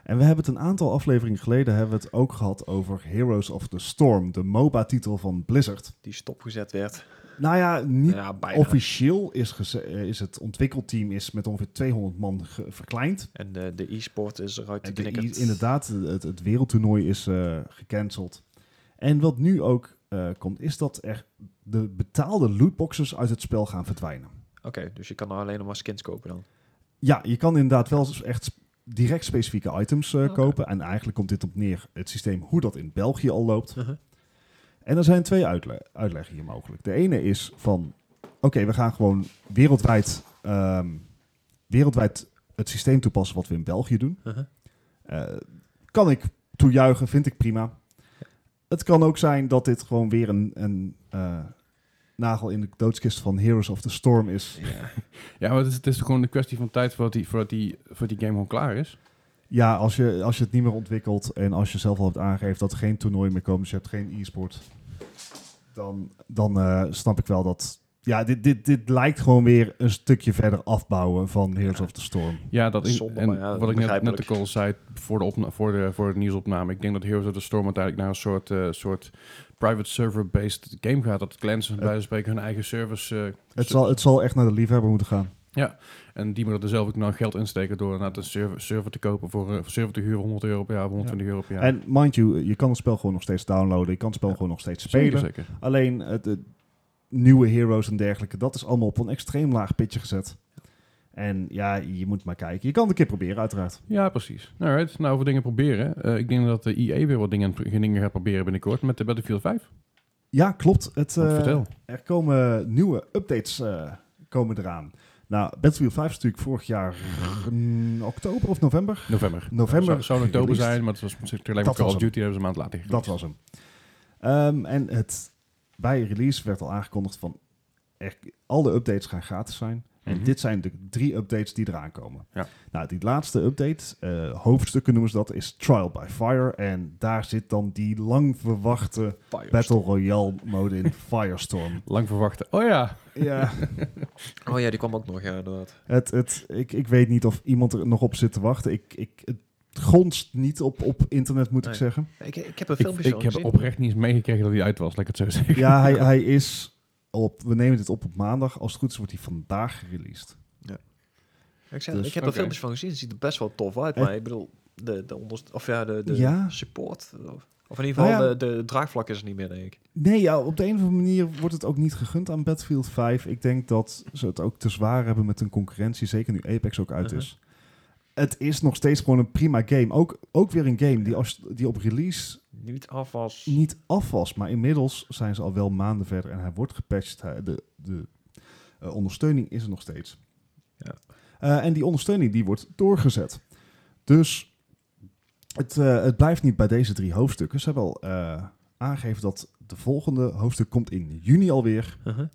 C: En we hebben het een aantal afleveringen geleden hebben we het ook gehad over Heroes of the Storm, de MOBA-titel van Blizzard.
B: die stopgezet werd.
C: Nou ja, niet
B: ja, bijna.
C: Officieel is, geze- eh, is het ontwikkelteam is met ongeveer 200 man ge- verkleind.
B: En de, de e-sport is eruit
C: En
B: te
C: de
B: knikken.
C: i- inderdaad, het, het wereldtoernooi is eh, gecanceld. En wat nu ook eh, komt, is dat er de betaalde lootboxes uit het spel gaan verdwijnen.
B: Oké, dus je kan er alleen nog maar skins kopen dan.
C: Ja, je kan inderdaad wel s- echt sp- direct specifieke items eh,
B: Oké.
C: kopen. En eigenlijk komt dit op neer het systeem hoe dat in België al loopt.
B: Mhm.
C: En er zijn twee uitle- uitleggen hier mogelijk. De ene is van, oké, we gaan gewoon wereldwijd, ehm, wereldwijd het systeem toepassen wat we in België doen.
B: Uh-huh.
C: Eh, kan ik toejuichen, vind ik prima. Het kan ook zijn dat dit gewoon weer een, een eh, nagel in de doodskist van Heroes of the Storm is.
A: Ja, maar het is, het is gewoon een kwestie van tijd voordat die, voordat die, voordat die game gewoon klaar is.
C: Ja, als je, als je het niet meer ontwikkelt en als je zelf al hebt aangegeven dat er geen toernooi meer komt, dus je hebt geen e-sport, dan, dan eh, snap ik wel dat... Ja, dit, dit, dit lijkt gewoon weer een stukje verder afbouwen van Heroes of the Storm.
A: Ja, dat is
B: Zonde, maar
A: en
B: ja, dat
A: wat ik
B: is
A: net, net
B: begrijpelijk.
A: ook al zei voor de, opna- voor de, voor de nieuwsopname. Ik denk dat Heroes of the Storm uiteindelijk naar een soort, eh, soort private server-based game gaat. Dat clans bij wijze van spreken hun eigen servers... eh,
C: Het
A: ze-
C: zal, het zal echt naar de liefhebber moeten gaan.
A: eh, En die moeten er zelf ook nou geld insteken door inderdaad een server, server te kopen voor eh, voor server te huren 100 euro per jaar, 120 euro per jaar.
C: En mind you, je kan het spel gewoon nog steeds downloaden, je kan het spel
A: Ja.
C: gewoon nog steeds
A: Zeker,
C: spelen.
A: Zeker.
C: Alleen het, het nieuwe heroes en dergelijke, dat is allemaal op een extreem laag pitje gezet. En ja, je moet maar kijken. Je kan het een keer proberen, uiteraard.
A: Ja, precies. Alright, nou over dingen proberen. Eh, ik denk dat de EA weer wat dingen, dingen gaat proberen binnenkort met de Battlefield 5.
C: Ja, klopt. Het,
A: Want
C: eh,
A: vertel.
C: Er komen nieuwe updates eh, komen eraan. Nou, Battlefield 5 is natuurlijk vorig jaar mm, oktober of november.
A: November.
C: November
A: Zou, zou in oktober
C: gereleased.
A: zijn, maar het was tegelijk
C: Dat
A: met Call
C: was
A: of
C: hem.
A: Duty hebben ze een maand later
C: Dat was hem. Ehm, en het, bij release werd al aangekondigd van er, alle updates gaan gratis zijn. En
A: Mhm.
C: dit zijn de drie updates die eraan komen.
A: Ja.
C: Nou, die laatste update, eh, hoofdstukken noemen ze dat, is Trial by Fire. En daar zit dan die lang verwachte Battle Royale mode in Firestorm.
A: Lang verwachten. Oh ja.
C: ja,
B: Oh ja, die kwam ook nog, ja, inderdaad.
C: Het, het, ik, ik weet niet of iemand er nog op zit te wachten. Ik, ik, het gonst niet op, op internet, moet ik
B: Nee.
C: zeggen.
B: Ik, ik heb een
A: Ik,
B: filmpje zo
A: ik heb
B: gezien.
A: oprecht niet eens meegekregen dat hij uit was, laat ik het zo [laughs] zeggen.
C: Ja, hij, hij is op. We nemen dit op op maandag. Als het goed is, wordt hij vandaag gereleased.
B: Ik, zei,
C: Dus,
B: ik heb
A: oké.
B: er filmpjes van gezien, het ziet er best wel tof uit.
C: Het-
B: Maar ik bedoel, de, de, onderst of ja, de, de
C: Ja.
B: support... Of, of in ieder geval,
C: Nou ja.
B: de, de draagvlak is er niet meer, denk ik.
C: Nee, ja, op de een of andere manier wordt het ook niet gegund aan Battlefield 5. Ik denk dat ze het ook te zwaar hebben met hun concurrentie. Zeker nu Apex ook uit
B: Mhm.
C: is. Het is nog steeds gewoon een prima game. Ook, ook weer een game die, als, die op release
B: Niet af als...
C: niet af was. Maar inmiddels zijn ze al wel maanden verder en hij wordt gepatcht. Hij- de de eh, ondersteuning is er nog steeds.
B: Ja.
C: Eh, en die ondersteuning die wordt doorgezet. Dus het, eh, het blijft niet bij deze drie hoofdstukken. Ze hebben al eh, aangegeven dat de volgende hoofdstuk komt in juni alweer.
B: Uh-huh.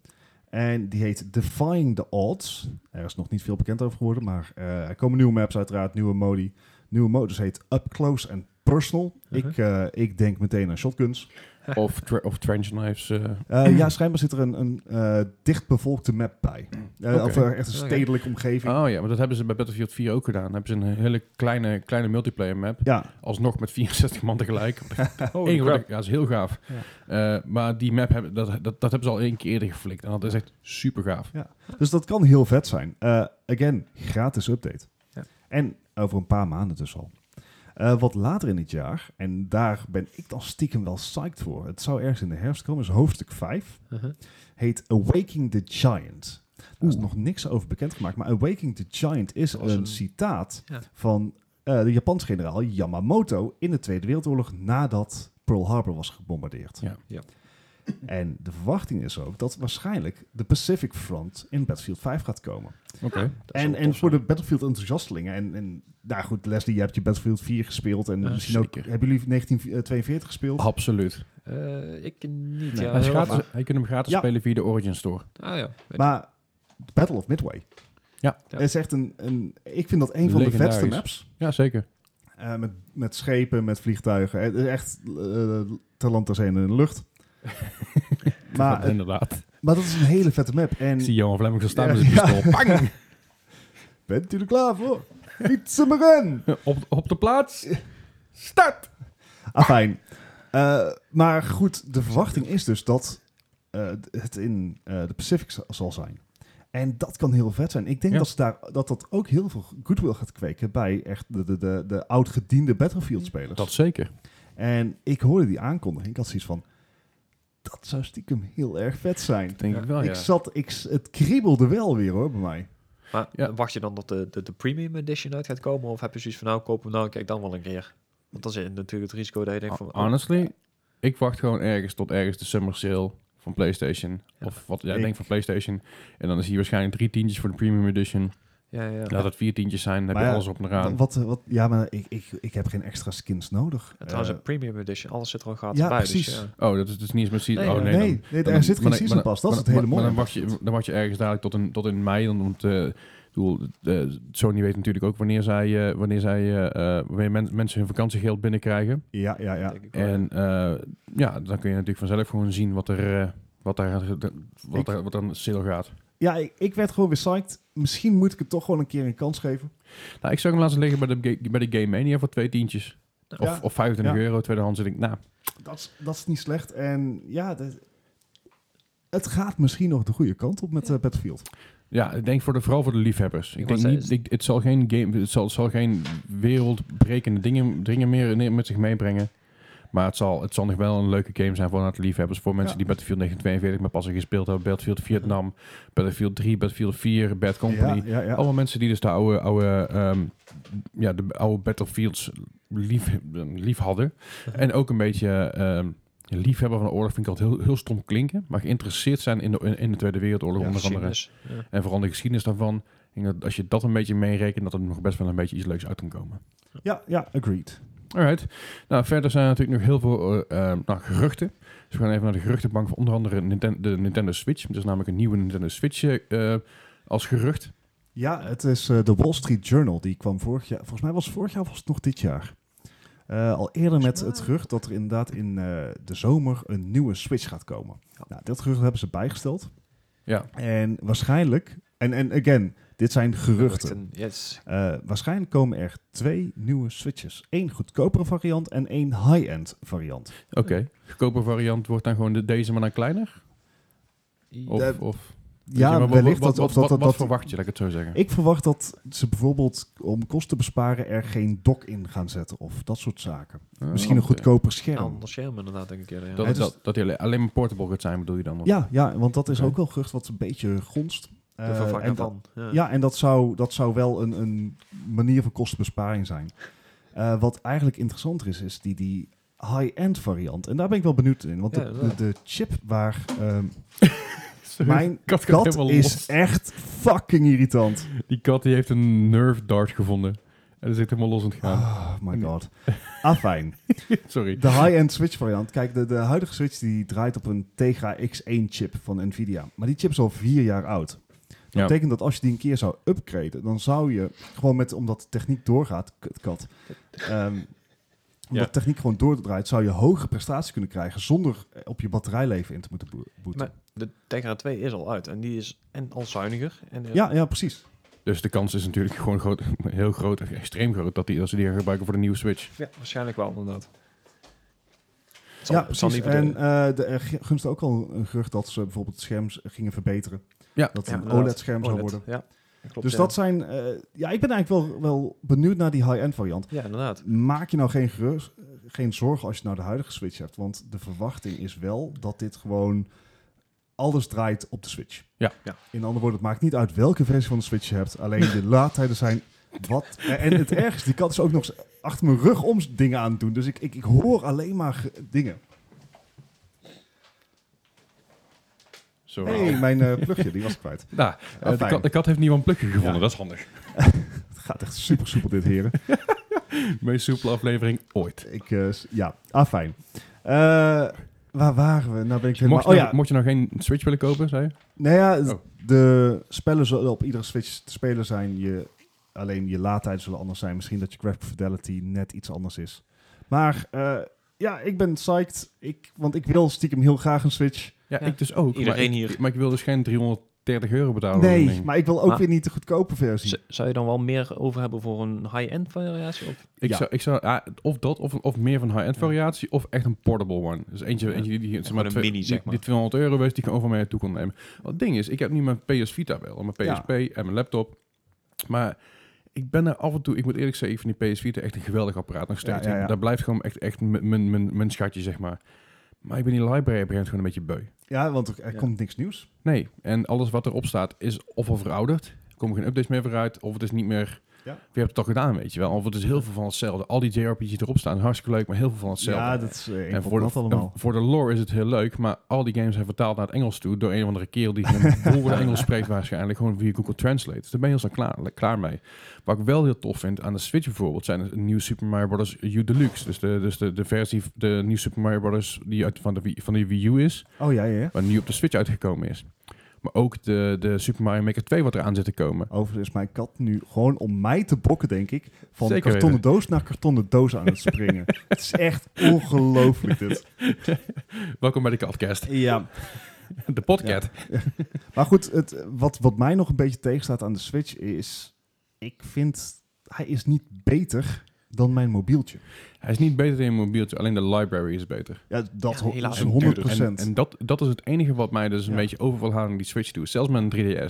C: En die heet Defying the Odds. Er is nog niet veel bekend over geworden, maar eh, er komen nieuwe maps uiteraard, nieuwe modi. Nieuwe modus heet Up Close and personal.
B: Uh-huh.
C: ik, eh, ik denk meteen aan shotguns.
A: Of, tra- of trench knives. eh,
B: [clears throat]
C: Eh, ja, schijnbaar zit er een, een eh, dichtbevolkte map bij. Eh,
A: Oké.
C: Of eh, echt een
B: Oké.
C: stedelijke omgeving.
A: Oh ja, maar dat hebben ze bij Battlefield 4 ook gedaan. Dan hebben ze een hele kleine, kleine multiplayer map.
C: Ja,
A: Alsnog met [laughs] 64 man [laughs] tegelijk.
B: Oh,
A: Eén grote- ja, dat is heel gaaf. Eh, maar die map, hebben, dat, dat, dat hebben ze al één keer eerder geflikt. En dat is echt super gaaf.
C: dus dat kan heel vet zijn. Eh, again, gratis update.
B: Ja.
C: En over een paar maanden dus al. Eh, wat later in het jaar, en daar ben ik dan stiekem wel psyched voor. Het zou ergens in de herfst komen, is hoofdstuk 5.
B: Uh-huh.
C: heet Awaking the Giant. Daar is
A: Oeh.
C: nog niks over bekendgemaakt, maar Awaking the Giant is
B: Dat was
C: een,
B: een-
C: citaat
B: Ja.
C: van eh, de Japanse generaal Yamamoto in de Tweede Wereldoorlog nadat Pearl Harbor was gebombardeerd.
A: Ja.
B: Ja.
C: En de verwachting is ook dat waarschijnlijk de Pacific Front in Battlefield 5 gaat komen.
A: Oké.
C: En, en voor de Battlefield enthousiastelingen. En, en nou goed, Leslie, je hebt je Battlefield 4 gespeeld. En
B: Ja,
C: misschien ook,
A: zeker.
C: hebben jullie 1942 gespeeld?
A: Absoluut.
B: Eh, ik niet,
C: Nee.
B: ja.
A: hij, is
B: heel
A: gratis,
B: vaak.
A: hij kunt hem gratis
C: Ja.
A: spelen via de Origin Store.
B: Ah ja. Weet
C: Maar Battle of Midway.
A: Ja.
B: Ja.
C: Het is echt een, een... Ik vind dat een van de vetste
A: Legendarisch.
C: maps.
A: Ja, zeker.
C: Eh, met, met schepen, met vliegtuigen. Het is echt eh, ter land, ter zee en in de
A: [laughs]
C: lucht. maar, eh,
A: Inderdaad.
C: maar dat is een hele vette map. En
A: Ik zie Johan Vlemming zo staan
C: Ja,
A: met zijn
C: ja. [laughs]
A: pistool. [laughs] Bang!
C: bent u er klaar voor? Fietsen maar in!
A: op, op de plaats. Start!
C: Afijn. Eh, maar goed, de verwachting is dus dat eh, het in eh, de Pacific za- zal zijn. En dat kan heel vet zijn. Ik denk
A: Ja.
C: dat, ze daar, dat dat ook heel veel goodwill gaat kweken bij echt de, de, de, de oud-gediende Battlefield-spelers.
A: Dat zeker.
C: En ik hoorde die aankondiging. Ik had zoiets van, dat zou stiekem heel erg vet zijn.
A: Denk
B: Ja.
A: ik wel, Oh, ja.
C: ik zat, ik, s- het kriebelde wel weer hoor bij mij.
B: je. Maar
A: Ja.
B: wacht je dan dat de, de, de premium edition uit gaat komen? Of heb je zoiets van, nou, koop hem dan, kijk dan wel een keer. Want dan zit natuurlijk het risico dat je
C: Ah,
B: denkt van... oh,
A: Honestly, ik wacht gewoon ergens tot ergens de summer sale van PlayStation. Of wat, ja, ik
C: Ik-
A: denk van PlayStation. En dan is hier waarschijnlijk drie tientjes voor de premium edition.
B: Ja, ja.
A: Laat het vier tientjes zijn, dan heb
C: Maar
A: je
C: ja,
A: alles op en eraan.
C: Wat, wat, ja, maar ik, ik, ik heb geen extra skins nodig.
B: En trouwens,
C: Eh,
B: een premium edition, alles zit er al gratis
C: ja,
B: bij.
C: precies.
B: Dus, ja.
A: Oh, dat is dus niet eens met season.
B: Nee,
A: oh,
B: ja.
A: nee,
C: nee,
A: dan-
C: nee,
A: dan-
C: er zit geen
A: maar dan-
C: season
A: maar dan-
C: pas. Dat is
A: maar dan-
C: het hele
A: maar
C: mooie.
A: dan wacht je, dan wacht je ergens dadelijk tot in, tot in mei. Dan, want eh, ik bedoel, eh, Sony weet natuurlijk ook wanneer zij, eh, wanneer zij eh, eh, wanneer men- mensen hun vakantiegeld binnenkrijgen.
B: Oh,
C: Ja, ja, ja.
B: Denk ik wel.
A: En eh, ja, dan kun je natuurlijk vanzelf gewoon zien wat er, eh, wat daar, wat
C: Ik-
A: daar, wat aan de sale gaat.
C: Ja, ik, ik werd gewoon weer psyched. Misschien moet ik het toch gewoon een keer een kans geven.
A: Nou, ik zag hem laatst liggen bij de, ga- bij de Game Mania voor twee tientjes. Of,
C: Ja.
A: of 25
C: Ja.
A: euro, tweedehands. En ik, nou,
C: Dat is, dat is niet slecht. En ja, dat- het gaat misschien nog de goede kant op met eh, Battlefield.
A: ja, ik denk voor de, vooral voor de liefhebbers. Ik
B: Ik
A: denk
B: wou
A: niet,
B: zeggen,
A: ik, het, zal geen game, het, zal, het zal geen wereldbrekende dingen, dingen meer ne- met zich meebrengen. Maar het zal, het zal nog wel een leuke game zijn voor een aantal liefhebbers. Voor mensen
C: Ja.
A: die Battlefield 1942 maar pas gespeeld hebben. Battlefield Vietnam, Battlefield 3, Battlefield 4, Bad Company.
C: Ja, ja, ja.
A: Allemaal mensen die dus de oude, oude, ehm, ja, de oude Battlefields lief, lief hadden.
B: [laughs]
A: En ook een beetje ehm, liefhebber van de oorlog vind ik altijd heel, heel stom klinken. Maar geïnteresseerd zijn in de, in, de Tweede Wereldoorlog
C: Ja,
A: onder andere.
B: Geschiedenis, ja.
A: En vooral de geschiedenis daarvan. Ik denk dat als je dat een beetje meerekent, dat er nog best wel een beetje iets leuks uit kan komen.
C: ja, ja, agreed.
A: Alright. Nou, verder zijn er natuurlijk nog heel veel eh, eh, nou, geruchten. Dus we gaan even naar de geruchtenbank van onder andere Ninten- de Nintendo Switch. Er is namelijk een nieuwe Nintendo Switch eh, eh, als gerucht.
C: Ja, het is eh, de Wall Street Journal. Die kwam vorig jaar, volgens mij was het vorig jaar of was het nog dit jaar. Eh, al eerder met het gerucht dat er inderdaad in eh, de zomer een nieuwe Switch gaat komen.
B: Ja.
C: Nou, dat gerucht hebben ze bijgesteld.
A: Ja.
C: En waarschijnlijk, en, en again, dit zijn geruchten.
B: Yes.
C: Eh, waarschijnlijk komen er twee nieuwe Switches. Eén goedkopere variant en één high-end variant.
A: Oké. Goedkope variant wordt dan gewoon de, deze, maar dan kleiner? Of,
C: Eh,
A: of,
C: Ja,
A: Weet je, maar wat-
C: wellicht
A: wat,
C: dat...
A: wat,
C: of dat,
A: wat-
C: dat,
A: wat
C: dat-
A: verwacht je, laat ik het zo zeggen?
C: ik verwacht dat ze bijvoorbeeld om kosten te besparen er geen dock in gaan zetten of dat soort zaken.
A: Eh,
C: Misschien een
A: want, eh,
C: goedkoper
B: Ja,
C: scherm.
B: anders scherm inderdaad, denk ik. eerder, Ja.
A: Dat,
C: Het
A: is dus-
C: is-
A: dat, dat die alleen- alleen maar portable gaat zijn, bedoel je dan? Of-
C: Ja, ja, want dat is
A: Oké.
C: ook wel gerucht wat een beetje gonst.
B: de
C: Eh,
B: vervanger
C: en dat-
B: van. Ja.
C: Ja, en dat zou, dat zou wel een, een manier van kostenbesparing zijn. Eh, wat eigenlijk interessanter is, is die, die high-end variant. En daar ben ik wel benieuwd in. Want
B: Ja,
C: de,
B: wel.
C: de, de chip waar... ehm,
A: [laughs] Sorry,
C: mijn
A: kat gaat
C: kat
A: helemaal
C: is
A: los.
C: echt fucking irritant.
A: Die kat die heeft een nerve dart gevonden. En dat zit helemaal los aan het gaan.
C: Oh my god. Afijn.
A: Sorry.
C: De high-end Switch variant. Kijk, de, de huidige Switch die draait op een Tegra X1 chip van Nvidia. Maar die chip is al vier jaar oud.
A: Ja.
C: Dat betekent dat als je die een keer zou upgraden, dan zou je gewoon met, omdat de techniek doorgaat, kut kat, ehm, Omdat techniek gewoon doordraait, zou je hogere prestaties kunnen krijgen zonder eh, op je batterijleven in te moeten boe- boeten.
B: Maar de Tegra 2 is al uit en die is en al zuiniger. En eh,
C: Ja, ja, precies.
A: Dus de kans is natuurlijk gewoon groot, [laughs] heel groot, extreem groot, dat, die, dat ze die gaan gebruiken voor de nieuwe Switch.
B: ja, waarschijnlijk wel inderdaad. Het zal-
C: Ja,
B: het zal
C: precies.
B: niet
C: En eh de, er g- gunste ook al een gerucht dat ze bijvoorbeeld het scherm s- gingen verbeteren.
A: Ja.
C: Dat het
B: Ja,
C: een
B: inderdaad. E
C: OLED-scherm zou
B: OLED,
C: worden.
B: Oh, Ja, klopt,
C: dus
B: ja.
C: dat zijn... eh, ja, ik ben eigenlijk wel, wel benieuwd naar die high-end variant.
B: Ja, inderdaad.
C: Maak je nou geen, gerust, geen zorgen als je nou de huidige Switch hebt. Want de verwachting is wel dat dit gewoon... Alles draait op de Switch.
A: Ja.
B: Ja.
C: In andere woorden, het maakt niet uit welke versie van de Switch je hebt. Alleen
A: [laughs]
C: de laadtijden zijn wat. En en het ergste, die kat is ook nog eens achter mijn rug om dingen aan het doen. Dus ik, ik, ik hoor alleen maar ge- dingen.
A: Zo.
C: hey, mijn eh, plugje, die was ik kwijt. Ah,
A: Nou, eh, de,
C: fijn.
A: kat, de kat heeft een nieuw plukje gevonden,
C: Ja.
A: dat is handig.
C: Het gaat echt super soepel dit, heren.
A: [laughs] Meest soepele aflevering ooit.
C: Ik, eh, s- ja, ah, fijn. Eh, waar waren we? Nou ben ik helemaal...
A: Mocht je, nou,
C: Oh ja,
A: mocht je nou geen Switch willen kopen, zei je?
C: nou ja, d-
A: Oh.
C: de spellen zullen op iedere Switch te spelen zijn. Je, alleen je laadtijden zullen anders zijn. Misschien dat je graphic fidelity net iets anders is. Maar eh, ja, ik ben psyched. Ik, want ik wil stiekem heel graag een Switch.
A: Ja,
B: Ja.
A: ik dus ook.
B: Iedereen
A: maar ik,
B: hier.
A: Maar ik wil dus geen 330 euro betalen. voor zo'n
C: Nee,
A: ding.
C: maar ik wil ook
B: Maar-
C: weer niet de goedkope versie.
B: Z- zou je dan wel meer over hebben voor een high-end variatie? Of?
A: Ik
C: Ja.
A: zou, ik zou ah, of dat, of, of meer van high-end variatie, of echt een portable one. Dus eentje,
B: Ja.
A: eentje die, die zeg
B: Gewoon een
A: twee-
B: mini, zeg maar.
A: die 200 euro was, die ik over mij naartoe kon nemen. Want het ding is, ik heb nu mijn PS Vita wel, en mijn
C: Ja.
A: PSP en mijn laptop. Maar ik ben er af en toe, ik moet eerlijk zeggen, ik vind die PS Vita echt een geweldig apparaat nog steeds.
C: Ja, ja, ja.
A: Dat blijft gewoon echt, echt mijn- mijn mijn- mijn schatje, zeg maar. Maar ik ben die library op een gegeven moment gewoon een beetje beu.
C: Ja, want er, er
B: Ja.
C: komt niks nieuws.
A: Nee, en alles wat erop staat is of al verouderd, er komen geen updates meer vooruit, of het is niet meer...
C: Ja.
A: We hebben het toch gedaan, weet je wel. Of het is heel veel van hetzelfde. Al die JRPG's die erop staan, hartstikke leuk, maar heel veel van hetzelfde.
C: Ja, dat is eh, een
A: en
C: voor
A: voor
C: dat
A: de,
C: allemaal.
A: en voor de lore is het heel leuk, maar al die games zijn vertaald naar het Engels toe door een of andere kerel die geen
C: [laughs]
A: woord Engels spreekt waarschijnlijk, gewoon via Google Translate. Dus daar ben je al zo klaar, klaar mee. Wat ik wel heel tof vind aan de Switch bijvoorbeeld, zijn een nieuwe Super Mario Bros. U Deluxe. Dus de, dus de, de versie, de nieuwe Super Mario Bros. die uit van de, Wii- van de Wii U is,
C: Oh ja, ja. ja.
A: wat nu op de Switch uitgekomen is. Maar ook de, de Super Mario Maker 2 wat eraan zit te komen.
C: Overigens is mijn kat nu gewoon om mij te bokken, denk ik. Van
A: Zeker
C: kartonnen doos naar kartonnen doos aan het
A: [laughs]
C: springen. het is echt ongelooflijk dit.
A: Welkom bij de Katcast,
C: Ja.
A: de podcast.
C: Maar goed, het, wat, wat mij nog een beetje tegenstaat aan de Switch is... Ik vind, hij is niet beter dan mijn mobieltje.
A: Hij is niet beter in je mobieltje, alleen de library is beter.
C: Ja, dat
B: Ja,
C: ho-
B: helaas
C: is
B: ook
C: 100
A: En, en dat, dat is het enige wat mij dus een
C: Ja.
A: beetje over wil halen aan die Switch toe. Zelfs met een 3DS.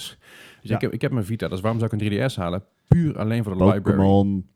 A: Dus
C: Ja.
A: ik, heb, ik heb mijn Vita, dus waarom zou ik een 3DS halen? Puur alleen voor de library.
C: Pokémon.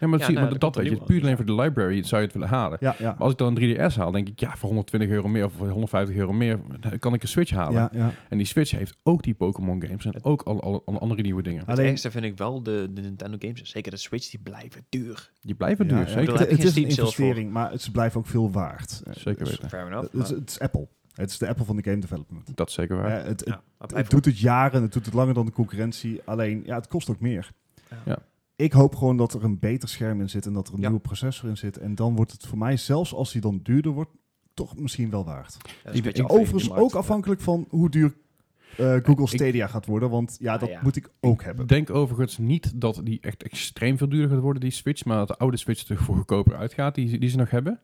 A: Ja, maar,
B: Ja,
A: zie,
B: nou,
A: maar
B: er
A: dat
B: komt
A: weet
B: een
A: je.
B: nieuwe.
A: Puur alleen voor de library zou je het willen halen.
C: Ja, ja.
A: Maar als ik dan een 3DS haal, denk ik, ja, voor 120 euro meer of voor 150 euro meer dan kan ik een Switch halen.
C: ja, ja.
A: En die Switch heeft ook die Pokémon games en ook alle, alle, alle andere nieuwe dingen.
B: Het
C: Alleen-
B: ergste vind ik wel de, de Nintendo games, zeker de Switch, die blijven duur.
A: Die blijven
C: Ja,
A: duur,
C: ja.
A: zeker.
B: Daar heb
C: Het,
B: je
C: het is een
B: geen Steam sales voor.
C: investering, maar ze blijven ook veel waard. Eh,
A: Zeker
C: dus-
A: weten.
B: Fair
C: Het
B: enough.
C: is,
B: maar-
C: het is Apple. Het is de Apple van de game development.
A: Dat is zeker waar.
C: Eh, het,
B: ja, maar
C: Het
B: blijven-
C: doet het jaren, het doet het langer dan de concurrentie. Alleen, ja, het kost ook meer.
B: Ja.
A: Ja.
C: Ik hoop gewoon dat er een beter scherm in zit en dat er een
B: Ja.
C: nieuwe processor in zit. En dan wordt het voor mij, zelfs als die dan duurder wordt, toch misschien wel waard.
B: Ja, dat is een beetje
A: Ik-
C: Overigens
B: markt,
C: ook
B: ja.
C: afhankelijk van hoe duur eh, Google
A: Ik-
C: Stadia gaat worden. Want ja,
B: Ah,
C: dat
B: ja.
C: moet ik ook hebben.
A: Ik denk overigens niet dat die echt extreem veel duurder gaat worden, die Switch. Maar dat de oude Switch er voor goedkoper uitgaat, die, die ze nog hebben.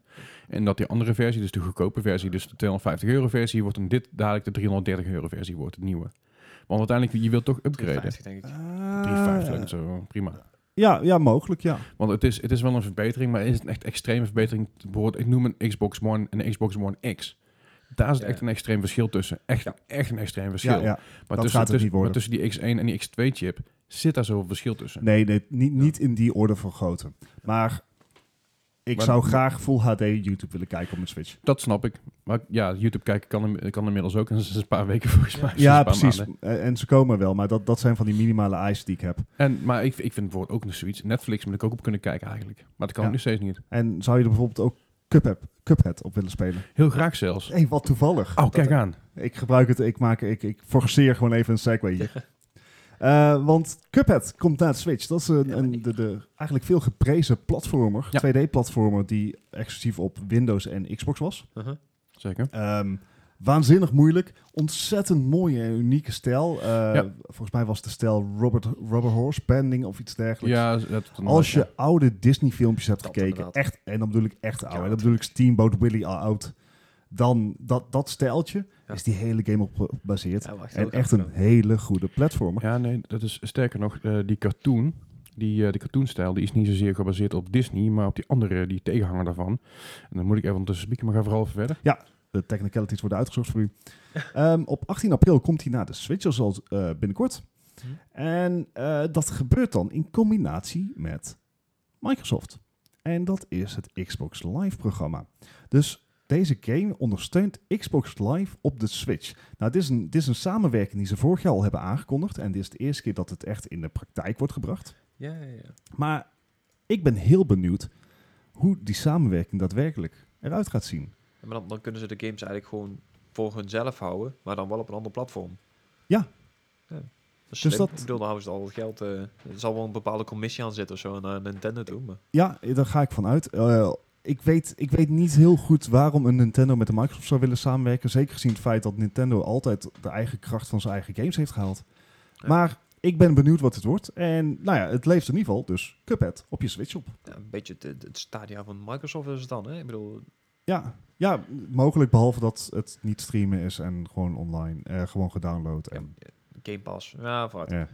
A: En dat die andere versie, dus de goedkope versie, dus de 250 euro versie wordt. En dit dadelijk de 330 euro versie wordt, het nieuwe. Want uiteindelijk, je wilt toch upgraden.
B: 350, denk ik.
C: Ah,
A: 350, lijkt me zo, prima.
C: ja, ja, mogelijk, ja.
A: Want het is, het is wel een verbetering, maar is het een echt extreme verbetering? Bijvoorbeeld, ik noem een Xbox One en een Xbox One X. Daar zit
B: Ja.
A: echt een extreem verschil tussen. Echt, echt een extreem verschil.
C: ja, ja.
A: Maar,
C: Dat
A: tussen,
C: gaat het
A: tussen-
C: niet worden.
A: maar tussen die X1 en die X2 chip zit daar zoveel verschil tussen.
C: Nee, nee niet, niet in die orde van grootte. Maar ik
A: Maar-
C: zou graag Full HD YouTube willen kijken op mijn Switch.
A: Dat snap ik. Maar ja, YouTube kijken kan, kan inmiddels ook. [laughs] En dat is een paar weken volgens mij. Dat is
C: Ja,
A: een paar
C: precies.
A: maanden.
C: Eh, En ze komen wel, maar dat, dat zijn van die minimale eisen die ik heb.
A: En, maar ik, ik vind bijvoorbeeld ook nog zoiets. Netflix moet ik ook op kunnen kijken eigenlijk. Maar dat kan
C: Ja.
A: ik nu steeds niet.
C: En zou je er bijvoorbeeld ook Cuphead, Cuphead op willen spelen?
A: Heel graag zelfs.
C: Hé, hey, wat toevallig.
A: Oh, kijk aan.
C: Ik gebruik het, ik, maak, ik, ik forceer gewoon even een segue hier. Eh, want Cuphead komt naar de Switch. Dat is een,
B: Ja, maar
C: een,
B: niet.
C: de, de, eigenlijk veel geprezen platformer,
A: Ja.
C: 2D-platformer, die exclusief op Windows en Xbox was.
B: Uh-huh.
A: Zeker.
C: Ehm, Waanzinnig moeilijk. Ontzettend mooie en unieke stijl. Eh,
A: Ja.
C: Volgens mij was de stijl Robert, Rubber Horse Bending of iets dergelijks.
A: Ja, dat,
C: Als je
A: ja.
C: oude Disney-filmpjes hebt
B: Dat
C: gekeken,
B: inderdaad.
C: echt, en dan bedoel ik echt oude,
B: Ja,
C: en dan bedoel ik Steamboat Willie al oud, dan dat, dat stijltje
B: Ja.
C: is die hele game op gebaseerd.
B: Ja, wacht,
C: en
B: ook
C: echt
B: even
C: een hele goede platformer.
A: Ja, nee, dat is sterker nog, eh, die cartoon, die, eh, die cartoonstijl, die is niet zozeer gebaseerd op Disney, maar op die andere, die tegenhanger daarvan. En dan moet ik even ondertussen spieken, maar ga vooral even verder.
C: De technicalities worden uitgezocht voor u. Ehm, op 18 april komt hij naar de Switch, dus al eh, binnenkort.
B: Hm.
C: En eh, dat gebeurt dan in combinatie met Microsoft. En dat is het Xbox Live programma. Dus deze game ondersteunt Xbox Live op de Switch. Nou, dit is, een, dit is een samenwerking die ze vorig jaar al hebben aangekondigd. En dit is de eerste keer dat het echt in de praktijk wordt gebracht.
B: Ja, ja, ja.
C: Maar ik ben heel benieuwd hoe die samenwerking daadwerkelijk eruit gaat zien.
B: Maar dan, dan kunnen ze de games eigenlijk gewoon voor hunzelf houden, maar dan wel op een ander platform.
C: Ja.
B: Ja. Dat is
C: Dus
B: slim.
C: dat-
B: Ik bedoel, dan houden ze al het geld. eh, er zal wel een bepaalde commissie aan zitten of zo naar Nintendo toe. Maar
C: Ja, daar ga ik vanuit. ik, weet, ik weet niet heel goed waarom een Nintendo met de Microsoft zou willen samenwerken. Zeker gezien het feit dat Nintendo altijd de eigen kracht van zijn eigen games heeft gehaald.
B: Ja.
C: Maar ik ben benieuwd wat het wordt. En nou ja, het leeft in ieder geval. Dus Cuphead op je Switch op.
B: ja, een beetje het, het- het stadia van Microsoft is het dan. Hè? Ik bedoel,
C: Ja, ja mogelijk behalve dat het niet streamen is en gewoon online. eh, gewoon gedownload. En, eh,
B: Game Pass. Ja, vooruit.
C: ja.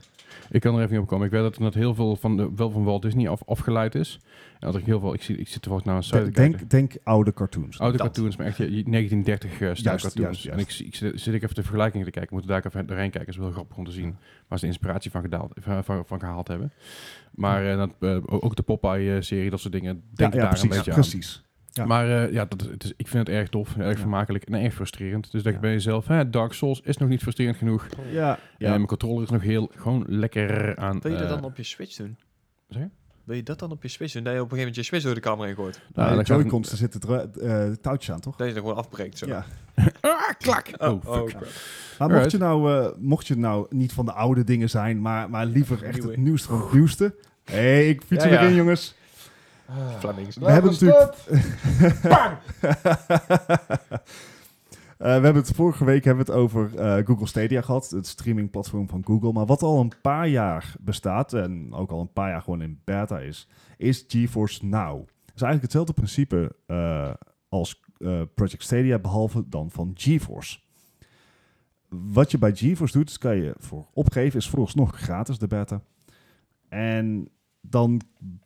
A: Ik kan er even niet op komen. Ik weet dat er net heel veel van, de, wel van Walt Disney af, afgeleid is. En dat ik heel veel, ik, zie, ik zit toevallig naar een site te
C: Denk,
A: kijken.
C: denk, denk oude cartoons.
A: Oude
B: dat.
A: cartoons, maar echt je- je 1930 eh stijl
C: Juist,
A: cartoons.
C: juist, juist.
A: En ik, zie- ik zit, zit ik even de vergelijkingen te kijken. We moeten daar ook even doorheen kijken. Dat is wel grappig om te zien waar ze de inspiratie van, gedaald, van, van, van gehaald hebben. Maar eh, dat, eh, ook de Popeye-serie, dat soort dingen, denk ik daar
C: precies.
A: een beetje aan.
C: precies. Ja.
A: Maar eh, ja, dat, is- het is, ik vind het erg tof, erg
C: Ja.
A: vermakelijk en erg frustrerend. Dus dat
C: Ja.
A: je bij jezelf, hè, Dark Souls is nog niet frustrerend genoeg.
C: Ja,
A: En
C: ja.
A: mijn controller is nog heel, gewoon lekker aan...
B: Wil je dat
A: eh,
B: dan op je Switch doen?
A: zeg je?
B: Wil je dat dan op je Switch doen? Dat je op een gegeven moment je Switch door de camera in gooit.
A: Nou,
C: Nou, de
A: dan gaat het-
C: Joy-Cons, daar zitten dru- eh, touwtjes aan, toch?
B: Dat je er gewoon afbreekt. Zo.
C: Ja.
A: klak! Oh, fuck.
C: Maar mocht
A: Alright.
C: je, nou, eh, mocht je nou niet van de oude dingen zijn, maar, maar liever echt het
B: Nieuwe.
C: nieuwste van het nieuwste. Hé, hey, ik fiets
B: Ja,
C: er weer
B: ja.
C: in, jongens.
A: Ah.
B: Flemings.
C: We hebben [laughs] natuurlijk... Eh, we hebben het vorige week hebben we het over eh, Google Stadia gehad, het streamingplatform van Google. Maar wat al een paar jaar bestaat, en ook al een paar jaar gewoon in beta is, is GeForce Now. Dat is eigenlijk hetzelfde principe eh, als eh, Project Stadia, behalve dan van GeForce. Wat je bij GeForce doet, dus kan je voor opgeven, is vooralsnog gratis de beta. En dan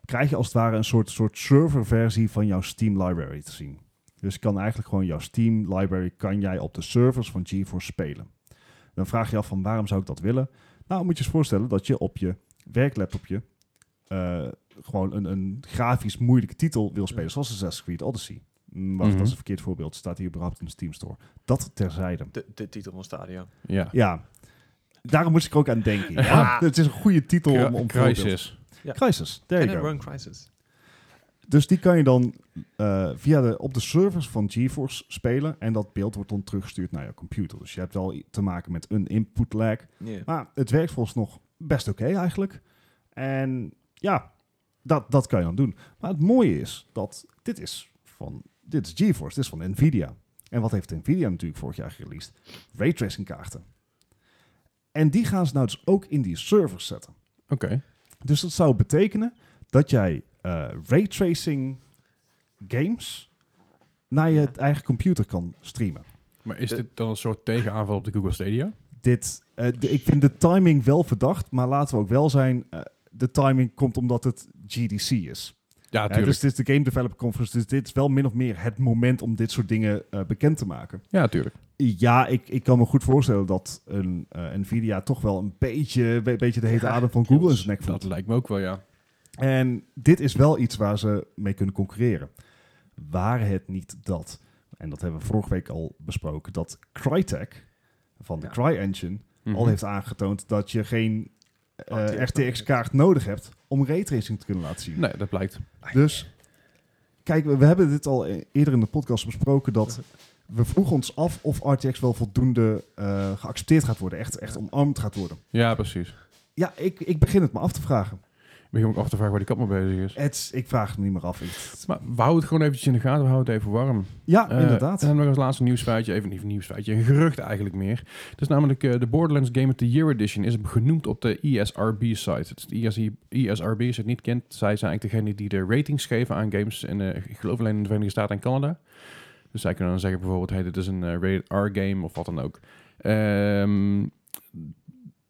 C: krijg je als het ware een soort, soort serverversie van jouw Steam library te zien. Dus je kan eigenlijk gewoon jouw Steam library kan jij op de servers van GeForce spelen. Dan vraag je je af van waarom zou ik dat willen? Nou, moet je eens voorstellen dat je op je werklaptopje eh, gewoon een, een grafisch moeilijke titel wil spelen, zoals Assassin's Creed Odyssey. Mm, Wacht,
A: Mhm.
C: dat is een verkeerd voorbeeld. Staat hier überhaupt in de Steam Store. Dat terzijde.
B: De, de titel van Stadia.
A: Ja.
C: Ja, daarom moest ik er ook aan denken. Ja, het is een goede titel om, om voorbeeld.
A: Crisis.
C: Crisis, there
B: En
C: you
B: een
C: go.
B: Run Crisis.
C: Dus die kan je dan eh, via de, op de servers van GeForce spelen. En dat beeld wordt dan teruggestuurd naar je computer. Dus je hebt wel i- te maken met een input lag.
A: Ah,
B: Ja.
C: Maar het werkt volgens nog best oké eigenlijk. En ja, dat, dat kan je dan doen. Maar het mooie is dat dit is van dit is GeForce, dit is van Nvidia. En wat heeft Nvidia natuurlijk vorig jaar gereleased? Raytracing kaarten. En die gaan ze nou dus ook in die servers zetten.
A: Oké.
C: Dus dat zou betekenen dat jij eh raytracing games naar je
B: Ja.
C: eigen computer kan streamen.
A: Maar is dit dan een soort tegenaanval op de Google Stadia?
C: Dit, eh, de- ik vind de timing wel verdacht, maar laten we ook wel zijn, eh, de timing komt omdat het GDC is.
A: Ja,
C: Hè,
A: tuurlijk.
C: dus dit is de Game Developer Conference, dus dit is wel min of meer het moment om dit soort dingen eh, bekend te maken.
A: Ja, tuurlijk.
C: Ja, ik, ik kan me goed voorstellen dat een eh, Nvidia toch wel een beetje, een beetje de hete adem van Google in zijn nek voelt.
A: Dat lijkt me ook wel, ja.
C: En dit is wel iets waar ze mee kunnen concurreren. Waar het niet dat, en dat hebben we vorige week al besproken, dat Crytek van de
B: Ja.
C: CryEngine
A: Mhm.
C: al heeft aangetoond dat je geen eh,
B: RTX nodig
C: RTX-kaart nodig hebt om raytracing te kunnen laten zien.
A: Nee, dat blijkt.
C: Dus kijk, we, we hebben dit al e- eerder in de podcast besproken [laughs] dat we vroegen ons af of RTX wel voldoende eh, geaccepteerd gaat worden, echt, echt omarmd gaat worden.
A: Ja, precies.
C: Ja, ik, ik begin het me af te vragen.
A: begin ik me af te vragen waar die kat mee bezig is.
C: Het, is- ik vraag het me niet meer af. Ik-
A: Maar we houden het gewoon eventjes in de gaten, we houden het even warm.
C: Ja,
A: Eh,
C: inderdaad.
A: En dan nog als laatste nieuwsfeitje, even niet een nieuwsfeitje, een gerucht eigenlijk meer. Het is namelijk eh, de Borderlands Game of the Year Edition is genoemd op de E ESRB-site. Het is de E ESRB, ESRB, als je het niet kent, zij zijn eigenlijk degene die de ratings geven aan games in, eh, ik geloof alleen in de Verenigde Staten en Canada. Dus zij kunnen dan zeggen bijvoorbeeld, hey, dit is een eh, rated R-game of wat dan ook. Ehm,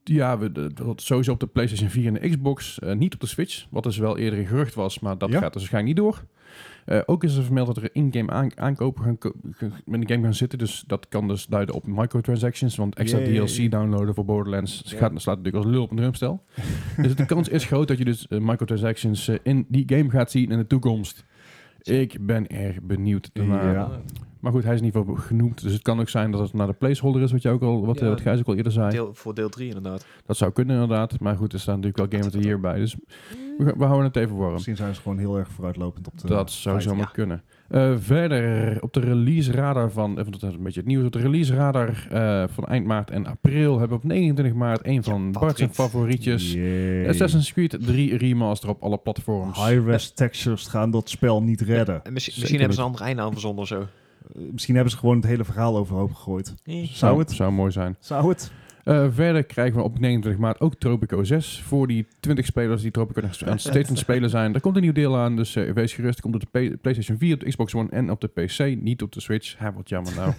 A: ja, we, de- dat sowieso op de PlayStation 4 en de Xbox, eh, niet op de Switch, wat dus wel eerder een gerucht was, maar dat
C: Ja.
A: gaat dus waarschijnlijk niet door. Eh, ook is er vermeld dat er in-game aan- aankopen gaan ko- ge- met een game gaan zitten. Dus dat kan dus duiden op microtransactions. Want extra
C: Jee.
A: DLC downloaden voor Borderlands
B: Ja.
A: gaat, slaat natuurlijk als lul op een
B: [laughs]
A: drumstel. dus de kans is groot dat je dus eh, microtransactions eh, in die game gaat zien in de toekomst. Ik ben erg benieuwd daarnaar.
C: Ja.
B: Oh,
A: Maar goed, hij is in ieder geval genoemd. Dus het kan ook zijn dat het naar de placeholder is, wat, je ook al, wat, eh,
B: Ja.
A: wat Gijs ook al eerder zei.
B: Deel, voor deel 3 inderdaad.
A: Dat zou kunnen inderdaad. Maar goed, er staan natuurlijk wel Game of the Year bij. Dus we, gaan- we houden het even warm.
C: Misschien zijn ze gewoon heel erg vooruitlopend op de.
A: Dat zou
C: feiten.
A: zomaar
B: ja.
A: kunnen. Eh, verder op de release radar van, even dat is een beetje het nieuws, op de release radar eh, van eind maart en april hebben we op 29 maart een van Bart's
B: Patrick.
A: favorietjes.
C: Yay.
A: Assassin's Creed 3 remaster op alle platforms.
C: High-res textures gaan dat spel niet redden.
B: En misschien,
A: Zeker
B: misschien hebben ze
A: niet.
B: een andere eindnaam verzonnen of zo.
C: Eh, Misschien hebben ze gewoon het hele verhaal overhoop gegooid.
B: Nee.
C: Zou het?
A: Zou mooi zijn.
C: Zou het?
A: Eh, verder krijgen we op 29 maart ook Tropico 6 voor die 20 spelers die Tropico nog
B: [laughs]
A: aan steeds aan het spelen zijn. Er komt een nieuw deel aan, dus eh, wees gerust. Het komt op de P- PlayStation 4, op de Xbox One en op de PC. Niet op de Switch. Ha, wat jammer
B: [laughs]
A: nou.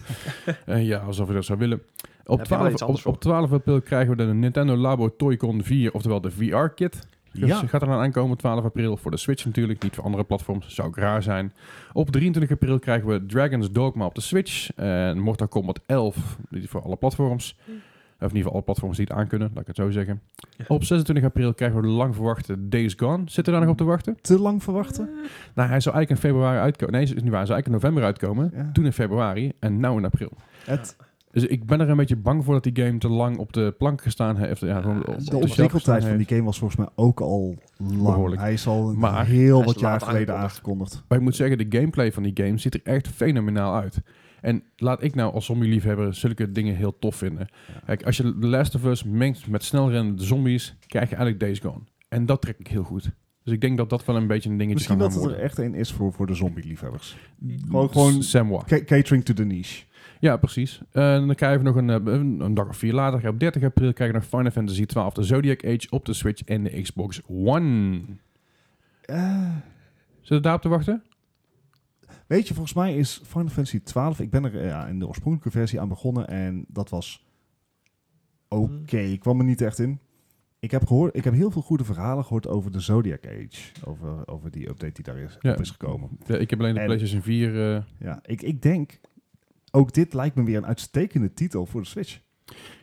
A: Eh, ja, alsof je dat zou willen. Op
B: Heb je wel
A: 12,
B: iets
A: op,
B: anders
A: op 12 april krijgen we de Nintendo Labo Toy-Con 4, oftewel de VR-kit. Dus
C: Ja.
A: gaat er dan aankomen 12 april voor de Switch natuurlijk, niet voor andere platforms. Zou ook raar zijn. Op 23 april krijgen we Dragon's Dogma op de Switch. En Mortal Kombat 11, dit is voor alle platforms. Of in ieder geval alle platforms die het aankunnen, laat ik het zo zeggen. Op 26 april krijgen we de lang verwachte Days Gone. Zit er daar nog op te wachten?
C: Te lang verwachten?
A: Nou, hij zou eigenlijk in februari uitkomen. Nee, is niet waar. Hij zou eigenlijk in november uitkomen.
C: Ja.
A: Toen in februari en nou in april.
C: Het,
A: Dus ik ben er een beetje bang voor dat die game te lang op de plank gestaan heeft. Ja, gewoon op
B: de
A: de
C: de
A: shelf gestaan
C: ontwikkeltijd van
A: heeft.
C: die game was volgens mij ook al lang.
A: Behoorlijk.
C: Hij is al
A: Maar-
C: heel
B: Hij is
C: wat jaar
B: laat
C: geleden
B: aangekondigd.
C: aangekondigd.
A: Maar ik moet zeggen, de gameplay van die game ziet er echt fenomenaal uit. En laat ik nou als zombieliefhebber zulke dingen heel tof vinden. Kijk, als je The Last of Us mengt met snelrennende zombies, krijg je eigenlijk Days Gone. En dat trek ik heel goed. Dus ik denk dat dat wel een beetje een dingetje
C: Misschien
A: kan
C: dat
A: gaan
C: het er
A: worden.
C: echt een is voor, voor de zombie-liefhebbers.
A: Gewoon,
C: Gewoon- gewoon-
A: Samwa.
C: Ca- Catering to the niche.
A: Ja, precies. En dan krijgen we nog een, eh, een, een dag of vier later, op 30 april, krijgen we nog Final Fantasy 12 de Zodiac Age op de Switch en de Xbox One.
C: Eh.
A: Zitten we daarop te wachten?
C: Weet je, volgens mij is Final Fantasy 12. Ik ben er eh, ja, in de oorspronkelijke versie aan begonnen en dat was oké. Ik kwam er niet echt in. Ik heb, gehoord, ik heb heel veel goede verhalen gehoord over de Zodiac Age. Over, over die update die daar is,
A: Ja.
C: op is gekomen.
A: Ja, ik heb alleen de
C: En-
A: PlayStation 4. eh,
C: Ja, ik, ik denk, ook dit lijkt me weer een uitstekende titel voor de Switch.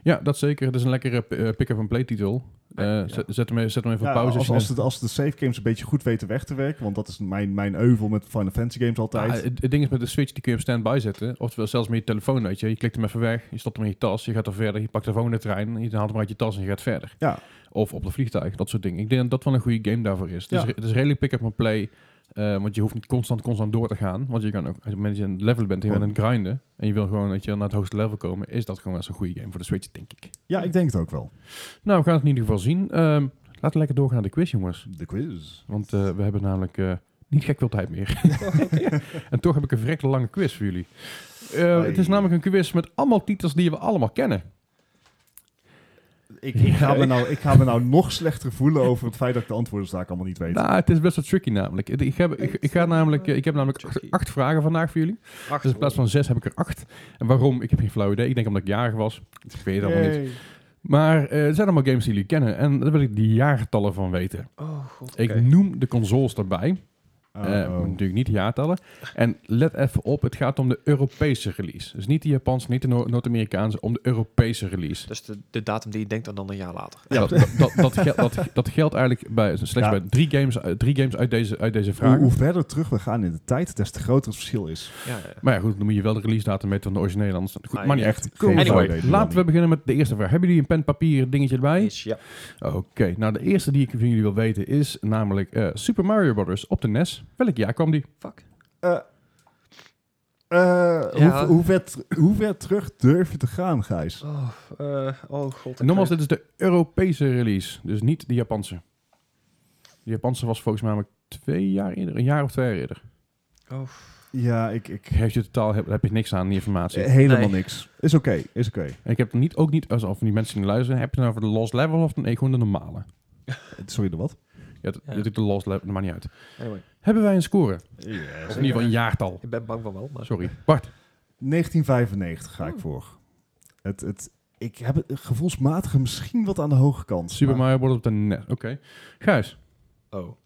A: Ja, dat zeker. Het is een lekkere p- eh, pick-up and play titel. Eh,
B: Ja.
A: zet, zet hem, even- zet hem even
C: Ja,
A: op pauze.
C: als, als, de, als de save games een beetje goed weten weg te werken. Want dat is mijn, mijn euvel met Final Fantasy games altijd.
A: Ah, het, het ding is met de Switch, die kun je op standby zetten. Oftewel zelfs met je telefoon, weet je. Je klikt hem even weg, je stopt hem in je tas, je gaat er verder. Je pakt de volgende trein, je haalt hem uit je tas en je gaat verder.
C: Ja.
A: Of op de vliegtuig, dat soort dingen. Ik denk dat dat wel een goede game daarvoor is. Het,
C: Ja.
A: is, re- het is redelijk pick-up and play. eh, want je hoeft niet constant, constant door te gaan. Want je kan ook, als je mensen aan het level bent, en je bent aan het grinden. En je wil gewoon dat je naar het hoogste level komen. Is dat gewoon wel eens een goede game voor de Switch, denk ik.
C: ja, ik denk het ook wel.
A: Nou, we gaan het in ieder geval zien. Ehm, laten we lekker doorgaan naar de quiz, jongens.
C: De quiz.
A: Want eh, we hebben namelijk eh, niet gek veel tijd meer. [laughs] en toch heb ik een verrekte lange quiz voor jullie. Eh, het is
C: Hoi.
A: namelijk een quiz met allemaal titels die we allemaal kennen.
C: Ik, ik, [laughs] ga me nou, ik ga me nou nog slechter voelen over het feit dat ik de antwoorden daar allemaal niet weet.
A: Nou, het is best wel tricky namelijk. Het- Ik heb, ik, ik ga namelijk, eh, ik heb namelijk acht,
B: Tricky.
A: acht vragen vandaag voor jullie.
B: Acht.
A: Dus in plaats van zes heb ik er acht. En waarom? Ik heb geen flauw idee. Ik denk omdat ik jarig was. Dus Ik weet het allemaal niet.
C: Yay.
A: Maar eh het zijn allemaal games die jullie kennen. En daar wil ik de jaartallen van weten.
B: Oh god.
A: Ik noem de consoles daarbij. Eh,
C: Uh-oh.
A: natuurlijk niet de jaartallen. En let even op, het gaat om de Europese release. Dus niet de Japanse, niet de Noor- Noord-Amerikaanse, om de Europese release.
B: Dus de, de datum die je denkt en dan een jaar later.
A: Dat, dat, dat, dat, gel- dat, dat geldt eigenlijk bij, slechts
C: Ja.
A: bij drie games, eh, drie games uit, deze, uit deze
C: hoe,
A: vraag.
C: hoe verder terug we gaan in de tijd, des te groter het verschil is.
B: Ja, ja.
A: Maar ja, goed, dan moet je wel de release datum weten van de originele. Anders, goed,
B: Ah,
A: maar niet
B: ja.
A: echt.
C: Geen
B: Anyway,
C: flauw idee,
A: Laten we beginnen met de eerste vraag. Hebben jullie een pen, papier, dingetje erbij?
B: Iets, ja.
A: Oké, nou de eerste die ik van jullie wil weten is namelijk eh, Super Mario Bros. op de NES. Welk jaar kwam die?
B: Fuck.
C: Eh, eh,
B: Ja.
C: hoe, hoe, ver, ter- hoe ver terug durf je te gaan, Gijs?
B: Oh, eh, oh god.
A: En nogmaals, dit is de Europese release, dus niet de Japanse. De Japanse was volgens mij maar twee jaar eerder, een jaar of twee jaar eerder.
C: Ja, ik... ik
A: [laughs] Geef je totaal, heb, heb je niks aan die informatie.
C: helemaal
B: Nee.
C: niks. Is oké, is oké.
A: En ik heb niet, ook niet, alsof die mensen die luisteren, heb je nou over de lost level of nee, gewoon de normale?
C: Sorry, de wat?
A: Ja, dat
B: Ja.
A: dat ik de lost level, dat maakt niet uit.
B: Anyway,
A: Hebben wij een score? Of
C: Ja.
A: in ieder geval een jaartal.
B: ik ben bang van wel, maar
A: Sorry. Bart,
C: 1995 ga ik
A: Oh.
C: voor. Het, het, ik heb het gevoelsmatig misschien wat aan de hoge kant.
A: Super
C: maar-
A: Mario Bros. op de NES. Oké. Gijs,
B: Oh,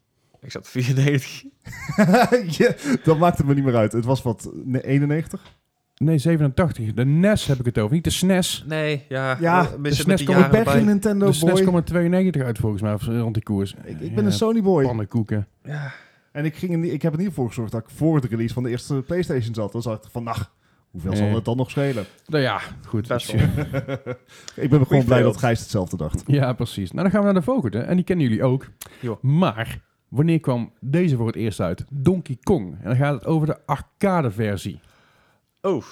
B: ik zat op 94.
C: [laughs] Ja, dat maakt het me niet meer uit. Het was wat, ne- 91?
A: nee, 87. De NES heb ik het over, niet de SNES.
B: Nee, ja.
C: Ja,
B: mis
A: dus net
B: het met die
A: kom ik
B: jaren
C: Ik ben
B: bij.
C: geen Nintendo
A: De
C: boy.
A: SNES kwam er 92 uit volgens mij, of zo, rond die koers.
C: Ik, ik ben een Sony boy.
A: pannenkoeken.
B: Ja,
C: En ik, ging er niet, ik heb er niet voor gezorgd dat ik voor de release van de eerste PlayStation zat. Dan zat ik van, nou, hoeveel
A: Nee.
C: zal het dan nog schelen?
A: Nou ja, goed.
B: best wel.
C: Ik ben gewoon blij
B: failed.
C: dat Gijs hetzelfde dacht.
A: Ja, precies. Nou, dan gaan we naar de volgende. En die kennen jullie ook.
B: Jo.
A: Maar, wanneer kwam deze voor het eerst uit? Donkey Kong. En dan gaat het over de arcade-versie.
B: Oh,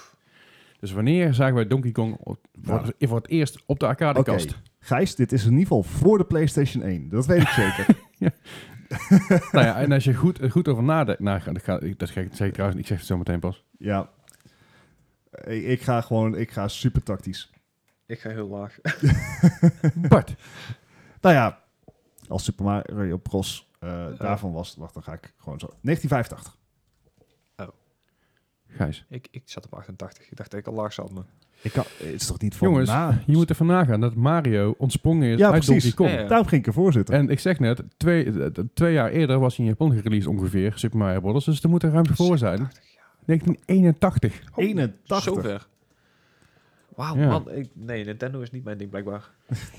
A: Dus wanneer zagen wij Donkey Kong op- voor, voor het eerst op de arcadekast?
C: Gijs, dit is in ieder geval voor de PlayStation 1. Dat weet ik zeker.
A: [laughs] Nou ja, en als je goed, goed over nadenkt... Nou, ga- dat, ga, dat ga ik, zeg ik trouwens, ik zeg het zo meteen pas.
C: ja. Ik, ik ga gewoon, ik ga super tactisch.
B: ik ga heel laag. [laughs]
A: Bart,
C: Nou ja, als Super Mario Bros. eh, daarvan was, wacht, dan ga ik gewoon zo. 1985.
A: Gijs.
B: ik, ik zat op 88. Ik dacht dat ik al laag zat, maar...
C: Ik kan, het is toch niet van
A: Jongens,
C: na?
A: je moet ervan nagaan dat Mario ontsprongen is
C: Ja,
A: uit
C: precies.
A: Donkey Kong.
B: Ja, ja.
C: Daarom ging ik ervoor zitten.
A: En ik zeg net, twee, eh, eh, twee jaar eerder was hij in Japan gereleased ongeveer, Super Mario Bros. Dus er moet er ruim voor zijn.
B: 80, ja.
A: 1981.
B: Oh,
C: 81.
B: Zover. Wauw,
A: Ja.
B: man. Ik, nee, Nintendo is niet mijn ding, blijkbaar.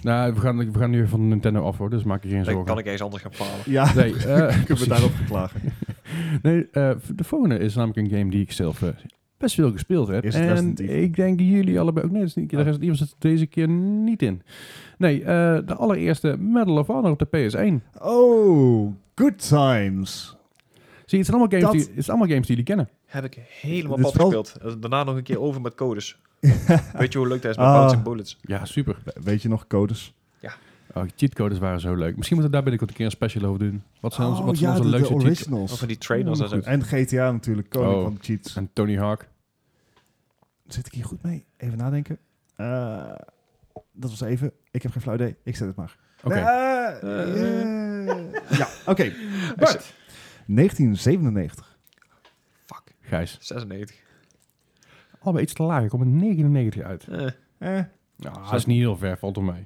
A: Nou, we gaan, we gaan nu van Nintendo af hoor, dus maak je geen
B: Dan
A: zorgen.
B: kan ik eens anders gaan falen.
C: Ja, [laughs]
A: Nee, eh,
C: kunnen
A: precies.
C: we daarop geklagen.
A: nee eh, de volgende is namelijk een game die ik zelf eh, best veel gespeeld heb.
C: Is het
A: en
C: Resident Evil?
A: ik denk jullie allebei ook. Nee, dat is niet, de
C: Oh.
A: Resident Evil zit er deze keer niet in. Nee, eh, de allereerste Medal of Honor op de PS1.
C: Oh,
A: [laughs]
C: good times.
A: Zie, je, het zijn allemaal games,
C: Dat-
A: die, het zijn allemaal games die jullie kennen.
B: Heb ik helemaal
C: Dit
B: plat
C: is wel-
B: gespeeld. Eh, Daarna nog een keer over met codes. Weet je hoe leuk dat is met
C: Ah.
B: bullets en bullets?
A: Ja, super.
C: We- Weet je nog codes?
A: Oh, cheatcodes waren zo leuk. Misschien moeten we daar binnenkort een keer een special over doen. Wat zijn, onze-
C: Oh,
A: wat zijn
C: ja,
A: onze
C: de, de
A: leukste cheatcodes?
B: Of
C: originals.
B: van die trainers en zo.
C: En GTA natuurlijk, koning
A: Oh.
C: van de cheats.
A: En Tony Hawk.
C: Zit ik hier goed mee? Even nadenken. Eh, dat was even. Ik heb geen flauw idee. Ik zet het maar.
A: Oké.
C: Eh, eh, ja, oké.
A: [laughs]
C: Bart. 1997.
B: Fuck,
A: Gijs.
B: 96.
A: Allebei iets te laag. Ik kom in 99 uit.
B: Eh,
C: Eh,
A: Nou, dat is niet heel ver. Valt om mij.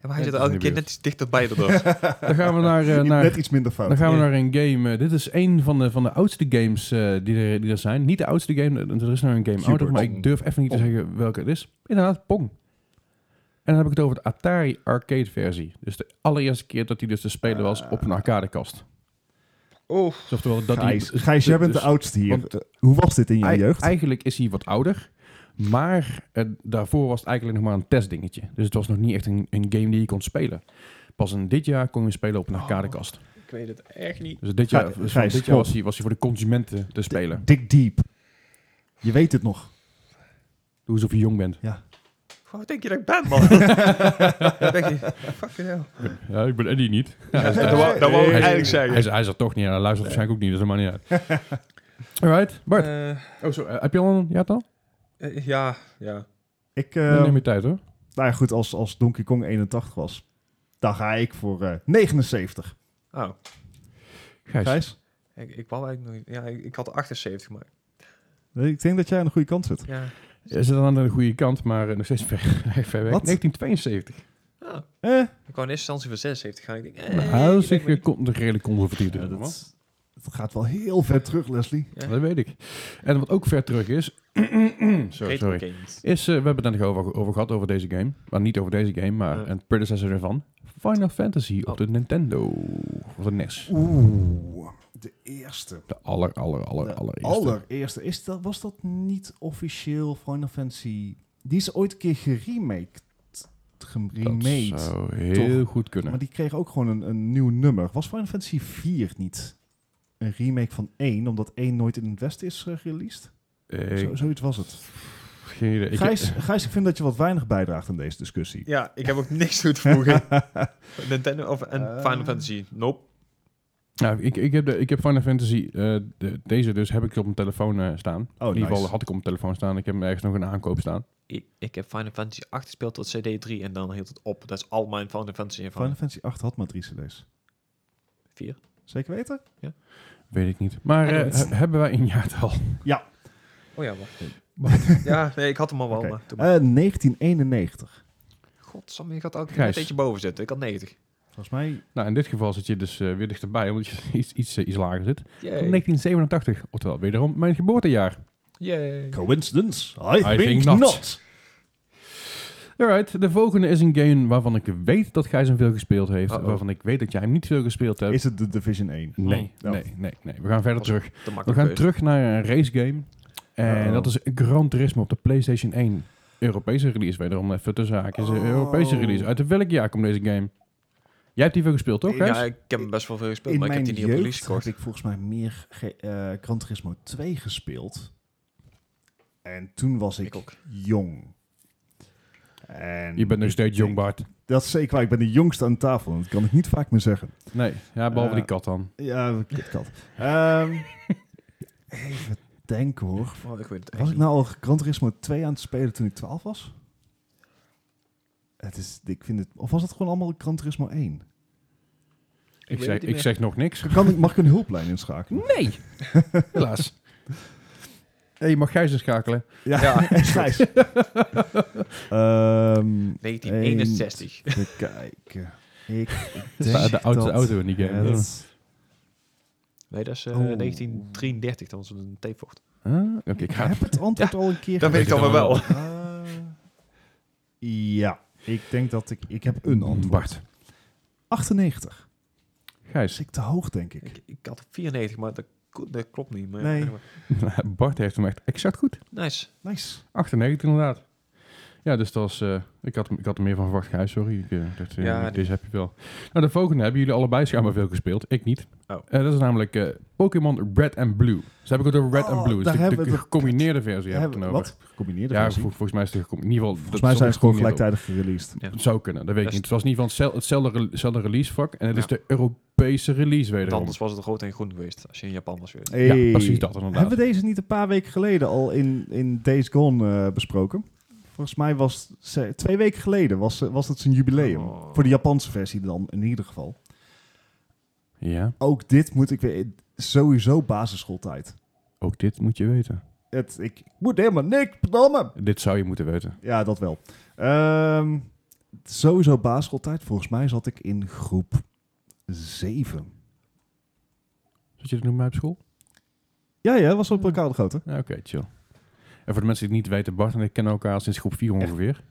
B: Ja, maar
A: Ja, dat
B: hij zit
A: is
B: elke
A: in
B: keer
A: de
B: net
A: buurt.
B: iets dichterbij
C: [laughs]
B: erdoor.
A: Dan gaan we naar... eh, naar
C: net iets minder fout.
A: dan gaan we
B: Ja.
A: naar een game. eh, dit is een van de, van de oudste games eh, die, er, die er zijn. Niet de oudste game. eh, want Er is nou een game
C: Super
A: ouder, maar
C: Pong.
A: ik durf even niet te
C: Pong.
A: zeggen welke het is. Inderdaad, Pong. En dan heb ik het over de Atari Arcade versie. Dus de allereerste keer dat hij dus te spelen was op een
C: Eh.
A: arcadekast.
B: oh,
A: Dus oftewel dat
C: Gijs,
A: hij...
C: Gijs, jij bent
A: dus-
C: de oudste hier.
A: want-
C: Eh, Hoe was dit in je
A: Ei-
C: jeugd?
A: Eigenlijk is hij wat ouder. Maar eh, daarvoor was het eigenlijk nog maar een testdingetje. Dus het was nog niet echt een, een game die je kon spelen. Pas in dit jaar kon je spelen
C: Oh.
A: op een arcadekast.
B: ik weet het echt niet.
A: Dus dit jaar,
C: Gij-
A: dus
C: Gijs,
A: dit jaar was,
C: stop.
A: hij, was hij voor de consumenten te spelen.
C: Dick Deep. Je weet het nog.
A: Doe alsof je jong bent.
B: Hoe denk je dat ik ben,
A: [laughs]
B: man? denk je, fuck hell.
A: Ja, ik ben Eddie niet.
B: Dat wou, dat wou ik
A: Hij-
B: eigenlijk
A: Hij,
B: zeggen.
A: is- hij is er toch niet en hij luistert waarschijnlijk ook niet, dus dat maakt niet uit. Alright, Bart.
B: Eh,
A: oh, zo, eh, heb je al een jaartal?
B: eh, ja, ja.
C: Ik,
A: Dan
C: eh,
A: neem je tijd hoor.
C: nou ja, goed, als, als Donkey Kong 81 was, dan ga ik voor eh, 79.
B: Oh,
A: Gijs.
C: Gijs,
B: ik, ik wou eigenlijk nog... Ja, ik, ik had 78 gemaakt.
C: ik denk dat jij aan de goede kant zit.
B: Ja.
A: Je zit aan de goede kant, maar eh, nog steeds [laughs] ver, ver weg.
C: Wat?
A: 1972.
B: Ah,
C: Eh,
B: ik wou in eerste instantie voor 76 gaan. Ik denk, eh,
A: Nou, dat is
B: ik denk
A: zich
B: maar
A: eh, con- redelijk conservatief. doen, hoor.
C: dat, dat gaat wel heel ver terug, Leslie.
B: Ja.
A: Dat weet ik. En wat ook ver terug is... [clears throat] sorry,
B: niet.
A: sorry.
B: Retro games.
A: Is, eh, we hebben het net nog over, over gehad over deze game. Maar niet over deze game, maar
B: Ja.
A: een predecessor ervan. Final Fantasy op
B: Oh.
A: de Nintendo. Of de E NES.
C: Oeh, de eerste.
A: De aller, aller, aller,
C: De
A: allereerste.
C: allereerste. Is dat, was dat niet officieel Final Fantasy? Die is ooit een keer geremaked.
A: Dat
C: Geremade.
A: zou heel goed kunnen.
C: Maar die kreeg ook gewoon een, een nieuw nummer. Was Final Fantasy 4 niet een remake van 1, omdat 1 nooit in het Westen is eh, released?
A: Eh,
C: Zo, zoiets was het.
A: geen idee. Ik-
C: Gijs, Gijs, ik vind dat je wat weinig bijdraagt aan deze discussie.
A: [laughs] Ah.
B: Ja, ik heb ook niks toe te voegen. Nintendo of en Final Fantasy, nope.
A: [laughs] Nou, ik, ik, heb de, ik heb Final Fantasy, eh, de- deze dus, heb ik op mijn telefoon eh, staan. in ieder geval
C: Oh, nice.
A: had ik op mijn telefoon staan. Ik heb hem ergens nog een aankoop staan.
B: Ik, ik heb Final Fantasy 8 gespeeld tot CD3 en dan hield het op. Dat is al mijn Final Fantasy
C: Final
B: ervaring.
C: Fantasy 8 had maar drie cd's.
B: 4.
C: Zeker weten?
A: Weet ik niet. Maar eh,
B: Alright.
A: he- hebben wij een [laughs] jaartal?
B: Oh ja, [laughs] ja, nee, ik had hem al wel,
C: Oké.
B: maar toen...
C: Eh, 1991.
B: Godsam, je gaat elke keer een
A: Gijs.
B: beetje boven zitten. Ik had 90.
C: Volgens mij...
A: Nou, in dit geval zit je dus eh, weer dichterbij, omdat je [laughs] iets, iets, eh, iets lager zit.
B: Yay.
A: 1987, oftewel wederom mijn geboortejaar.
B: Yay.
C: Coincidence? I,
A: think not. Alright, de volgende is een game waarvan ik weet dat Gijs hem veel gespeeld heeft.
B: Uh-oh.
A: Waarvan ik weet dat jij hem niet veel gespeeld hebt.
C: Is het de Division 1?
A: Nee,
C: Oh.
A: nee, nee, nee. We gaan verder
B: Was-
A: terug.
B: Te
A: We
B: makkelijk
A: gaan
B: keuze.
A: terug naar een race game. En
C: Uh-oh.
A: dat is Gran Turismo op de PlayStation 1. Europese release, wederom even tussen haakjes. Een
C: Oh.
A: Europese release. Uit welk jaar komt deze game? Jij hebt die veel gespeeld, toch Gijs?
B: Ja, ik heb hem best wel veel gespeeld,
C: In
B: maar ik heb
C: mijn
B: die niet op release
C: jeugd
B: gekocht.
C: heb ik volgens mij meer ge- eh, Gran Turismo 2 gespeeld. En toen was ik,
B: Ik ook.
C: jong. En
A: Je bent nog
C: ik
A: steeds jong,
C: denk-
A: Bart.
C: Dat is zeker waar. Ik ben de jongste aan tafel. en Dat kan ik niet vaak meer zeggen.
A: Nee, ja, behalve
C: Eh,
A: die kat dan.
C: Ja, kutkat. Ehm [laughs] even denken hoor.
B: Oh, ik weet het echt
C: Was ik
B: niet.
C: nou al Gran Turismo 2 aan het spelen toen ik 12 was? Het is, ik vind het, of was het gewoon allemaal Gran Turismo 1?
B: weet
A: Ik,
B: het
A: zeg,
B: niet
A: ik
B: meer.
A: zeg nog niks.
C: Kan ik, mag ik een hulplijn inschakelen?
A: Nee, helaas. Hey, je mag Gijs eens schakelen.
C: Ja, [laughs]
B: Ja, [laughs]
C: en Gijs. Ehm,
B: 1961. [laughs]
C: even kijken. Ik
A: Dat is de- de oudste
C: dat
A: auto in die game.
C: het-
B: Nee, dat is eh,
C: Oh.
B: 1933, dan was het een theevocht.
A: Huh? Oké, ik
C: Ik
A: ga...
C: heb het antwoord al een keer.
B: Dat weet ik
A: weet
B: dan
A: ik
B: wel.
A: allemaal
C: ge- Eh, ja, ik denk dat ik... Ik heb een antwoord.
A: [laughs]
C: [laughs]
A: Bart.
C: 98.
A: Gijs.
C: Is ik te hoog, denk ik.
B: Ik, ik had 94, maar dat, ko- dat klopt niet. Maar
C: Nee.
A: Bart heeft hem echt exact goed.
B: Nice.
C: Nice.
A: 98 inderdaad. Ja, dus dat was... eh, ik, had, hem- ik had er meer van verwacht, Gijs. Sorry. Ik eh, dacht, eh,
B: Ja, nee.
A: deze heb je wel. Nou, de volgende hebben jullie allebei schijnbaar veel gespeeld. Ik niet.
B: Oh.
A: Eh, dat is namelijk eh, Pokémon Red and Blue. Dus heb ik het over Red
C: Oh,
A: and Blue. Dus
C: daar
A: de,
C: hebben
A: de
C: we het-
A: gecombineerde versie heb ik
C: Hebben-
A: het dan over.
C: wat? Gecombineerde
A: Ja,
C: versie?
A: vol- volgens mij is het gecombineerd. In ieder geval...
C: Volgens
A: dat
C: mij zijn
A: stond
C: ze gewoon
A: er gecombineerd op.
C: gelijktijdig
B: Ja.
C: gereleased.
A: Het zou kunnen, dat weet ik
B: Best-
A: niet. Het was in ieder geval hetzel- hetzelfde, re- hetzelfde release vak. En het is
B: Ja.
A: de Europese release
B: Want
A: wederom.
B: anders was het rood en groen geweest, als je in Japan was geweest.
A: Ja,
C: Hey.
A: precies dat inderdaad.
C: Hebben we deze niet een paar weken geleden al in, in Days Gone eh, besproken? Volgens mij was ze, twee weken geleden was, ze- was het zijn jubileum.
B: Oh.
C: Voor de Japanse versie dan, in ieder geval.
A: Ja,
C: Ook dit moet ik weer... Sowieso basisschooltijd.
A: ook dit moet je weten.
C: Het, ik moet helemaal niks, verdomme!
A: Dit zou je moeten weten.
C: Ja, dat wel. Ehm, sowieso basisschooltijd. Volgens mij zat ik in groep 7.
A: Zat je dat nu maar op school?
C: Ja, ja, was op elkaar de grote.
A: Ja, Oké, chill. En voor de mensen die het niet weten, Bart en ik kennen elkaar sinds groep 4 ongeveer.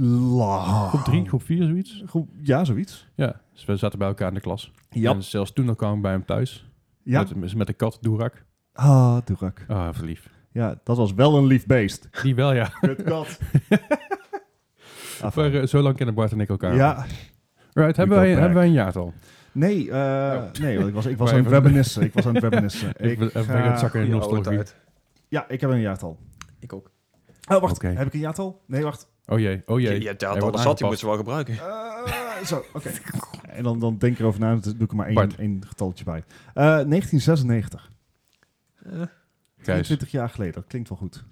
C: La.
A: Groep 3, groep 4, zoiets.
C: Groep- ja, zoiets.
A: Ja, dus we zaten bij elkaar in de klas.
C: Ja.
A: En zelfs toen al kwam ik bij hem thuis.
C: Ja.
A: Met, met de kat, Doerak.
C: Ah, Durak.
A: Ah, verliefd.
C: Ja, dat was wel een lief
A: [laughs]
C: beest.
A: Die wel, ja.
C: [laughs]
A: [laughs]
C: Kutkat. Ah,
A: Maar eh, zo lang kennen Bart en ik elkaar.
C: ja,
A: Right, hebben
C: We
A: wij,
C: go back.
A: hebben wij een jaartal?
C: nee, eh, nee, want ik was, ik was
A: Maar
C: aan het
A: even-
C: webinissen. Ik was aan het
A: [laughs]
C: webinissen.
A: Ik ben- ben ik
C: ga-
A: het zakken in
B: Goeie oude
A: nostalgie.
B: tijd.
C: Ja, ik heb een jaartal.
B: Ik ook.
C: Oh, wacht.
A: Oké.
C: Heb ik een jaartal? Nee, wacht.
A: Oh jee, oh
B: Je,
A: jee.
B: je had al
A: Hij wordt
B: alles zat, die
A: aangepast.
B: moeten ze wel gebruiken.
C: Eh, zo, oké.
A: [laughs]
C: En dan, dan denk ik erover na, dan doe ik er maar
A: Bart.
C: één, één getalletje bij. Eh, 1996.
B: Eh,
A: Gijs.
C: 22 jaar geleden, dat klinkt wel goed.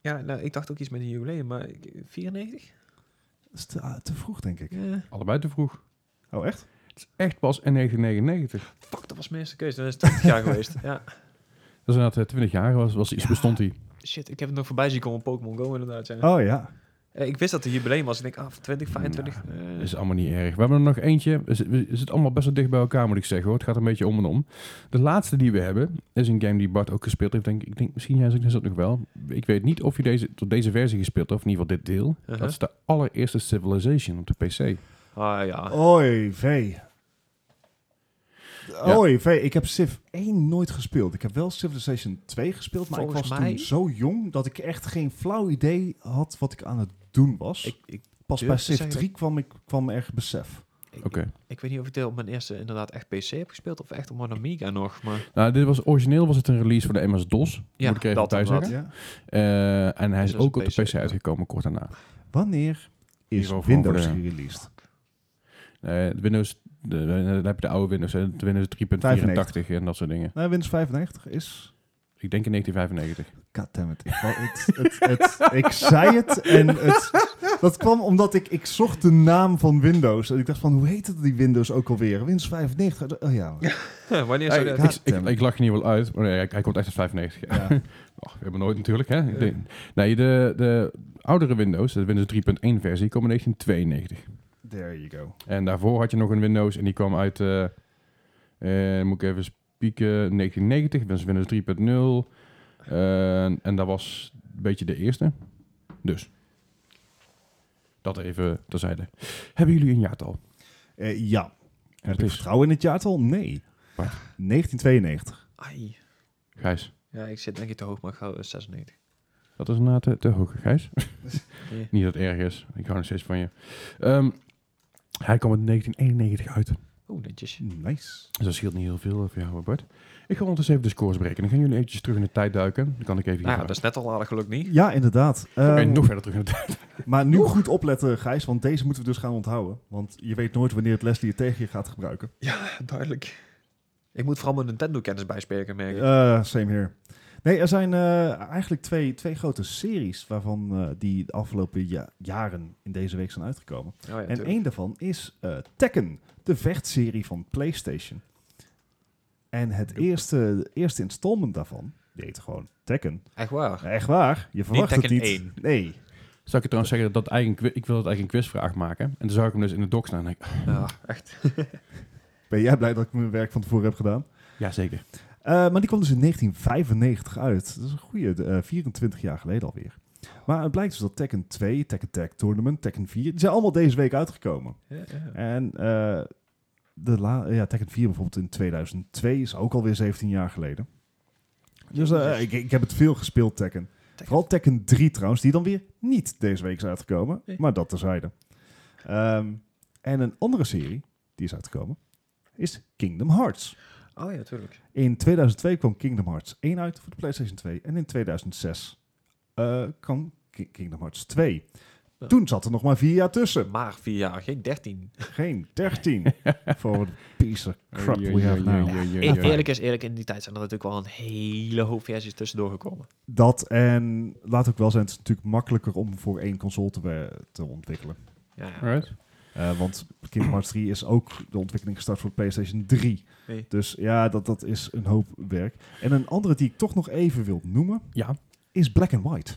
B: ja, nou, ik dacht ook iets met een jubileum, maar ik- Eh, 94?
C: Dat is te, ah, te vroeg, denk ik.
B: Ja.
A: Allebei te vroeg.
C: Oh, echt?
A: Het is echt pas in 1999.
B: Fuck, dat was mijn eerste keuze. Dat is 20 jaar geweest. Ja.
A: Dat is inderdaad eh, 20 jaar was, was iets bestond hij.
B: Shit, ik heb het nog voorbij zien komen op Pokémon Go inderdaad. Ja.
C: Oh ja.
B: Eh, ik wist dat het jubileum was. Ik denk, ah, 20, 25. eh,
A: Dat is allemaal niet erg. We hebben er nog eentje. We zi- we zitten allemaal best wel dicht bij elkaar, moet ik zeggen. Hoor. Het gaat een beetje om en om. De laatste die we hebben is een game die Bart ook gespeeld heeft. Denk, ik Ik denk misschien jij zegt dat nog wel. Ik weet niet of je deze, tot deze versie gespeeld hebt, of in ieder geval dit deel.
B: Uh-huh.
A: Dat is de allereerste Civilization op de PC.
B: Ah
C: Oh,
B: ja.
C: Oi, V. Oi, V. Ik heb Civ 1 nooit gespeeld. Ik heb wel Civilization 2 gespeeld, maar ik
B: Volgens
C: was
B: mij-
C: toen zo jong dat ik echt geen flauw idee had wat ik aan het doen was.
B: Ik, ik,
C: Pas
B: durf
C: bij
B: te
C: Civ
B: zeggen
C: 3 kwam, ik, kwam er besef.
B: ik,
A: Oké.
B: ik weet niet of ik dit op mijn eerste inderdaad echt PC heb gespeeld of echt op mijn Amiga nog.
A: [laughs]
B: Maar [laughs]
A: Nou, dit was origineel was het een release voor de MS-DOS.
B: Ja,
A: moet ik er even
B: dat
A: bij
B: inderdaad.
A: zeggen.
C: Ja.
A: Eh, en hij is
B: Dus dat is
A: ook op de
B: PC,
A: PC
B: ja.
A: uitgekomen kort daarna.
C: Wanneer is
A: Hierover
C: Windows
A: over de-
C: gereleased?
A: Eh, Windows de, dan heb je de oude Windows, hè, de Windows 3.84 en dat soort dingen.
C: Nou, Windows 95 is...
A: Ik denk in 1995.
C: Goddammit. Ik, wou- het, het, het, ik zei het en het... Dat kwam omdat ik, ik zocht de naam van Windows. En ik dacht van, hoe heet het die Windows ook alweer? Windows 95? Oh ja.
B: Wanneer
A: Hey,
B: zou
A: ik,
B: de...
A: ik, ik, lach je niet wel uit. maar nee, hij, hij komt echt uit 95. Ja.
C: Ja.
A: Och, helemaal nooit natuurlijk. Hè? Ik denk- nee, de, de oudere Windows, de Windows 3.1 versie, kwam in 1992.
C: [laughs] There you go.
A: En daarvoor had je nog een Windows en die kwam uit, eh, eh, moet ik even spieken, 1990, Windows- Windows 3.0. Eh, en dat was een beetje de eerste. Dus, dat even terzijde. Hebben jullie een jaartal?
C: Eh, ja.
A: En
C: Heb ik vertrouwen in het jaartal? Nee.
A: Wat?
C: 1992.
B: Ai.
A: Gijs.
B: Ja, ik zit denk ik te hoog, maar ik hou eh, 96.
A: Dat is inderdaad te, te hoog, Gijs.
B: Nee.
A: Niet dat het erg is. Ik hou nog steeds van je. Ehm, hij kwam in 1991 uit.
B: Oeh, netjes.
C: Nice.
A: Dus dat scheelt niet heel veel voor jou, Bart. Ik ga ondertussen even de scores breken. Dan gaan jullie eventjes terug in de tijd duiken. Dan kan ik even hier
B: Nou, ja,
A: vragen.
B: dat is net al aardig geluk
C: [laughs]
B: niet.
C: Ja, inderdaad.
A: Dan kan je
C: Ehm,
A: nog verder terug in de tijd.
C: Maar nu goed opletten, Gijs, want deze moeten we dus gaan onthouden. Want je weet nooit wanneer het Leslie het tegen je gaat gebruiken.
B: Duidelijk. Ik moet vooral mijn Nintendo-kennis bijspreken, merk ik.
C: Eh, same here. Nee, er zijn eh, eigenlijk twee, twee grote series waarvan eh, die de afgelopen ja- jaren in deze week zijn uitgekomen.
B: Oh, ja,
C: en één daarvan is eh, Tekken, de vechtserie van PlayStation. En het eerste, de eerste installment daarvan, die heet gewoon Tekken.
B: Echt waar.
C: Echt waar, je verwacht
B: Tekken
C: het niet.
B: 1.
C: Nee,
A: Zou ik je trouwens zeggen dat dat eigenlijk, een qui- ik wil dat eigenlijk een quizvraag maken. En dan zou ik hem dus in de doc staan. En ik,
B: Ja, echt.
C: ben jij blij dat ik mijn werk van tevoren heb gedaan?
A: "Oh, ja, zeker.
C: Eh, maar die kwam dus in 1995 uit. Dat is een goede, eh, 24 jaar geleden alweer. Maar het blijkt dus dat Tekken 2, Tekken Tag Tournament, Tekken 4... Die zijn allemaal deze week uitgekomen.
B: Ja, ja.
C: En eh, de la ja, Tekken 4 bijvoorbeeld in 2002 is ook alweer 17 jaar geleden. Dus eh, ik, ik heb het veel gespeeld, Tekken. Vooral Tekken 3 trouwens, die dan weer niet deze week is uitgekomen.
B: Nee.
C: Maar dat terzijde. Ehm en een andere serie die is uitgekomen is Kingdom Hearts.
B: Oh ja, tuurlijk.
C: In 2002 kwam Kingdom Hearts 1 uit voor de PlayStation 2. En in 2006 eh, kwam Ki- Kingdom Hearts 2.
B: Ja.
C: Toen zat er nog maar vier jaar tussen.
B: Maar vier jaar, geen 13.
C: Geen 13. Voor de piece of crap we have now.
B: Eerlijk is eerlijk, in die tijd zijn er natuurlijk wel een hele hoop versies tussendoor gekomen.
C: Dat en laat ook wel zijn, het is natuurlijk makkelijker om voor één console te, we- te ontwikkelen.
B: Ja, ja.
A: Alright.
C: Eh, want Kingdom Hearts 3 is ook de ontwikkeling gestart voor PlayStation 3.
B: Nee.
C: Dus ja, dat, dat is een hoop werk. En een andere die ik toch nog even wil noemen
A: Ja.
C: is Black and White.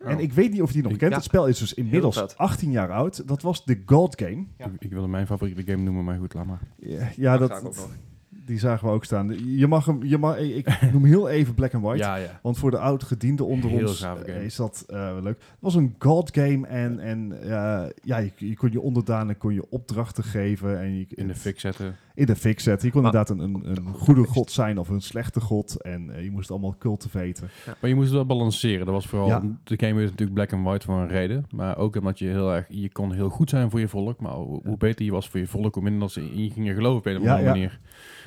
C: En
A: Oh.
C: ik weet niet of je die nog
A: Ik-
C: kent.
B: ja.
C: Het spel is dus
B: Heel vet.
C: inmiddels 18 jaar oud. Dat was de God Game.
B: Ja.
A: Ik, ik wilde mijn favoriete game noemen, maar goed, laat maar.
C: Ja, ja,
B: ga ik ook
C: dat,
B: nog.
C: die zagen we ook staan. Je mag hem, je mag, ik noem heel even Black and White.
A: Ja, ja.
C: Want voor de oud-gediende onder
A: Heel
C: ons
A: gave
C: eh,
A: game.
C: is dat eh, leuk. Het was een god game en, en eh, ja, je, je kon je onderdanen kon je opdrachten geven. En je,
A: In de Ah. fik zetten.
C: in de fik zetten. Je kon
B: Maar-
C: inderdaad een, een, een goede god zijn of een slechte god. En eh, je moest allemaal cultivaten.
A: Maar je moest het wel balanceren. Dat was vooral...
C: Ja.
A: De game is natuurlijk black and white voor een reden. Maar ook omdat je heel erg... Je kon heel goed zijn voor je volk. Maar hoe, hoe beter je was voor je volk, hoe minder dat ze in je gingen geloven op een of
C: Ja,
A: andere
C: ja.
A: manier.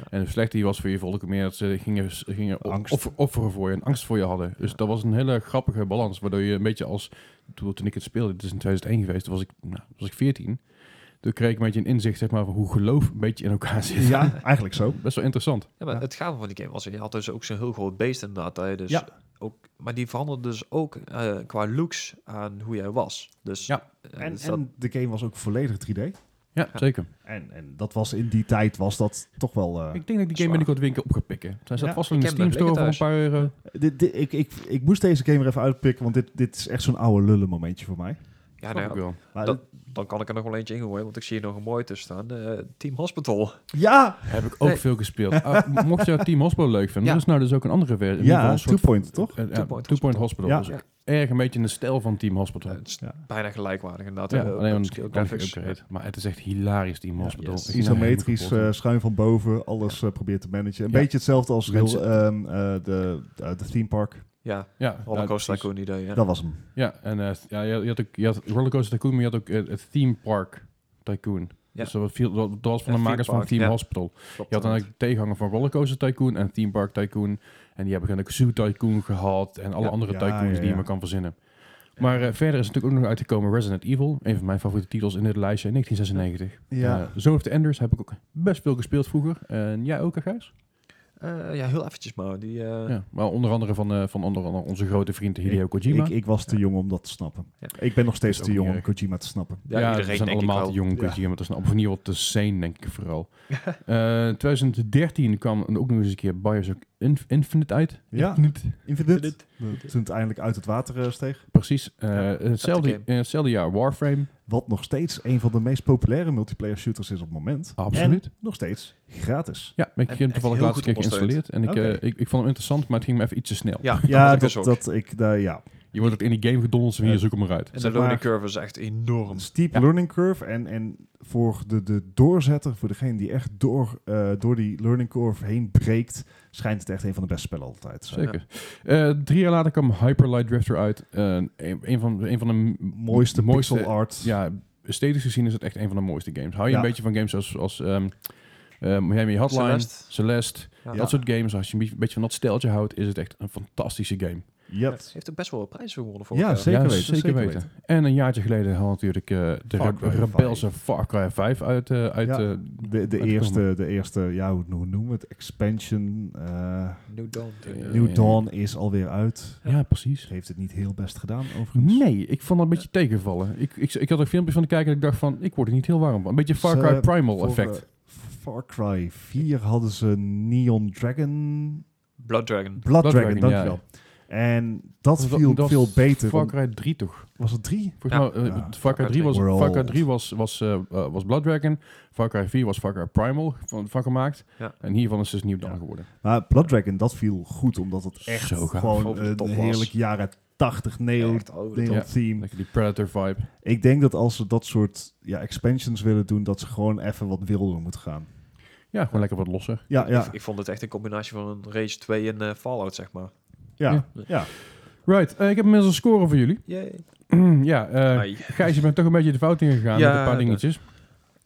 A: En hoe slechter je was voor je volk, hoe meer dat ze gingen, gingen op-
C: Angst.
A: offer- offeren voor je en angst voor je hadden. Dus dat was een hele grappige balans. Waardoor je een beetje als... Toen toen ik het speelde, het is in 2001 geweest, toen was ik, nou, toen was ik 14. Toen kreeg ik een beetje een inzicht zeg maar, van hoe geloof een beetje in elkaar zit.
C: Ja, eigenlijk
A: [laughs]
C: zo.
A: Best wel interessant.
B: Ja, maar
C: Ja.
B: het gave van die game was, je had dus ook zo'n heel groot beest inderdaad. Hè, dus
A: Ja.
B: ook, maar die veranderde dus ook eh, qua looks aan hoe jij was. Dus,
A: Ja.
B: eh,
C: En,
B: dus dat-
C: en de game was ook volledig 3D.
A: Ja, zeker.
C: En, en dat was in die tijd was dat toch wel... eh,
A: Ik denk dat ik die
B: Zwaar.
A: game binnenkort winkel op ga pikken. Zijn ze
C: Ja,
A: dat vast wel in
B: ik
A: de
B: ken
A: Steam Store
B: dat.
A: voor
B: Lekker
A: een paar eh, euro?
C: dit, dit- ik, ik, ik moest deze game er even uitpikken, want dit, dit is echt zo'n oude lullen momentje voor mij.
B: ja, nou ja,
A: Ook wel.
C: Maar
B: Dat- dan kan ik er nog wel eentje in gooien, want ik zie hier nog een mooi tussen staan. Eh, Team Hospital.
C: Ja!
A: Heb ik ook
B: [laughs] Nee.
A: veel gespeeld. Ah, m- mocht je Team Hospital leuk vinden,
B: Ja.
A: dat is nou dus ook een andere versie. In ieder
C: Ja,
A: geval een
C: two
A: soort-
C: point, toch?
A: eh, ja, Two
B: Two Point
A: Point,
B: Hospital.
A: Hospital.
C: Ja.
A: Dat is erg een beetje in de stijl van Team Hospital.
B: Eh, het is
C: Ja.
B: bijna gelijkwaardig inderdaad.
A: ja,
B: Eh,
A: alleen een
B: upscale
A: klein
B: graphics.
A: upgrade. Maar het is echt hilarisch, Team
B: Ja,
A: Hospital.
B: yes.
A: Ik ben
C: Isometrisch,
A: helemaal
C: eh,
A: kapot.
C: schuin van boven, alles eh, probeert te managen. Een
A: Ja.
C: beetje hetzelfde als Rail,
A: Mensen-
C: ehm, eh, de, eh, de theme park.
B: Ja,
A: ja,
B: Rollercoaster
A: ja, precies.
B: Tycoon idee. Ja.
C: Dat was hem.
A: Ja, en eh, ja, je, je had ook, je had Rollercoaster Tycoon, maar je had ook eh, het Theme Park Tycoon.
B: Ja.
A: Dus dat, was veel- dat was van
B: Ja,
A: de makers
B: Theme
A: van
B: Park,
A: Team
B: ja.
A: Hospital. Je
B: Klopt,
A: had dan
B: inderdaad.
A: eigenlijk tegenhanger van Rollercoaster Tycoon en Theme Park Tycoon. En die hebben dan ook Zoo Tycoon gehad en alle
B: Ja.
A: andere
C: Ja,
A: tycoons
C: ja,
A: die je
C: ja.
A: maar kan verzinnen. Maar eh, verder is natuurlijk ook nog uitgekomen Resident Evil. Een van mijn favoriete titels in dit lijstje, 1996.
C: Ja.
A: Eh, Zone of the Enders heb ik ook best veel gespeeld vroeger. En jij ook, hè, Gijs?
B: Eh, ja, heel eventjes maar. Die, eh,
A: Ja. Maar onder andere van, eh, van onder andere onze grote vriend Hideo Kojima.
C: Ik, ik was te jong om dat te snappen.
B: Ja.
C: Ik ben nog steeds
A: Is
C: te
A: ook
C: jong
A: niet
C: om Kojima te snappen.
B: ja,
A: Ja,
B: iedereen
A: we zijn
B: denk ik
A: allemaal te
B: wel.
A: jong,
C: Ja.
A: ja. maar dat is een, of in ieder geval te sane, denk ik
B: [laughs]
A: vooral. Eh 2013 kwam ook nog eens een keer Bioshock Inf- Infinite uit.
C: Ja,
A: Niet.
C: Infinite. Toen het eindelijk uit het water eh, steeg.
A: Precies. Eh, hetzelfde,
B: game.
A: eh, hetzelfde jaar Warframe.
C: Wat nog steeds een van de meest populaire multiplayer shooters is op het moment.
A: Absoluut.
C: En nog steeds gratis.
A: Ja, maar ik
B: En
A: heb hem
B: echt
A: toevallig
B: heel
A: laatst een
B: goed
A: keer geïnstalleerd. En ik,
C: Oké.
A: eh, ik, ik vond hem interessant, maar het ging me even iets te snel.
B: Ja,
C: Ja,
B: dat,
C: dat,
B: is ook.
C: dat, ik, daar ja.
A: Je wordt ook in die game gedonderd en hier
C: Ja.
A: zoek hem eruit.
B: en de
C: zeg
B: learning
C: maar-
B: curve is echt enorm.
C: Een steep
A: Ja.
C: learning curve. En, en voor de, de doorzetter, voor degene die echt door, eh, door die learning curve heen breekt, schijnt het echt een van de beste spellen altijd te zijn.
A: Zeker. Eh, drie jaar later kwam Hyper Light Drifter uit. Eh, een, een van, een van de m-
C: Mooiste, pixel art.
A: Ja, esthetisch gezien is het echt een van de mooiste games. Hou je
C: Ja.
A: een beetje van games als, als ehm, eh, Miami Hotline,
B: Celeste.
A: Celeste,
B: Ja.
A: dat soort games. Als je een beetje- beetje van dat steltje houdt, is het echt een fantastische game.
C: Ja.
B: Ze heeft er best wel wat prijzen gewonnen voor.
C: Ja,
B: elkaar.
C: zeker
A: Ja,
C: weten. zeker
A: En een jaartje geleden had natuurlijk eh, de
C: Far
A: rebe-
C: Cry
A: rebelse Far Cry 5 uit, eh, uit
C: Ja.
A: eh,
C: De, de,
A: Maar die
C: eerste, de eerste, ja, hoe, hoe noemen we het? Expansion. eh,
B: New Dawn.
A: Eh,
C: New Dawn is alweer uit.
A: ja, precies.
C: Ze heeft het niet heel best gedaan, overigens.
A: Nee, ik vond dat een beetje tegenvallen. Ik, ik, ik had er filmpjes van te kijken en ik dacht van, ik word er niet heel warm van. Een beetje Far
C: Ze-
A: Cry Primal
C: Voor,
A: effect.
C: eh, Far Cry 4 hadden ze Neon Dragon.
B: Blood Dragon.
C: Blood,
A: Blood
C: Dragon,
A: Dragon,
C: dankjewel. En dat
A: Was dat-
C: viel
A: dat was
C: veel beter.
A: Far
C: want-
A: Cry 3 toch?
C: was het 3?
A: Volgens
B: Ja.
A: mij, eh,
C: Ja.
A: Far Cry 3 was,
C: We're
A: Far Cry
C: old.
A: 3 was, was, eh, eh, was Blood Dragon. Far Cry 4 was Far Cry Primal van, van gemaakt.
B: Ja.
A: En hiervan is dus nieuw dan
C: Ja.
A: geworden.
C: Maar Blood Dragon, dat viel goed, omdat het echt
A: Zo gaaf.
C: gewoon
B: Over de top
C: een
B: was.
C: heerlijk jaren 80 neo,
B: Echt over de
C: neo
A: top.
C: theme.
A: Lekker die Predator vibe.
C: Ik denk dat als ze dat soort ja, expansions willen doen, dat ze gewoon even wat wilder moeten gaan.
A: Ja, gewoon lekker wat losser.
C: Ja, ja,
B: Ik, ik vond het echt een combinatie van een Rage 2 en eh, Fallout, zeg maar.
C: ja.
B: Ja.
C: ja.
A: Right, eh, ik heb inmiddels een score voor jullie.
B: Yay.
A: ja, eh
B: Ai.
A: Gijs, je bent toch een beetje de fout ingegaan
B: Ja,
A: met een paar dingetjes.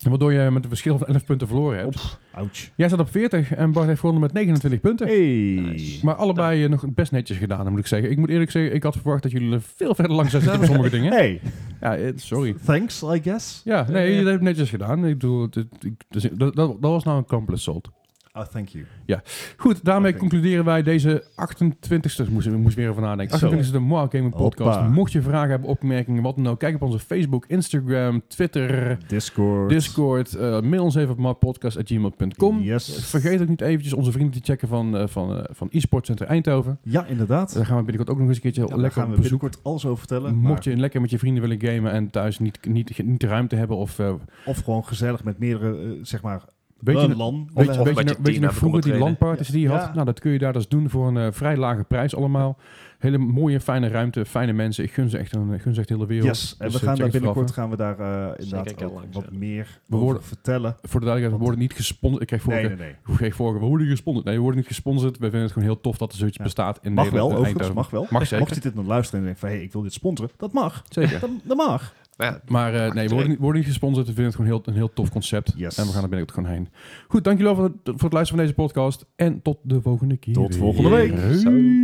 A: Waardoor je met een verschil van 11 punten verloren hebt.
C: Ouch.
A: Jij staat op 40 en Bart heeft gewonnen met 29 punten.
C: Hey.
B: Nice.
A: Maar allebei eh, nog best netjes gedaan, moet ik zeggen. Ik moet eerlijk zeggen, ik had verwacht dat jullie er veel verder langs zouden zitten op
C: [laughs]
A: sommige dingen.
C: Hey,
A: Ja, eh, sorry.
C: thanks, I guess.
A: Ja, nee,
B: ja.
A: jullie hebben het netjes gedaan. Ik bedoel, het- het- ik- dus ik- dat, dat, dat was nou een complete assault.
C: Oh, thank you.
A: Goed, daarmee
C: Oké.
A: concluderen wij deze 28ste. Moest, moest weer even nadenken.
C: Zo.
A: 28ste Moa Gaming Podcast.
C: Hoppa.
A: Mocht je vragen hebben, opmerkingen, wat dan ook, kijk op onze Facebook, Instagram, Twitter,
C: Discord.
A: Discord. eh, mail ons even op mapodcast.gmail.com.
C: Yes.
A: Vergeet ook niet eventjes onze vrienden te checken van, eh, van, eh, van eSport Center Eindhoven.
C: Ja, inderdaad.
A: Daar gaan we binnenkort ook nog eens een keertje
C: Ja, daar
A: lekker
C: gaan
A: op
C: we
A: bezoek.
C: binnenkort alles over vertellen. maar-
A: Mocht je lekker met je vrienden willen gamen en thuis niet, niet, niet de ruimte hebben of... eh,
C: Of gewoon gezellig met meerdere, eh, zeg maar,
A: nou- weet je,
C: een LAN.
A: Weet je,
C: Of-
A: weet je, nog-
B: met je
A: weet je
B: team
A: nog
B: even
A: vroeger die
B: komen trainen.
A: landparties die je had?
C: Ja.
A: Nou, dat kun je daar dus doen voor een eh, vrij lage prijs allemaal. Hele mooie, fijne ruimte, fijne mensen. Ik gun ze echt, een, ik gun ze echt de hele wereld.
C: Yes, en
A: Dus,
C: we
A: eh,
C: gaan
A: check
C: daar
A: het
C: binnenkort
A: vooraf,
C: gaan we daar eh,
B: een
C: inderdaad
B: keer
C: ook
B: langs,
C: wat
B: ja.
C: meer
A: We
C: over
A: worden-
C: vertellen.
A: hè. Voor de duidelijkheid, we worden niet gesponsord. Ik kreeg vorige,
C: Nee, nee, nee.
A: ik kreeg vorige we worden niet gesponsord. Nee, we worden niet gesponsord. We vinden het gewoon heel tof dat er zoiets
C: Ja.
A: bestaat in
C: Mag wel,
A: Nederland. en
C: overigens,
A: Eindhoven.
C: mag wel.
A: Mag zeker.
C: Mocht je dit nog luisteren en denken van, hé, hey, ik wil dit sponsoren, dat mag.
A: Zeker.
C: Dat, dat mag.
B: Maar ja,
A: Maar eh, nee, we worden, niet- we worden niet gesponsord. We vinden het gewoon heel, een heel tof concept.
C: Yes.
A: En we gaan er binnenkort gewoon heen. Goed, dankjewel voor het, voor het luisteren van deze podcast. En tot de volgende keer.
C: Tot
A: weer.
C: volgende week.
A: Hey.
B: Zo.